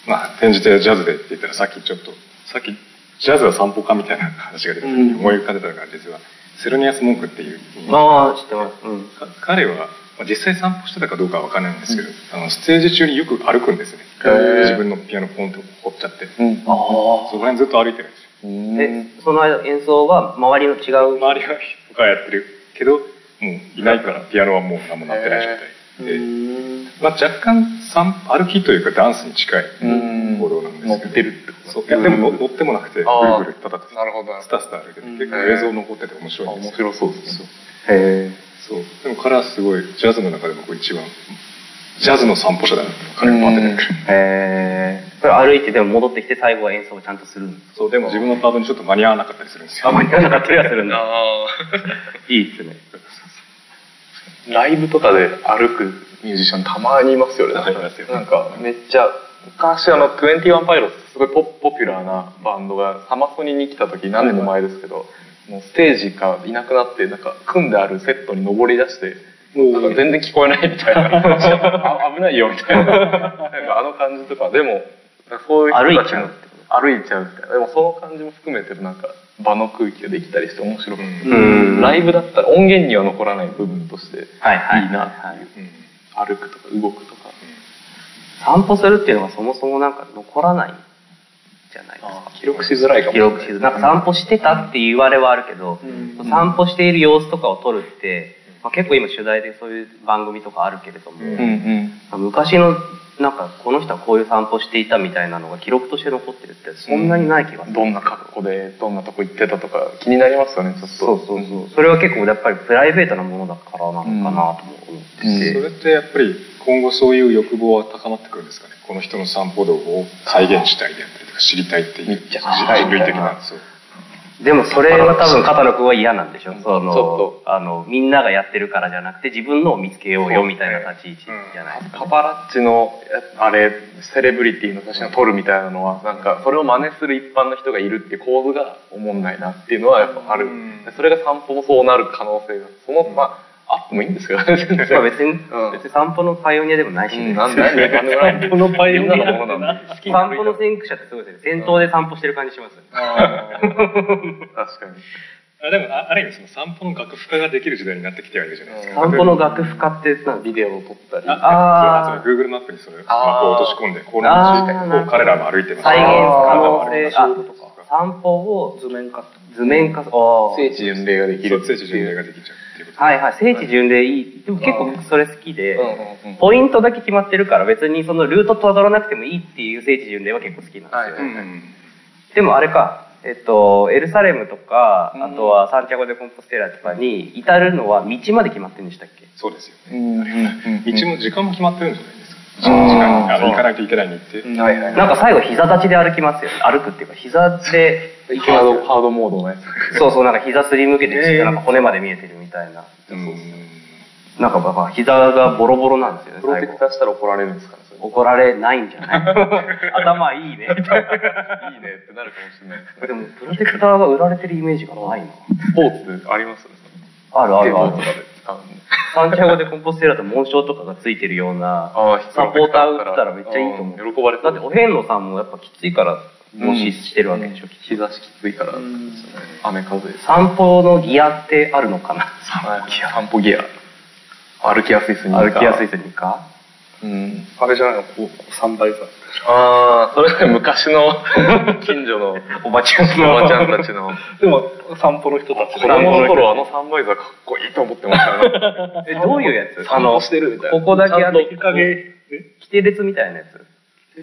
Speaker 4: まあ、展示でジャズでって言ったらさっきちょっとさっきジャズは散歩かみたいな話が出てきて
Speaker 3: うん
Speaker 4: 思い浮かんでたのが実はセロニアス・モンクっていう、
Speaker 2: まあ、知ってます。うん。
Speaker 4: か彼はまあ実際散歩してたかどうかは分かんないんですけど、あのステージ中によく歩くんですね
Speaker 3: へー
Speaker 4: 自分のピアノポンと放っちゃって、そ
Speaker 3: うん
Speaker 4: こら辺ずっと歩いてるんですよ
Speaker 3: うん
Speaker 2: で、その間演奏は周りの違う。
Speaker 4: 周りは人がやってるけどもういないからピアノはもう何もなってない状態で、まあ、若干散歩歩きというかダンスに近い
Speaker 3: うん
Speaker 4: 行動なんですけど、
Speaker 3: 乗ってるってこと
Speaker 4: そういやでも乗乗ってもなくてぐ
Speaker 3: あー
Speaker 4: るぐるただ
Speaker 3: なるほどなる
Speaker 4: ス
Speaker 3: ほど
Speaker 4: タスタ歩いてて
Speaker 1: うん
Speaker 4: 結構映像残ってて面白
Speaker 3: あ
Speaker 4: いんです
Speaker 3: 面
Speaker 4: よ
Speaker 3: 白そうですね
Speaker 2: へ
Speaker 4: そうでも彼はすごいジャズの中で僕一番ジャズの散歩者だなと彼は待ってて
Speaker 2: え。へえ。それ歩いてでも戻ってきて最後は演奏をちゃんとするんです。
Speaker 4: そうでも自分のパートにちょっと間に合わなかったりするんです
Speaker 2: あ
Speaker 4: よ
Speaker 2: まりやらなかったりはするんだ。
Speaker 3: あ
Speaker 2: いいですね。
Speaker 3: あライブとかで歩くミュージシャンたまにいますよね
Speaker 4: はいいますよ
Speaker 3: なんかめっちゃ昔あの21パイロットってすごいポポピュラーなバンドがサマソニに来た時何年も前ですけどもうステージがいなくなってなんか組んであるセットに登り出してなんか全然聞こえないみたいなあ危ないよみたいななんかあの感じとかでもそういう人たちの
Speaker 2: 歩いちゃうって
Speaker 3: 歩いちゃうみたいなでもその感じも含めてなんか場の空気ができたりして面白くて、
Speaker 4: うん
Speaker 2: うん
Speaker 3: ライブだったら音源には残らない部分として
Speaker 2: はいはい。
Speaker 3: いいな
Speaker 2: はい
Speaker 4: うん
Speaker 3: 歩くとか動くとか
Speaker 2: 散歩するっていうのがそもそもなんか残らないじゃないですか。
Speaker 3: 記録しづらいかも
Speaker 2: 記録しずなんか散歩してたって言われはあるけど、散歩している様子とかを撮るって、まあ、結構今取材でそういう番組とかあるけれども、
Speaker 4: うん
Speaker 3: うんうん
Speaker 2: 昔のなんかこの人はこういう散歩していたみたいなのが記録として残ってるってそんなにない気がする、
Speaker 3: どんな格好でどんなとこ行ってたとか気になりますよねちょっと
Speaker 2: そうそうそうそれは結構やっぱりプライベートなものだからなのかなとも思ってて、
Speaker 4: それってやっぱり今後そういう欲望は高まってくるんですかねこの人の散歩道を再現したいであったりとか知りたいっていう
Speaker 3: 密着したい
Speaker 4: 人類的なそう
Speaker 2: でもそれは多分片野君は嫌なんでしょその
Speaker 3: ちょ
Speaker 2: あのみんながやってるからじゃなくて自分のを見つけようよみたいな立ち位置じゃないですか、
Speaker 3: パパラッチのやあれセレブリティの写真を撮るみたいなのはなんかそれを真似する一般の人がいるっていう構図がおもんないなっていうのはやっぱある、
Speaker 4: うん
Speaker 3: それが散歩もそうなる可能性がそのまああってもいいんですけどね全然
Speaker 2: まあ別に、
Speaker 3: うん
Speaker 2: 別に散歩のパイオニアでもないし、
Speaker 3: うんなんなん でなんでもないんで
Speaker 2: 散歩のパイオニア
Speaker 3: みんなのものなんで好きに
Speaker 2: 散
Speaker 3: 歩いた
Speaker 2: 歩の先駆者ってすごいですね。先頭で散歩してる感じしますよね。
Speaker 3: 確かに
Speaker 4: あでもあある意味その散歩の学府化ができる時代になってきてはいるじゃないですか、
Speaker 2: 散歩の楽譜化ってなん
Speaker 3: ビデオを撮ったり
Speaker 2: あー
Speaker 4: あそうつまり Google マップにそれスマホを落とし込んでこう
Speaker 2: あー
Speaker 4: なんかこう彼らも歩いてます
Speaker 2: 再現可
Speaker 4: あ
Speaker 2: 能
Speaker 4: ー
Speaker 2: 性、
Speaker 4: あ
Speaker 2: あ
Speaker 4: そういうことか、
Speaker 2: 散歩を
Speaker 1: 図面化って
Speaker 2: 図面化、あー
Speaker 3: 聖地巡礼ができる
Speaker 4: そう聖地巡礼ができちゃうっていうこと
Speaker 2: はいはい、聖地巡礼いい。でも結構僕それ好きで、
Speaker 3: うんうん
Speaker 2: ポイントだけ決まってるから別にそのルートたどらなくてもいいっていう聖地巡礼は結構好きなんですよ。
Speaker 3: はいはいはい
Speaker 2: でもあれか、えっと、エルサレムとか、
Speaker 3: うん
Speaker 2: あとはサンティアゴ・デ・コンポステラとかに至るのは道まで決まってんでしたっけ
Speaker 4: そうですよね
Speaker 3: うんうんうん
Speaker 4: 道も時間も決まってるんじゃないです
Speaker 3: う
Speaker 4: か時
Speaker 3: ん
Speaker 4: 間にあの
Speaker 3: そう
Speaker 4: 行かないといけないに行って、
Speaker 3: うんはいはい
Speaker 2: なんか最後膝立ちで歩きますよね歩くっていうか膝で
Speaker 3: ハードハードモードのやつ
Speaker 2: そうそうなんか膝すりむけて
Speaker 4: えー
Speaker 2: なんか骨まで見えてるみたいな、
Speaker 4: うん
Speaker 2: なんかまあ膝がボロボロなんですよね
Speaker 3: プロ
Speaker 2: 最
Speaker 3: テク
Speaker 2: 後
Speaker 3: ターしたら怒られるんですかねそれ
Speaker 2: 怒られないんじゃない 頭いいね
Speaker 3: いいねってなるかもしれない
Speaker 2: でもプロテクターが売られてるイメージがないな
Speaker 3: スポーツありますよね
Speaker 2: あるあるあ
Speaker 3: スケボーと
Speaker 2: る
Speaker 3: かで使うの
Speaker 2: サンティアゴ・デ・コンポステラと紋章とかがついてるようなサポーター打ったらめっちゃいいと思う。
Speaker 3: ん喜ばれ
Speaker 2: だ
Speaker 3: そう
Speaker 2: ってお遍路さんもやっぱきついから模試してるわけでしょ、きっと
Speaker 3: 日差しきついから雨風です
Speaker 2: 散歩のギアってあるのかな
Speaker 3: 散歩ギア歩きやすいスニーカー
Speaker 2: 歩きやすいスニーカ
Speaker 3: うんあれじゃないのこうこう三倍差ああそれ昔の近所の
Speaker 2: ーおばちゃんの
Speaker 3: おばちゃんたちの
Speaker 1: でも散歩の人たち
Speaker 3: 子供の頃あの三倍差かっこいいと思ってま したね
Speaker 2: えどういうやつあ
Speaker 3: 散歩
Speaker 2: の
Speaker 3: してるみたいな
Speaker 2: ここだけあって
Speaker 1: 日陰
Speaker 2: 規定列みたいなやつ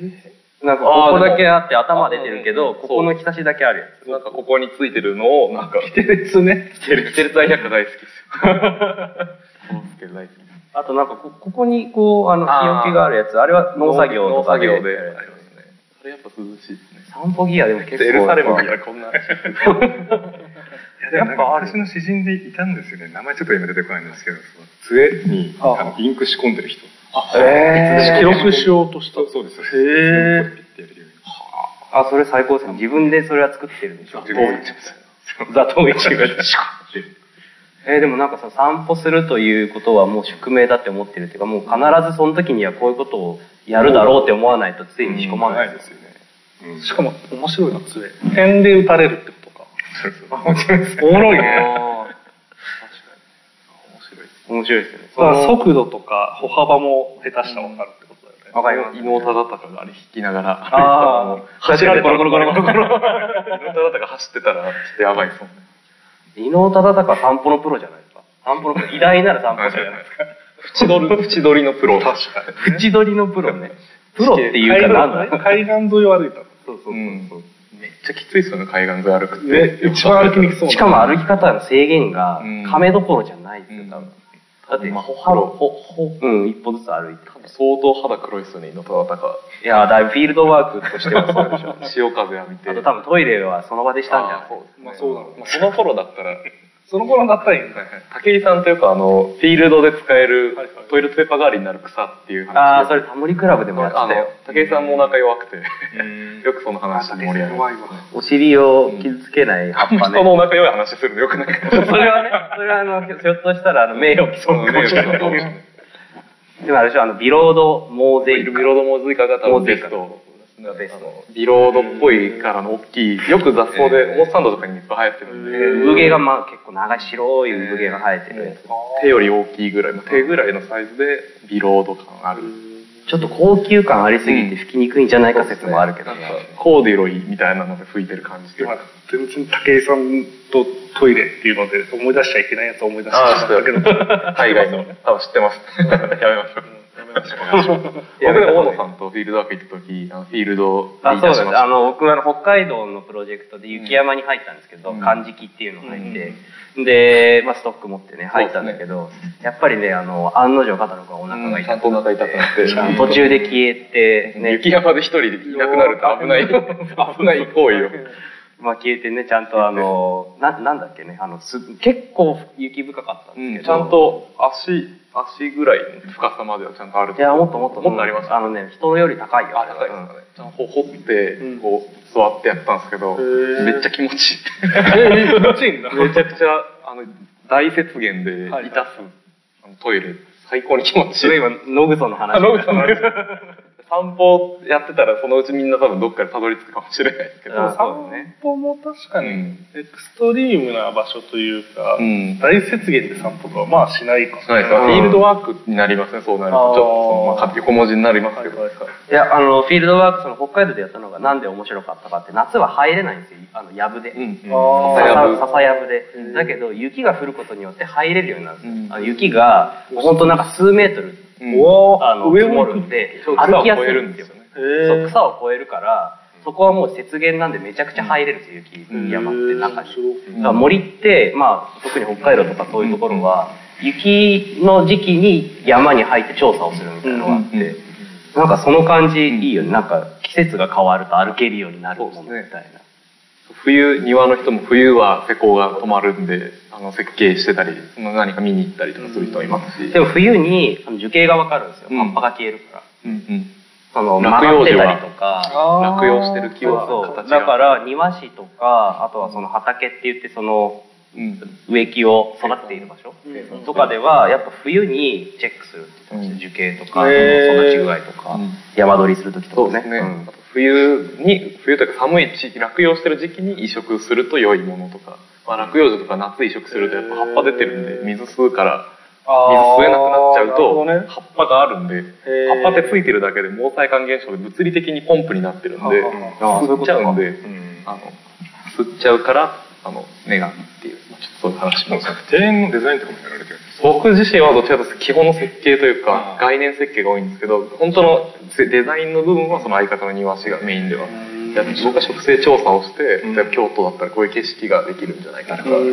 Speaker 2: なんかここだけあって頭出てるけ
Speaker 3: あー
Speaker 2: ど
Speaker 3: でも
Speaker 2: ここの日差しだけあるやつ
Speaker 3: なんかここについてるのをなんか着
Speaker 1: テレツね
Speaker 3: てる着てる大 百科大好きですよコロッケ大好き
Speaker 2: あとなんかこここにこうあの
Speaker 3: あー
Speaker 2: 日置きがあるやつあれは農作業
Speaker 3: 農
Speaker 2: とかで
Speaker 3: 作業でありますねそれやっぱ涼しいですね
Speaker 2: 散歩ギアでも結構
Speaker 3: エルサレムからこんな
Speaker 4: やっぱ私の詩人でいたんですよね名前ちょっと今出てこないんですけどその杖にあのインク仕込んでる人
Speaker 1: 記録しようとした
Speaker 4: そうそうです
Speaker 1: へー
Speaker 4: こうやってピッてやれるように
Speaker 2: あそれ最高ですね自分でそれは作ってるんでしょ
Speaker 4: 自分でやっちゃう
Speaker 2: 座頭市がえーでもなんかさ散歩するということはもう宿命だって思ってるっていうかもう必ずその時にはこういうことをやるだろうって思わないとついに仕込まないですよね、
Speaker 4: うん
Speaker 1: しかも面白いのはそれ点で打たれるってことか
Speaker 4: そうそう面白いですね
Speaker 1: おもろいね
Speaker 2: あ
Speaker 4: 面白いです
Speaker 2: ー面白いですよね
Speaker 1: だから速度とか歩幅も下手したら分かるってことだよね、
Speaker 2: わかります
Speaker 3: 伊能忠敬があれ引きながら
Speaker 2: あー
Speaker 3: 歩い
Speaker 1: 走
Speaker 3: てたのを
Speaker 1: られた
Speaker 3: ゴロゴロゴロゴロゴロゴロ伊能忠敬が走ってたらちょっとやばいですもんね
Speaker 2: 伊能忠敬は散歩のプロじゃないですか散歩のプロ偉大なる散歩者じゃないですか
Speaker 3: 縁取り縁取りのプロ
Speaker 4: 確かに
Speaker 2: 縁取りのプロねプロっていうかなんだ
Speaker 1: 海岸海岸沿いを歩いたの
Speaker 2: そうそうそううん
Speaker 3: めっちゃきついっすよね海岸沿い歩くっ
Speaker 1: ね
Speaker 3: て
Speaker 1: 一番歩きにくそうな
Speaker 2: しかも歩き方の制限が
Speaker 3: うん
Speaker 2: 亀どころじゃないですよ、多分。だって、
Speaker 3: まあ
Speaker 2: ほ
Speaker 3: ほ
Speaker 2: ほほうん、一歩ずつ歩いて。
Speaker 3: 相当肌黒いっすよね伊能忠敬
Speaker 2: いやー、だいぶフィールドワークとしてはそうでし ょうね。
Speaker 3: 潮風浴びて
Speaker 2: あと多分トイレはその場でしたんじゃない
Speaker 3: あーそうですね
Speaker 1: まあそうだろうね
Speaker 3: まあその頃だったら
Speaker 1: その頃だったらいいんだよ
Speaker 3: 武井さんというかあのフィールドで使える
Speaker 1: はいはい
Speaker 3: トイレットペーパー代わりになる草っていう話
Speaker 2: ああ、それタモリクラブでもやって
Speaker 3: あ
Speaker 2: たよ。
Speaker 3: の武井さんもお腹弱くてよくその話で盛り上が
Speaker 1: 怖
Speaker 3: る
Speaker 1: いわ
Speaker 2: お尻を傷つけない葉っぱ
Speaker 3: 人
Speaker 2: ね。
Speaker 3: のお腹弱い話するのよくないかもし
Speaker 2: そ
Speaker 3: れない
Speaker 2: れはね、それはあの、ひょっとしたらあの名誉毀
Speaker 3: そ
Speaker 2: 損
Speaker 3: の
Speaker 2: かもしれない。
Speaker 3: ね
Speaker 2: でもあれでしょ、あの、ビロード・モーゼイ
Speaker 3: ビロードモズイカが多分ベスト
Speaker 2: ベスト。
Speaker 3: ビロードっぽいからの大きいよく雑草でオースサンドとかにいっぱい生えてるんで
Speaker 2: 産毛がまあ結構長い白い産毛が生えてるやつ。
Speaker 3: 手より大きいぐらいの手ぐらいのサイズでビロード感ある
Speaker 2: ちょっと高級感ありすぎて拭きにくいんじゃないか説もあるけどね。
Speaker 3: コーデュロイみたいなので拭いてる感じという
Speaker 1: 今
Speaker 3: か
Speaker 1: 全然武井さんとトイレっていうので思い出しちゃいけないやつを思い出して
Speaker 3: ああ、
Speaker 1: ま
Speaker 3: 知
Speaker 1: し
Speaker 3: って
Speaker 1: たけど
Speaker 3: る。海外 の。多分知ってます。やめましょう。
Speaker 2: やめ
Speaker 3: 僕
Speaker 2: た方がいい
Speaker 3: ね、大野さんとフィールドワーク行った時、あのフィールドに
Speaker 2: あそうです。
Speaker 3: い
Speaker 2: あの、僕はあの北海道のプロジェクトで雪山に入ったんですけど、
Speaker 3: うん
Speaker 2: 漢字機っていうの入って、で、まあ、ストック持ってね、入ったんだけど、やっぱりね、あの、案の定肩の子がお腹が
Speaker 3: ち
Speaker 2: 痛
Speaker 3: ゃん
Speaker 2: く
Speaker 3: とお腹痛くなって、
Speaker 2: なって、途中で消えて、ね、
Speaker 3: 雪山で一人でいなくなると危ない、危ない行為を。
Speaker 2: まあ、消えてね、ちゃんとあの、な、なんだっけね、あの、す、結構雪深かったんですけど、
Speaker 3: ちゃんと足、足ぐらいの深さまではちゃんとある
Speaker 2: いや、もっともっと、
Speaker 3: もっとありました。
Speaker 2: あのね、人より高いよ。
Speaker 3: あ、高いですかね。ちゃんと掘って、こう、座ってやったんですけど、
Speaker 1: ー
Speaker 3: めっちゃ気持ちいい。
Speaker 1: え気持ちいいんだ
Speaker 3: めちゃくちゃ、あの、大雪原で、い
Speaker 1: はい
Speaker 3: たす、あのトイレ、最高に気持ち
Speaker 2: す
Speaker 3: いい
Speaker 2: ごい。今、ノグソの話。
Speaker 3: あ野口さんの話散歩やってたらそのうちみんな多分どっかでたどり着くかもしれないですけど、
Speaker 2: あ
Speaker 1: 散
Speaker 2: そうね
Speaker 1: 歩も確かに
Speaker 3: うん
Speaker 1: エクストリームな場所というか、
Speaker 3: うん
Speaker 1: 大雪原で散歩とはまあしないかも
Speaker 3: そうですねフィールドワークになりますねそうなると
Speaker 2: あー
Speaker 3: ちょっとその、まあ、か横文字になります
Speaker 1: はい
Speaker 3: け
Speaker 1: はい
Speaker 3: ど、
Speaker 1: はい
Speaker 2: いや、あの、フィールドワーク、その北海道でやったのがなんで面白かったかって、夏は入れないんですよ、あの、やぶで。
Speaker 3: うん
Speaker 1: あー
Speaker 2: 笹やぶ
Speaker 3: 笹や
Speaker 2: 笹やぶで、だけど雪が降ることによって入れるようになるんですよ、
Speaker 3: うん
Speaker 2: あの雪が本当なんか数メートル、
Speaker 3: ぶうん
Speaker 1: おー
Speaker 2: あの
Speaker 1: 上
Speaker 2: 積も
Speaker 1: を
Speaker 2: る
Speaker 1: 行
Speaker 2: ん
Speaker 1: く
Speaker 2: で
Speaker 3: そう
Speaker 2: 歩きやすいんですよ
Speaker 3: 草を越えるんですよね
Speaker 2: そう草を越えるからそこはもう雪原なんでめちゃくちゃ入れるんですよ雪山って中に、
Speaker 1: へ
Speaker 2: だから森って、まあ、特に北海道とかそういうところは、雪の時期に山に入って調査をするみたいなのがあって、
Speaker 3: うんうんうん
Speaker 2: なんかその感じいいよね、なんか季節が変わると歩けるようになるものみたいな、
Speaker 3: 冬庭の人も冬は施工が止まるんであの設計してたりその何か見に行ったりとかする人もいますし、
Speaker 2: でも冬にあの樹形がわかるんですよ、
Speaker 3: うん
Speaker 2: 葉っぱが消えるから。
Speaker 3: うんうん
Speaker 2: その曲
Speaker 3: 落
Speaker 2: が
Speaker 3: 葉
Speaker 2: って
Speaker 3: 樹は
Speaker 2: たりとか
Speaker 1: あー
Speaker 3: 落葉してる木
Speaker 2: そう
Speaker 3: は
Speaker 2: そう
Speaker 3: 形が
Speaker 2: だから庭師とかあとはその畑って言ってその
Speaker 3: うん
Speaker 2: 植木を育てている場所
Speaker 1: うん
Speaker 2: とかではやっぱ冬にチェックするって言ってました樹形とかその育ち具合とか
Speaker 3: うん
Speaker 2: 山取りする時
Speaker 3: そ
Speaker 2: と
Speaker 3: う
Speaker 2: か
Speaker 3: です
Speaker 2: ね
Speaker 3: ね、
Speaker 2: うん
Speaker 3: あと冬に冬というか寒い地域落葉してる時期に移植すると良いものとか、まあ、落葉樹とか夏移植するとやっぱ葉っぱ出てるんで水吸うから水吸えなくなっちゃうと
Speaker 1: なるほどね
Speaker 3: 葉っぱがあるんで
Speaker 1: へー
Speaker 3: 葉っぱってついてるだけで毛細管現象で物理的にポンプになってるんで
Speaker 1: はあ
Speaker 2: はあ
Speaker 3: 吸っちゃうんで
Speaker 4: うん
Speaker 3: あの吸っちゃうからあの女神っていう、まあ、ちょっとそういう話
Speaker 4: も
Speaker 3: も
Speaker 4: う庭園のデザインとかもやられてるんです
Speaker 3: 僕自身はどちらかというと基本の設計というか
Speaker 4: あー
Speaker 3: 概念設計が多いんですけど本当のデザインの部分はその相方の庭師がメインではやって僕は植生調査をして、
Speaker 4: うん
Speaker 3: 例えば京都だったらこういう景色ができるんじゃないかとかポ
Speaker 1: うん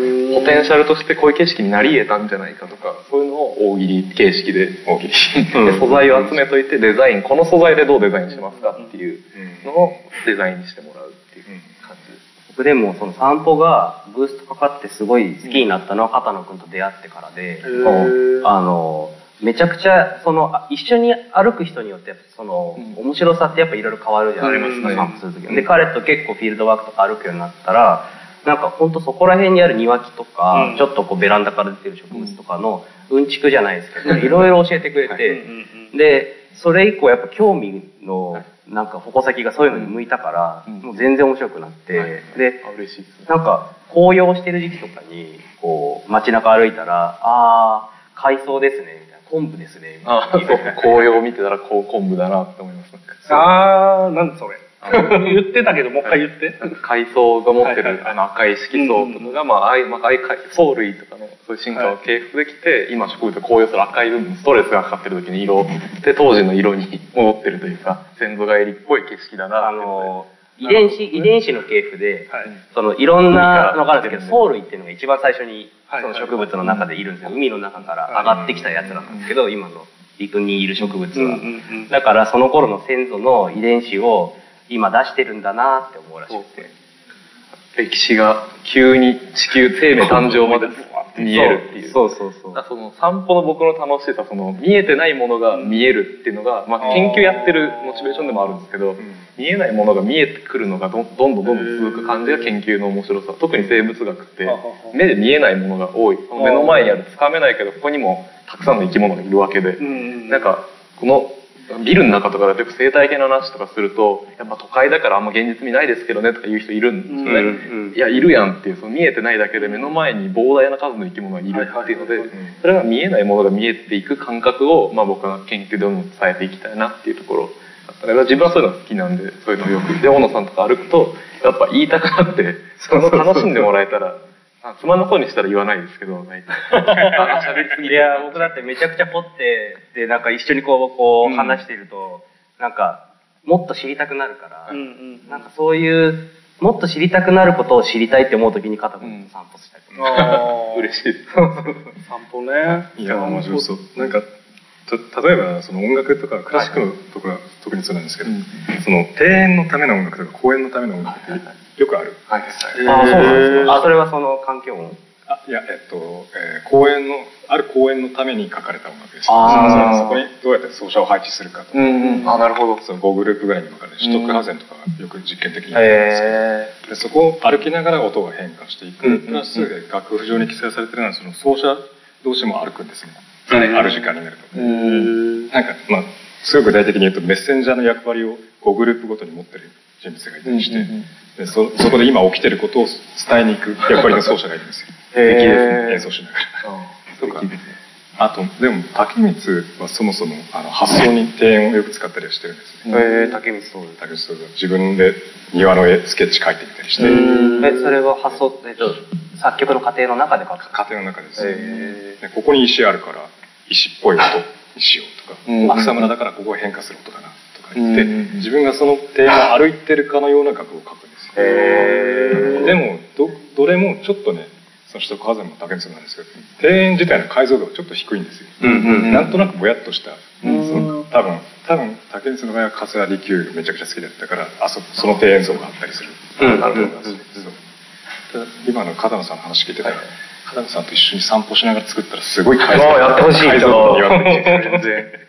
Speaker 3: テンシャルとしてこういう景色になり得たんじゃないかとかそういうのを大喜利形式で
Speaker 4: 大喜利
Speaker 3: で素材を集めといてデザインこの素材でどうデザインしますかっていうのをデザインにしてもらうっていう感じです。
Speaker 2: 僕でもその散歩がブーストかかってすごい好きになったのは片野君と出会ってからで、
Speaker 1: へー
Speaker 2: あのめちゃくちゃそのあ一緒に歩く人によってやっぱその、
Speaker 3: うん
Speaker 2: 面白さってやっぱいろいろ変わるじゃないですか
Speaker 3: 変わりますね
Speaker 2: 散歩する時ので彼と結構フィールドワークとか歩くようになったらなんかほんとそこら辺にある庭木とか、
Speaker 1: うん
Speaker 2: ちょっとこうベランダから出てる植物とかのうんちくじゃないですけど、いろいろ教えてくれて、でそれ以降やっぱ興味のなんか矛先がそういうのに向いたから、
Speaker 3: うん
Speaker 2: もう全然面白くなって、
Speaker 3: はい
Speaker 2: で
Speaker 3: あ嬉しいですね。
Speaker 2: なんか紅葉してる時期とかにこう街中歩いたら「あー海藻ですね」みたいな「昆布ですね」みたい
Speaker 3: あ
Speaker 2: な
Speaker 3: そう紅葉を見てたらこう昆布だなって思いますなんか
Speaker 1: あー、なんそれ。 言ってたけど、もう一回言って。
Speaker 3: 海藻が持っ
Speaker 1: は
Speaker 3: て
Speaker 1: いはいはい
Speaker 3: るあの赤い色素とかが、まあ、ああいうまあああいう海藻類とかのそういう進化を継服できて、今植物が紅葉する赤い部分ストレスがかかってる時に色で当時の色に戻ってるというか先祖返りっぽい景色だ
Speaker 2: あ
Speaker 3: なっていうの
Speaker 2: の遺伝子遺伝子の系譜で、
Speaker 1: はい。
Speaker 2: そのいろんなのがあるんですけど藻類っていうのが一番最初に
Speaker 1: はい
Speaker 2: その植物の中でいるんですよ海の中から上がってきたやつらなんですけど今の陸にいる植物
Speaker 1: うんうん
Speaker 2: は
Speaker 1: うん。
Speaker 2: だからその頃の先祖の遺伝子を今出してるんだなって思うらし
Speaker 3: そ
Speaker 2: く
Speaker 3: う
Speaker 2: て
Speaker 3: で歴史が急に地球生命誕生まで見えるっていう
Speaker 2: そうそうそう
Speaker 3: だからその散歩の僕の楽しさその見えてないものが見えるっていうのが、まあ、研究やってるモチベーションでもあるんですけど、見えないものが見えてくるのがどんどんどんどん続く感じが研究の面白さ特に生物学って目で見えないものが多い目の前にあるつかめないけどここにもたくさんの生き物がいるわけで
Speaker 1: う、ん
Speaker 3: なん、かこのビルの中とかだとよく生態系の話とかするとやっぱ都会だからあんま現実味ないですけどねとか言う人いるんですよね。
Speaker 1: うん
Speaker 3: いやいるやんっていうその見えてないだけで目の前に膨大な数の生き物がいるっていうのでそれが見えないものが見えていく感覚を、まあ、僕は研究でどんどん伝えていきたいなっていうところだったら自分はそういうのが好きなんでそういうのをよくで大野さんとか歩くとやっぱ言いたくなってその楽しんでもらえたらあつまんなそうにしたら言わないですけど大体あ喋りすぎ
Speaker 2: い
Speaker 3: て
Speaker 2: や僕だってめちゃくちゃ凝ってでなんか一緒にこうこう話していると、なんかもっと知りたくなるから、
Speaker 1: うんうん。
Speaker 2: なんかそういうもっと知りたくなることを知りたいって思う時に肩こりと散歩したりとか、
Speaker 1: あー
Speaker 3: 嬉しいです
Speaker 1: 散歩ね。
Speaker 4: いや面白そうなんかた例えばその音楽とかクラシックのところは特にそうなんですけど、
Speaker 3: うん
Speaker 4: その庭園のための音楽とか公園のための音楽ってよくある、
Speaker 3: はい
Speaker 2: ああそうなん
Speaker 4: へ
Speaker 2: です
Speaker 4: ー
Speaker 2: かあそれはその環境音
Speaker 4: あいやえっと、えー公園のある公園のために書かれた音楽です
Speaker 2: あー
Speaker 4: そこにどうやって奏者を配置するかとか、
Speaker 3: うんうんあなるほど
Speaker 4: その5グループぐらいに分かれて
Speaker 3: うん
Speaker 4: シュトックハウゼンとかよく実験的にやるん
Speaker 3: え
Speaker 4: ですけどでそこを歩きながら音が変化していく、
Speaker 3: うん
Speaker 4: プラス楽譜上に記載されてるのはその奏者同士も歩くんですね、
Speaker 3: うん
Speaker 4: ある時間になると、
Speaker 3: うん
Speaker 4: なんかまあすごく具体的に言うとメッセンジャーの役割を5グループごとに持ってる人物がいたりして、
Speaker 3: うんうんうん
Speaker 4: でそそこで今起きてることを伝えに行く役割の奏者がいるんですよ
Speaker 3: へー
Speaker 4: 敵ですね演奏しながら
Speaker 3: そう
Speaker 4: か
Speaker 3: か
Speaker 4: あとでも竹光はそもそもあの発想に庭園をよく使ったりはしてるんですね
Speaker 2: ええ竹光そう
Speaker 4: 竹内さんが自分で庭の絵スケッチ描いてみたりして、
Speaker 2: えそれは発想えっと作曲の過程の中で書く
Speaker 4: 家庭の中です、
Speaker 3: へ
Speaker 4: でここに石あるから石っぽい音にしようとか、
Speaker 3: うん
Speaker 4: 草むらだからここが変化する音だなとか言って、
Speaker 3: うん
Speaker 4: 自分がその庭園を歩いてるかのような楽を描くんですよでもどどれもちょっとねその人火山も竹内さんなんですけど庭園自体の解像度がちょっと低いんですよ、
Speaker 3: うん
Speaker 4: なんとなくぼやっとした、
Speaker 3: うん
Speaker 4: その多分多分竹内さんの場合は桂離宮がめちゃくちゃ好きだったからあそその庭園像があったりする、
Speaker 3: うん
Speaker 4: なるほど、そうただ今の片野さんの話聞いてたら、片野さんと一緒に散歩しながら作ったらすごい解像
Speaker 3: もうやってほしい
Speaker 4: 解像度が上がって
Speaker 3: 全
Speaker 4: きて
Speaker 3: 然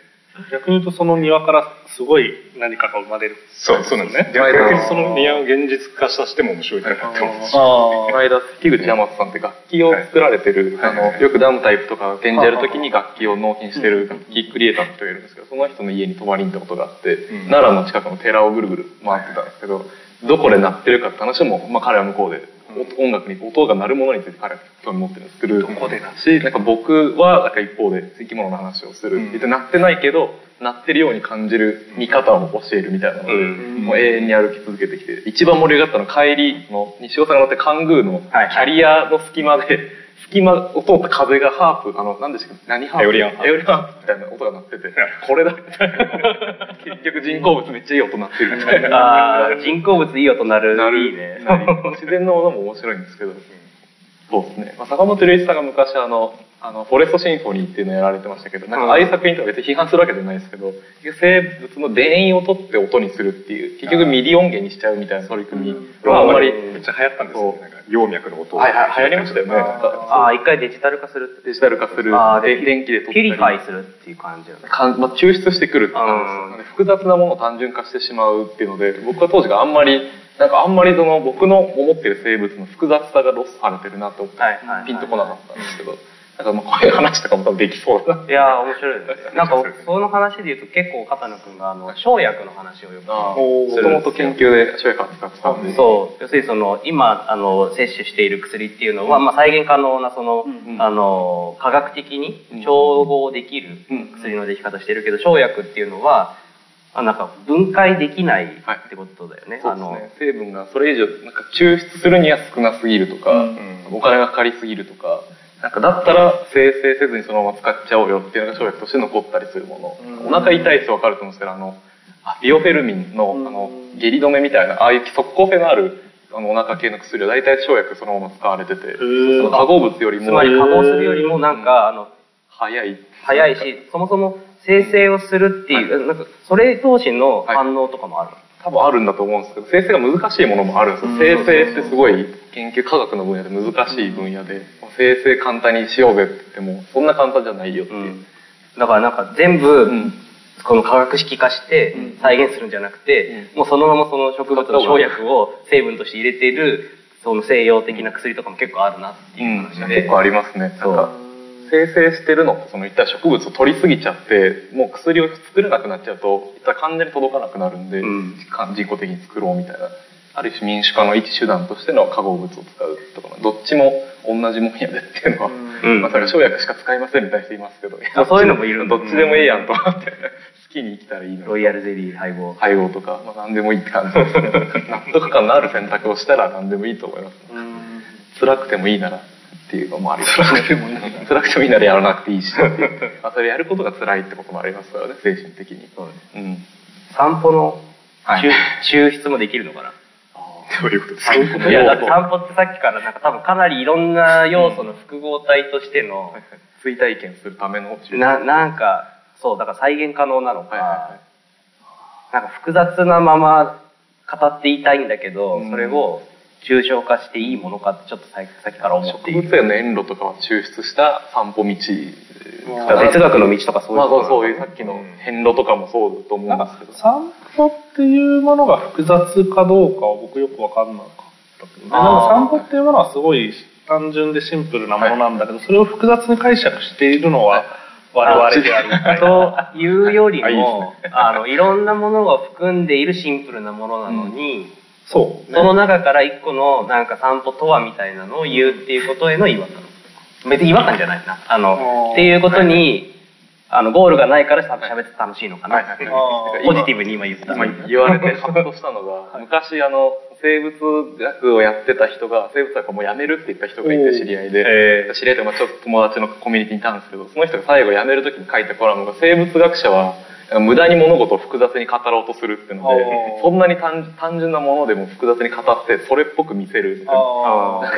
Speaker 1: 逆に言うと、その庭からすごい何かが生まれる。
Speaker 4: そうそうなんですね
Speaker 3: はい
Speaker 4: 逆にその庭を現実化させても面白いかなって思うんですよ
Speaker 3: この間関口山松さんって楽器を作られてる、
Speaker 4: はい
Speaker 3: あのよくダムタイプとか展示やるときに楽器を納品してる楽器クリエイターの人がいるんですけどその人の家に泊まりに行ったことがあって、
Speaker 4: ん
Speaker 3: 奈良の近くの寺をぐるぐる回ってたんですけどどこで鳴ってるかって話も、まあ、彼は向こうで、音楽に音が鳴るものについて彼は興味持ってるんですけどどこでしなんか僕はなんか一方で生き物の話をする、
Speaker 4: うん
Speaker 3: で鳴ってないけど鳴ってるように感じる見方を教えるみたいなので、もう永遠に歩き続けてきて一番盛り上がったのは帰りの西尾さんが乗って関宮のキ
Speaker 2: はい
Speaker 3: ャリアの隙間で 隙間を通った風がハープあの何でしたっけ何ハープ
Speaker 4: エオリアンハープ
Speaker 3: エオリアンハープみたいな音が鳴っててこれ だ結局人工物めっちゃいい音鳴ってるみたい な
Speaker 2: あー人工物いい音鳴る
Speaker 3: なる
Speaker 2: いいね
Speaker 3: なる自然のものも面白いんですけど、そうですね、まあ、坂本龍一さんが昔あのあのフォレストシンフォニーっていうのをやられてましたけどなんかああいう作品とか別に批判するわけじゃないですけど生物の電音を取って音にするっていう結局ミディ音源にしちゃうみたいな取り組みはあんまり、
Speaker 4: めっちゃ流行ったんですよなんか葉脈の音を
Speaker 3: はいはい流行りました よねなんか
Speaker 2: ああ一回デジタル化するって
Speaker 3: デジタル化する
Speaker 2: あー
Speaker 3: で電気で取
Speaker 2: ピ
Speaker 3: っ
Speaker 2: ュ
Speaker 3: たり
Speaker 2: リファイするっていう感じだね
Speaker 3: かんまあ、抽出してくるって感じです
Speaker 2: うん
Speaker 3: なんで複雑なものを単純化してしまうっていうので僕は当時があんまりなんかあんまりその僕の思ってる生物の複雑さがロスされてるなと思って、
Speaker 2: はいはいはい
Speaker 3: ピンとこなかったんですけど、なんかまあこういう話とかも多分できそうだな。
Speaker 2: いやー面白いですねなんかその話で言うと結構片野君があの生薬の話をよく
Speaker 3: もともと研究で生薬扱ってたんで、
Speaker 2: そう要するにその今あの摂取している薬っていうのは、まあ、再現可能なその、
Speaker 1: うん
Speaker 2: あの科学的に調合できる薬のでき方してるけど生薬っていうのはあなんか分解できないってことだよね。
Speaker 3: そう
Speaker 2: あ
Speaker 3: です
Speaker 2: の
Speaker 3: ね。成分がそれ以上なんか抽出するには少なすぎるとか、
Speaker 4: うん
Speaker 3: お金がかかりすぎるとか、なんかだったら生成せずにそのまま使っちゃおうよっていうのが生薬として残ったりするもの。
Speaker 1: うん
Speaker 3: お腹痛い人わかると思うんですけど、あの、あビオフェルミンの、
Speaker 1: うん
Speaker 3: あの、下痢止めみたいな、ああいう即効性のある、あの、お腹系の薬は大体生薬そのまま使われてて、
Speaker 1: ー
Speaker 3: その化合物より
Speaker 2: つ
Speaker 3: も
Speaker 2: まり加工するよりもなんか、あの
Speaker 3: 早い。
Speaker 2: 早いしそもそも生成をするっていう、なんかそれ同士の
Speaker 3: はい
Speaker 2: 反応とかもある。
Speaker 3: 多分あるんだと思うんですけど生成が難しいものもあるんですよ
Speaker 1: うん
Speaker 3: 生成ってすごい研究科学の分野で難しい分野で生成簡単にしようぜって言ってもそんな簡単じゃないよって
Speaker 2: う
Speaker 3: いう、
Speaker 2: ん、だからなんか全部、
Speaker 3: うん
Speaker 2: この化学式化して再現するんじゃなくて、もうそのままその植物の生薬を成分として入れているその西洋的な薬とかも結構あるなっていう話で、
Speaker 3: 結構ありますねなん
Speaker 2: そう
Speaker 3: か生成してるのってそのいったら植物を取りすぎちゃってもう薬を作れなくなっちゃうといったら患者に届かなくなるんで、
Speaker 2: うん
Speaker 3: か人工的に作ろうみたいなある種民主化の一手段としての化合物を使うとかどっちも同じもんやでっていうのは、
Speaker 2: うん
Speaker 3: まあそれは生薬しか使いませんみたいな人いますけど
Speaker 2: あそういうのもいるんだ
Speaker 3: どっちでもええやんと思って好きに生きたらいいの
Speaker 2: ロイ
Speaker 3: に
Speaker 2: ヤルゼリー配合
Speaker 3: 配合とか、まあ、何でもいいって感じです ね納得感のある選択をしたら何でもいいと思います辛くてもいいならっていうのもあります辛くてもいいなら辛くてもいいならやらなくていいしっていうまあそれやることが辛いってこともありますからね精神的に
Speaker 2: そうね
Speaker 3: うん
Speaker 2: 散歩の
Speaker 4: はい
Speaker 2: 抽抽出もできるのかな
Speaker 4: どういうことですか
Speaker 2: いやだって散歩ってさっきからなんか多分かなりいろんな要素の複合体としての、
Speaker 3: 追体験するための
Speaker 2: ななんかそうだから再現可能なのか、
Speaker 3: はいは
Speaker 2: なんか複雑なまま語っていたいんだけど、
Speaker 3: うん
Speaker 2: それを抽象化していいものかってちょっとささっきから
Speaker 3: い
Speaker 2: 思
Speaker 3: はい
Speaker 2: って
Speaker 3: 植
Speaker 2: いる
Speaker 3: 物園の園路とかは抽出した散歩道
Speaker 1: うん
Speaker 3: だから
Speaker 2: 哲学の道とかそういう
Speaker 3: まあそう
Speaker 2: こ
Speaker 3: そういうさっきの遍路とかもそうだと思う
Speaker 1: なんん
Speaker 3: です
Speaker 1: か
Speaker 3: けど
Speaker 1: 散歩っていうものが複雑かどうかは僕よく分かんなかったけど、ね、
Speaker 2: あー
Speaker 1: なんか散歩っていうものはすごい単純でシンプルなものなんだけど、それを複雑に解釈しているのは我々であるみ たいな。
Speaker 2: とというより
Speaker 3: あいい
Speaker 2: もあのいろんなものが含んでいるシンプルなものなのに、
Speaker 1: そう、
Speaker 2: その中から一個のなんか散歩とはみたいなのを言うっていうことへの違和感別に違和感じゃないなあの
Speaker 1: あー
Speaker 2: っていうことに、あのゴールがないからしゃべって楽しいのかな、
Speaker 3: はいはいはい
Speaker 1: あー
Speaker 2: ポジティブに今言った、
Speaker 3: 今言われてハッとしたのが昔あの生物学をやってた人が生物学をもうやめるって言った人がい
Speaker 1: お
Speaker 3: て
Speaker 1: う
Speaker 3: 知り合いで
Speaker 4: え
Speaker 3: 知り合いというかまあちょっと友達のコミュニティにいたんですけどその人が最後やめる時に書いたコラムが生物学者は無駄に物事を複雑に語ろうとするっていうので
Speaker 1: おう
Speaker 3: そんなに単単純なものでも複雑に語ってそれっぽく見せるみたいな
Speaker 1: あー
Speaker 3: なんか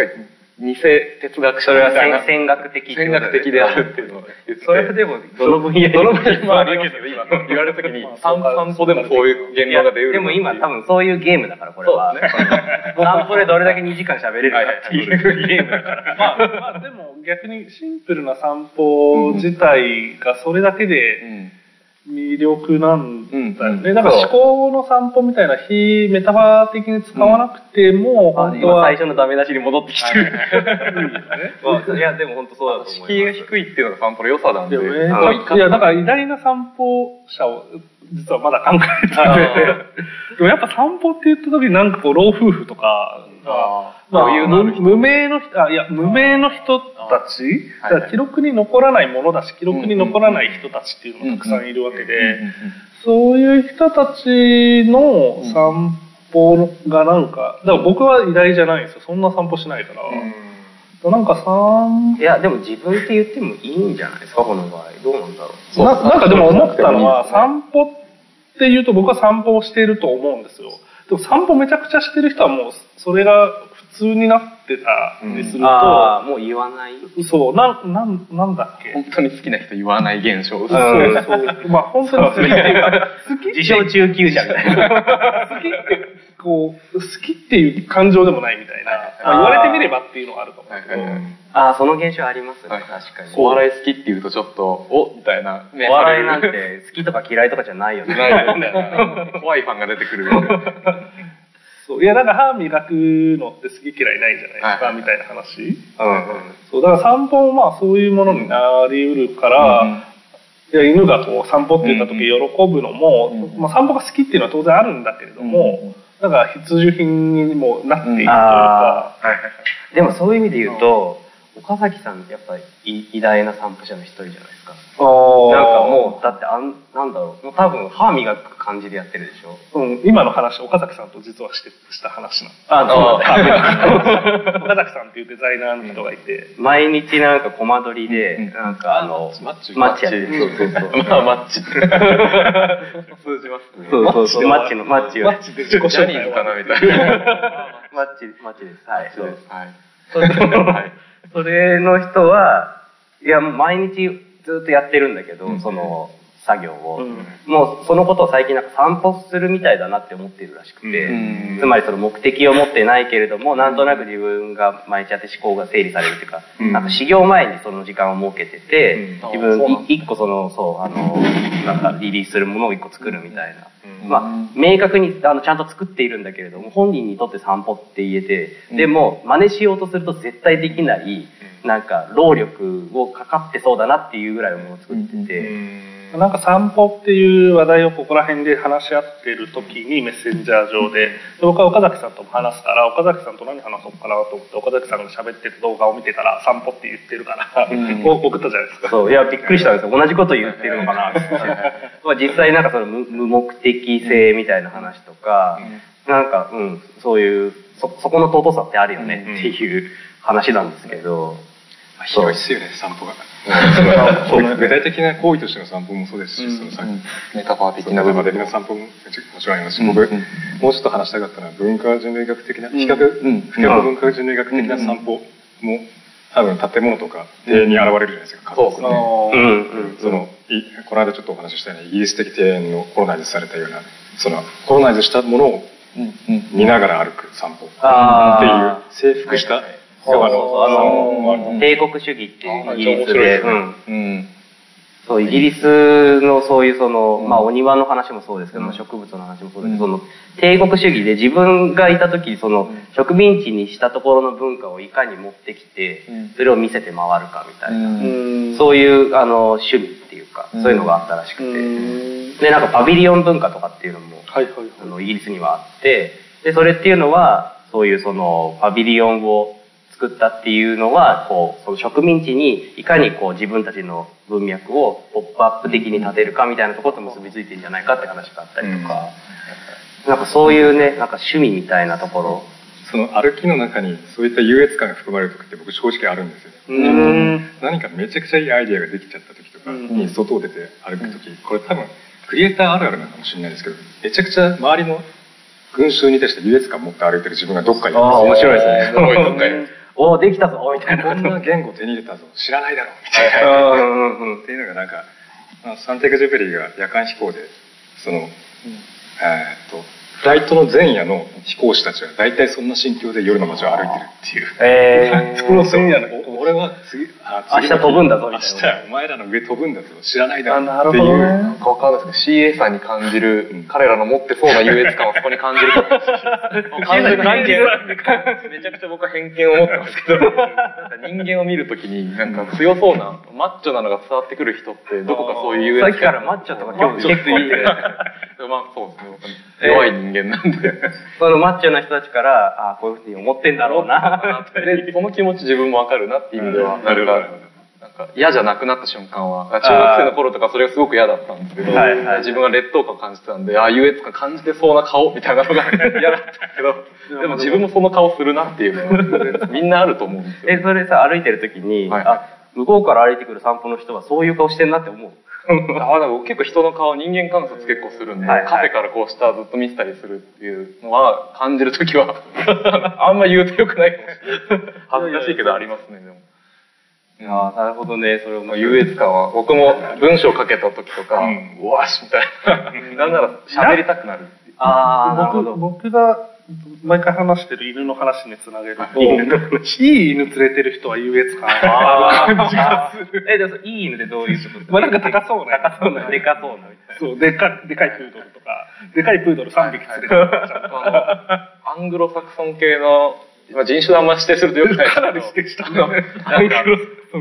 Speaker 3: 偽哲学者
Speaker 2: それは
Speaker 3: みたいな
Speaker 2: 戦戦学的
Speaker 3: 戦略的であるっていうのを言って
Speaker 2: それでもどの分野に
Speaker 3: どの分野にもありますけど今 言われた時に散散歩でもそういう言論が出うる
Speaker 2: でも今多分そういうゲームだからこれは、
Speaker 3: そうで
Speaker 2: その 散歩でどれだけ2時間喋れるかっていうゲームだから
Speaker 1: まあ、 まあでも逆にシンプルな散歩自体がそれだけで、
Speaker 3: うん
Speaker 1: 魅力なんだよね、
Speaker 3: うん
Speaker 1: なんか思考の散歩みたいな非メタファー的に使わなくても、
Speaker 2: あ
Speaker 1: 本当
Speaker 2: 今
Speaker 1: は
Speaker 2: 最初のダメ出しに戻ってきてる、ま あいやでも本当そうだと思います
Speaker 3: 敷居が低いっていうのが散歩の良さなん
Speaker 1: で
Speaker 3: で
Speaker 1: もね
Speaker 3: あの
Speaker 1: いやだから偉大な散歩者を実はまだ考えてなくてでもやっぱ散歩って言った時になんかこう老夫婦とかが
Speaker 3: あ
Speaker 1: ま
Speaker 3: 余裕
Speaker 1: あ、
Speaker 3: のあ
Speaker 1: 無
Speaker 3: る人
Speaker 1: 無名の人あいや無名の人たち
Speaker 3: あーはいはい
Speaker 1: だから記録に残らないものだし記録に残らない人たちっていうのがたくさんいるわけで。そういう人たちの散歩がなんか、だから僕は偉大じゃないんですよ。そんな散歩しないから。なんか散
Speaker 2: いやでも自分って言ってもいいんじゃないですかこの場合どうなんだろう
Speaker 1: 歩、ななんかでも思ったのは、
Speaker 3: 散
Speaker 1: 散歩って言うと僕は散歩をしていると思うんですよ。でも散歩めちゃくちゃしてる人はもう、それが普通になってたりすると、
Speaker 2: ああもう言わない
Speaker 1: そう、なん、なん、なんだっけ。
Speaker 3: 本当に好きな人言わない現象
Speaker 1: そうそう。まあ本当に好きっていうか、好き
Speaker 2: 自称中級者みたいな
Speaker 1: 好きってこう好きっていう感情でもないみたいな、まあ
Speaker 2: あー
Speaker 1: 言われてみればっていうのはあるかもしれ
Speaker 3: はい
Speaker 1: ない
Speaker 3: はいはい
Speaker 2: ああその現象ありますね、
Speaker 3: はい
Speaker 2: 確かに
Speaker 3: お笑い好きっていうとちょっとおみたいな
Speaker 2: お笑いなん て好きとか嫌いとかじゃないよね。
Speaker 3: ないよね怖いファンが出てくるよね
Speaker 1: そういやなんか歯磨くのって好き嫌いないじゃないですか、
Speaker 3: はい
Speaker 1: みたいな話
Speaker 3: うんうん
Speaker 1: そうだから散歩もまあそういうものになりうるから、いや犬がこう散歩って言った時喜ぶのも、
Speaker 3: うん
Speaker 1: まあ、散歩が好きっていうのは当然あるんだけれども、
Speaker 3: うん
Speaker 1: なんか必需品にもなっているという
Speaker 3: うん
Speaker 1: か、
Speaker 3: はいはいはい
Speaker 2: でもそういう意味で言うと、岡崎さんってやっぱり偉大な散歩者の一人じゃないですか。なんかもう、だってあん、なんだろう、もう多分歯磨く感じでやってるでしょ。
Speaker 1: う、うん、今の話岡崎さんと実はしてした話なの
Speaker 2: あ
Speaker 3: そうなんだ
Speaker 1: 岡崎さんっていうデザイナーの人がい て、
Speaker 2: 毎日なんかコマ撮りで、
Speaker 3: うん
Speaker 2: なんかあの、
Speaker 4: マッチ
Speaker 2: マッチやってる。そうそうそう。
Speaker 3: まあマッチ通じますね
Speaker 2: そうそうそう。マッチの、マッチを。マ
Speaker 1: マッ
Speaker 2: ッ
Speaker 1: チ
Speaker 2: チ
Speaker 1: で
Speaker 3: ジ
Speaker 1: 自己紹
Speaker 3: ャニー
Speaker 1: 介
Speaker 3: ズ
Speaker 1: を
Speaker 3: かなみたいな
Speaker 2: マッチです。はい。そう
Speaker 3: はい
Speaker 2: それそれの人は、いや、もう毎日ずっとやってるんだけど、
Speaker 3: うん
Speaker 2: その作業を、
Speaker 1: うん
Speaker 2: もうそのことを最近なんか散歩するみたいだなって思ってるらしくて、
Speaker 3: うん
Speaker 2: つまりその目的を持ってないけれども、なんとなく自分が毎日やって思考が整理されるというか、
Speaker 4: うん
Speaker 2: なんか修行前にその時間を設けてて、
Speaker 3: うん
Speaker 2: 自
Speaker 3: あそうなん
Speaker 2: 分
Speaker 3: だ
Speaker 2: い一個その、そう、あの、なんかリリースするものを一個作るみたいな。
Speaker 3: うん
Speaker 2: まあ、明確にあのちゃんと作っているんだけれども本人にとって散歩って言えて、
Speaker 3: うん
Speaker 2: でも真似しようとすると絶対できない、なんか労力をかかってそうだなっていうぐらいのものを作ってて、
Speaker 1: なんか散歩っていう話題をここら辺で話し合ってる時にメッセンジャー上でで僕は岡崎さんとも話すから岡崎さんと何話そうかなと思って岡崎さんが喋ってる動画を見てたら散歩って言ってるから、
Speaker 3: うん
Speaker 1: お送ったじゃないですか。
Speaker 2: そういやびっくりしたんですよ同じこと言ってるのか なってまあ実際なんかその無無目的性みたいな話とか、なんか、うん、そういうそそこの尊さってあるよねっていう話なんですけど。
Speaker 4: 広いっすよね散歩が具体的な行為としての散歩もそうですし、そのさ
Speaker 3: メタファー
Speaker 4: 的
Speaker 3: 的
Speaker 4: な
Speaker 3: な
Speaker 4: 部
Speaker 3: 部
Speaker 4: 分
Speaker 3: 分
Speaker 4: 的な散歩ももちろんありますし、
Speaker 3: うん
Speaker 4: 僕、
Speaker 3: うん
Speaker 4: もうちょっと話したかったのは文化人類学的な、
Speaker 3: うん
Speaker 4: 比較、
Speaker 3: うん
Speaker 4: 不況の文化人類学的な散歩も、多分建物とか庭園に現れるじゃないですか、
Speaker 3: そうです
Speaker 4: 各国ね
Speaker 2: うん
Speaker 3: ね
Speaker 2: うん
Speaker 4: そのいこの間ちょっとお話ししたようにイギリス的庭園のコロナイズされたようなそのコロナイズしたものを
Speaker 3: うんうん
Speaker 4: 見ながら歩く散歩っ
Speaker 2: あー
Speaker 4: ていう征服した
Speaker 3: はいはい
Speaker 4: ヨガの
Speaker 2: そう
Speaker 4: 散
Speaker 2: そう
Speaker 4: 歩もある
Speaker 3: うん
Speaker 2: 帝国主義っていうイギリス
Speaker 4: あめっちゃ面白いで
Speaker 2: で、
Speaker 4: す
Speaker 2: う
Speaker 4: ね
Speaker 2: ん
Speaker 3: うん
Speaker 2: そうイギリスのそういうその、
Speaker 3: うん
Speaker 2: まあ、お庭の話もそうですけど、
Speaker 3: うん
Speaker 2: まあ植物の話もそうだけど、
Speaker 3: うん
Speaker 2: その帝国主義で自分がいた時その
Speaker 3: ん
Speaker 2: 植民地にしたところの文化をいかに持ってきて、
Speaker 3: うん
Speaker 2: それを見せて回るかみたいな、
Speaker 1: うん
Speaker 2: そういうあの趣味っていうか、
Speaker 3: うん
Speaker 2: そういうのがあったらしくて、
Speaker 1: うん
Speaker 2: でなんかパビリオン文化とかっていうのも
Speaker 1: はいはいはい
Speaker 2: あのイギリスにはあってでそれっていうのはそういうそのパビリオンを作ったっていうのはこうその植民地にいかにこう自分たちの文脈をポップアップ的に立てるかみたいなところと結びついてんじゃないかって話があったりとか、なんかそういうねなんか趣味みたいなところ
Speaker 4: その歩きの中にそういった優越感が含まれる時って僕正直あるんですよ
Speaker 2: うん
Speaker 4: 何かめちゃくちゃいいアイデアができちゃった時とか
Speaker 1: うん
Speaker 4: に外を出て歩く時これ多分クリエイターあるあるなのかもしれないですけどめちゃくちゃ周りの群衆に対して優越感持って歩いてる自分がどっかいるんです
Speaker 2: あー
Speaker 4: よ
Speaker 2: 面白いですね
Speaker 3: すごいどっかいる
Speaker 2: おおできたぞみたいな
Speaker 4: こんな言語手に入れたぞ知らないだろうみたいな
Speaker 2: うんうんうん
Speaker 4: っていうのがなんかあのサンテグジュペリーが夜間飛行でその、えーっとフライトの前夜の飛行士たちは大体そんな心境で夜の街を歩いてるっていう。
Speaker 2: え ー、
Speaker 4: そうそうお俺は次あ次の
Speaker 2: 明日飛ぶんだぞみ
Speaker 4: 明
Speaker 2: たい
Speaker 4: 日
Speaker 2: な
Speaker 4: お前らの上飛ぶんだぞ知らないだ
Speaker 1: あな
Speaker 4: ろ
Speaker 1: る
Speaker 4: うっ
Speaker 1: ほど
Speaker 4: てい
Speaker 1: ね
Speaker 4: う
Speaker 3: なんかわかんないですけど CA さんに感じる、
Speaker 4: うん
Speaker 3: 彼らの持ってそうな優越感をそこに感じるかもしれない完全に
Speaker 2: 感じる
Speaker 3: めちゃくちゃ僕は偏見を持ってますけどなんか人間を見るときになんか強そうなマッチョなのが伝わってくる人ってどこかそういう優越
Speaker 2: さっ
Speaker 3: 感
Speaker 2: きからマッチョとか興味結構いいね
Speaker 3: まあそうですね僕は弱い人間なんで、
Speaker 2: そのマッチョな人たちからあーこういうふうに思ってんだろうな
Speaker 3: でその気持ち自分もわかるなっていう意味では、
Speaker 4: うん
Speaker 3: な
Speaker 4: なる
Speaker 3: ん
Speaker 4: ほど
Speaker 3: かなんか嫌じゃなくなった瞬間は中学生の頃とかそれがすごく嫌だったんですけど、
Speaker 2: はいはい
Speaker 3: 自分が劣等感を感じてたんでああ優越感感じてそうな顔みたいなのが 嫌だったけどでも自分もその顔するなっていうのは みんなあると思うんですよ。
Speaker 2: えそれさ歩いてる時に、
Speaker 3: はい
Speaker 2: あ向こうから歩いてくる散歩の人はそういう顔してんなって思う
Speaker 3: あなんか結構人の顔人間観察結構するんで、
Speaker 2: はいはい
Speaker 3: カフェからこう下ずっと見せたりするっていうのは感じる時はあんま言うとよくないかもしれない恥ずかしいけどありますねでも。
Speaker 2: あなるほどねそれ
Speaker 3: まあ優越感は僕も文章書けた時とか、う
Speaker 4: うん
Speaker 3: わしみた いななんなら喋りたくなる
Speaker 2: ああなるほ
Speaker 1: 僕僕
Speaker 2: ど
Speaker 1: が毎回話してる犬の話につなげると
Speaker 4: 犬の
Speaker 1: いい犬連れてる人は優越感ある 感じがする。
Speaker 2: えでもそれいい犬でどういうことです
Speaker 1: まあなんか高そうな
Speaker 2: 高そうなでかそうなみたいな
Speaker 1: そうでかでかいプードルとかでかいプードル3匹連れてるとか
Speaker 3: あングロサクソン系の、まあ、人種のあんま指定するとよくない
Speaker 4: かなり指定したね
Speaker 3: なんか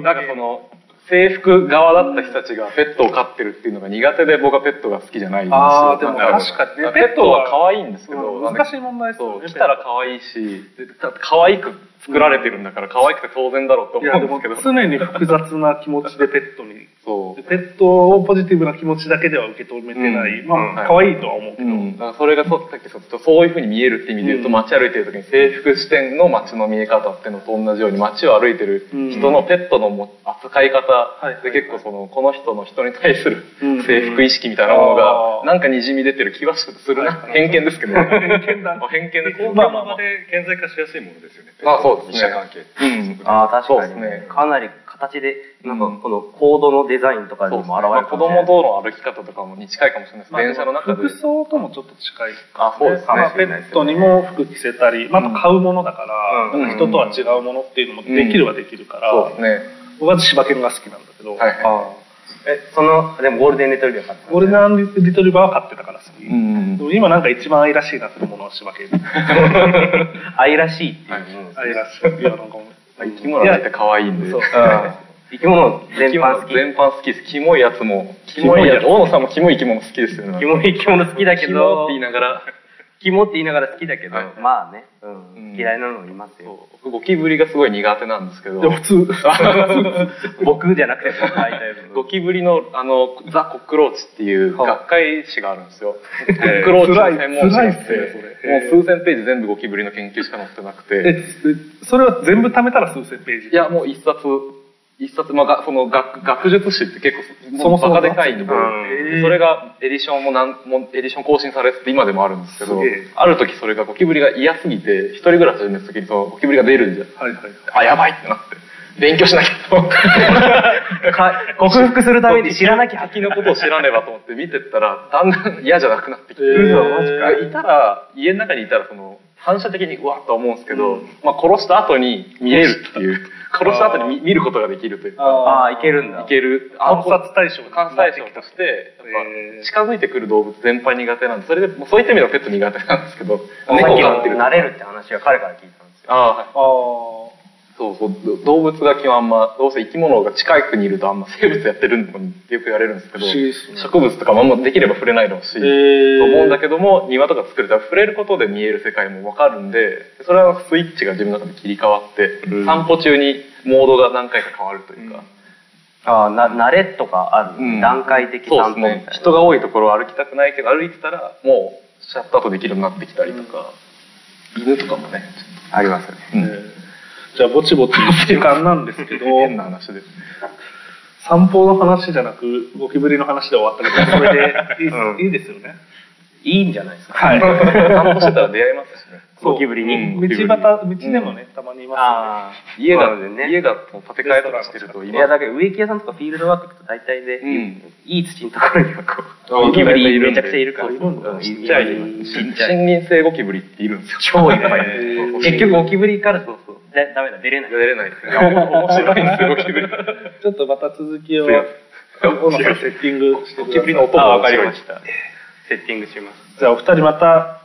Speaker 3: なんかその制服側だった人たちがペットを飼ってるっていうのが苦手で僕はペットが好きじゃないんですよ
Speaker 1: あーでも
Speaker 3: なん
Speaker 1: 確かに
Speaker 3: なんペットは可愛いんですけど、なんか
Speaker 1: 難しい問題です
Speaker 3: そ
Speaker 1: よ
Speaker 3: う
Speaker 1: ね。
Speaker 3: 来たら可愛いしでだって可愛く作られてるんだから可愛くて当然だろうと
Speaker 1: い
Speaker 3: 思
Speaker 1: や
Speaker 3: うん
Speaker 1: で
Speaker 3: で
Speaker 1: も
Speaker 3: すけど、
Speaker 1: 常に複雑な気持ちでペットに。
Speaker 3: そ う
Speaker 1: ペットをポジティブな気持ちだけでは受け止めてない。
Speaker 3: うん
Speaker 1: ま
Speaker 3: は
Speaker 1: あ、
Speaker 3: い
Speaker 1: 可愛いとは思うけど。
Speaker 3: だからそれがそうさっきそうそういうふうに見えるって意味で言うと、
Speaker 1: うん
Speaker 3: 街歩いてる時に制服視点の街の見え方っていうのと同じように街を歩いてる人のペットのも扱い方
Speaker 1: はい
Speaker 3: で結構そのこの人の人に対する
Speaker 1: うん
Speaker 3: 制服意識みたいなもの
Speaker 1: あ
Speaker 3: が
Speaker 1: ー
Speaker 3: なんかにじみ出てる気はするな偏見ですけど
Speaker 1: 偏見だ
Speaker 3: 偏見で
Speaker 4: 公共
Speaker 3: まあま
Speaker 4: の
Speaker 3: あま
Speaker 4: 場
Speaker 3: あ
Speaker 4: で顕在化しやすいものですよね。
Speaker 3: まあそうですね
Speaker 4: 日社関係。
Speaker 3: うん
Speaker 2: ああ確かに、
Speaker 3: そうですね
Speaker 2: かなり形でなん
Speaker 3: う
Speaker 2: か
Speaker 3: ん
Speaker 2: このコードのデザインとかに
Speaker 3: そう
Speaker 2: も
Speaker 3: で
Speaker 2: 現
Speaker 3: すね
Speaker 2: れ
Speaker 3: まあ
Speaker 2: るか
Speaker 3: 子
Speaker 2: もしれな
Speaker 3: 供
Speaker 2: い
Speaker 3: との歩き方とかもに近いかもしれないです、
Speaker 1: まあ
Speaker 3: 電車の中で
Speaker 1: 服装ともちょっと近い。
Speaker 2: あそうですね
Speaker 1: まあペットにも服着せたり、まあ、あと買うものだから、
Speaker 3: うん
Speaker 1: なんか人とは違うものっていうのもできるはできるから、
Speaker 3: そうですね
Speaker 1: 僕は柴犬が好きなんだけど、
Speaker 3: はいはい
Speaker 2: あーえそのでもゴールデンレトリバー買ってたん
Speaker 1: ゴー
Speaker 2: です
Speaker 1: ルデ
Speaker 2: ね
Speaker 1: ンリトリバーは飼ってたから好き。
Speaker 3: うんうん
Speaker 1: でも今なんか一番愛らしいなって思うのは柴 犬。
Speaker 2: 愛らしいっていうものですね
Speaker 1: 愛らしい。いや、なんかも
Speaker 3: まあ
Speaker 1: う
Speaker 3: 生き物だって可愛いんで
Speaker 1: いやそう
Speaker 2: 生き物全
Speaker 3: キモ
Speaker 2: 般好き
Speaker 3: 全般好きです。キモいやつも。
Speaker 1: キモいやつ
Speaker 3: 大野さんもキモい生き物好きですよね。
Speaker 2: キモい生き物好きだけ
Speaker 3: キモっ
Speaker 2: ど
Speaker 3: て言いながら、
Speaker 2: キモって言いながら好きだけど、
Speaker 3: はい
Speaker 2: まあね、う、
Speaker 3: うんん
Speaker 2: 嫌いなのもいますよ
Speaker 3: そうゴキブリがすごい苦手なんですけど、
Speaker 1: いや、普通。
Speaker 2: 僕じゃなくて僕会いた い
Speaker 3: ゴキブリのあのザ・コックローチっていう
Speaker 2: はい
Speaker 3: 学会誌があるんですよ。コ
Speaker 4: え
Speaker 3: ックローチの専門誌があっ
Speaker 1: 辛い
Speaker 3: て
Speaker 1: 辛いっすねそれ
Speaker 3: もう数千ページ全部ゴキブリの研究しか載ってなく
Speaker 1: え
Speaker 3: て、
Speaker 1: えそれは全部貯めたら数千ページ。
Speaker 3: いやもう一冊、一冊、まあが、その学学術誌って結構
Speaker 1: そもそも
Speaker 3: バカでかいんで、
Speaker 1: うん
Speaker 3: でそれがエディションもなんもエディション更新されてて今でもあるんですけど
Speaker 1: すげえ
Speaker 3: ある時それがゴキブリが嫌すぎて一人暮らし始めた時にそのゴキブリが出るんじゃ
Speaker 1: はいはいはい。
Speaker 3: あやばいってなって勉強しなきゃ と思って
Speaker 2: か克服するために知らなきゃ
Speaker 3: 先のことを知らねばと思って見てったらだんだん嫌じゃなくなってきて、
Speaker 1: えー嘘マジか
Speaker 3: いたら家の中にいたらその反射的にうわっと思うんですけど、
Speaker 1: うん
Speaker 3: まあ、殺した後に見えるっていう 殺した後に見見ることができるというか
Speaker 2: ああいけるんだ
Speaker 3: いける
Speaker 1: 観察対象
Speaker 3: 観察対象として
Speaker 1: えー
Speaker 3: やっぱ近づいてくる動物全般苦手なんでそれでもうそういった意味ではペット苦手なんです けど
Speaker 2: さっき
Speaker 3: 猫飼って
Speaker 2: の
Speaker 3: る
Speaker 2: 慣れるって話は彼から聞いたんですよ
Speaker 3: ああはい
Speaker 1: ああ。
Speaker 3: そうそう動物が基本あんまどうせ生き物が近くにいるとあんま生物やってるのにってよく言われるんですけど
Speaker 1: 不思議ですね
Speaker 3: 植物とかもあんまできれば触れないだろうし、
Speaker 1: え
Speaker 3: と思うんだけども庭とか作れたら触れることで見える世界もわかるんでそれはスイッチが自分の中で切り替わって、
Speaker 1: うん
Speaker 3: 散歩中にモードが何回か変わるというか。
Speaker 2: ああな慣れとかある、
Speaker 3: うん
Speaker 2: 段階的
Speaker 3: そう
Speaker 2: 散歩
Speaker 3: です
Speaker 2: みたい
Speaker 3: ね
Speaker 2: な、
Speaker 3: 人が多いところを歩きたくないけど歩いてたらもうシャットアウトできるようになってきたりとか、犬とかもね、
Speaker 2: ありますね
Speaker 3: うん
Speaker 1: じゃあ、ぼちぼち時間なんですけど、
Speaker 3: 変な話ですね
Speaker 1: 散歩の話じゃなく、ゴキブリの話で終わったけど、それでいい,、
Speaker 2: うん
Speaker 1: いい ですよね。
Speaker 2: いいんじゃないですか
Speaker 1: はい。
Speaker 3: 散歩してたら出会いますしね
Speaker 1: そう
Speaker 2: ゴキブリに、
Speaker 3: う
Speaker 1: 道
Speaker 3: ん
Speaker 1: 端、道でもね、たまにいま
Speaker 2: ああ
Speaker 3: 家
Speaker 2: そ
Speaker 3: が、
Speaker 2: うですね
Speaker 3: 家が建て替えとかしてると
Speaker 2: い
Speaker 3: 今
Speaker 2: やだけど植木屋さんとかフィールドワーク行くと大体で、
Speaker 3: うん
Speaker 2: いい土のところにはこ
Speaker 3: あ
Speaker 2: うゴキブリめ
Speaker 3: め
Speaker 2: ち
Speaker 3: ち
Speaker 2: ゃ
Speaker 3: ゃ
Speaker 2: く
Speaker 3: く
Speaker 2: ち
Speaker 3: ち
Speaker 2: ゃ
Speaker 3: ゃ
Speaker 2: い
Speaker 3: い
Speaker 2: る
Speaker 3: る
Speaker 2: か
Speaker 3: からら
Speaker 2: うん
Speaker 3: ちっちゃい
Speaker 2: ちっちゃい
Speaker 3: 森林性ゴキブリっているんですよ
Speaker 2: 超いっぱい
Speaker 1: ー
Speaker 2: 結局ゴキブリからそうそうだダメだ出れない
Speaker 3: 出れないですねい や面白いんですよゴキブリ
Speaker 1: す。ちょっとまた続きを、
Speaker 3: 違う
Speaker 1: 小野さんセッティングして
Speaker 3: ゴ
Speaker 1: く
Speaker 3: キ
Speaker 1: ださい
Speaker 3: ブリの音
Speaker 2: あ
Speaker 3: が
Speaker 2: わかりま
Speaker 3: した
Speaker 2: セッティングします
Speaker 1: じゃあ、お二人また、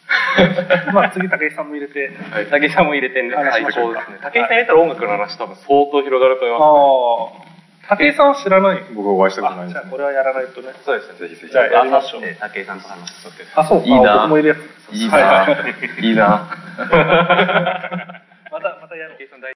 Speaker 1: まあ、次、武井さんも入れて。
Speaker 3: はい
Speaker 2: 武井さんも入れてんね
Speaker 1: 話しましょ
Speaker 3: そう
Speaker 1: う
Speaker 3: で
Speaker 1: か
Speaker 3: すね武井さん入れたら音楽の話多分相当広がると思いま
Speaker 1: ああ。武井さんは知らないよ
Speaker 4: 僕お会いしたことな
Speaker 1: あ、
Speaker 4: い
Speaker 1: じ
Speaker 4: で
Speaker 1: ゃあ、
Speaker 4: す、
Speaker 1: これはやらないとね。
Speaker 3: すそうですねぜひぜ
Speaker 1: じゃあ、やりましょう。
Speaker 2: あ武井さんと話す
Speaker 1: あ、そうか。
Speaker 3: いいな
Speaker 1: 僕も入れやつ。
Speaker 3: いいなぁいいなぁ
Speaker 1: また、またやろう。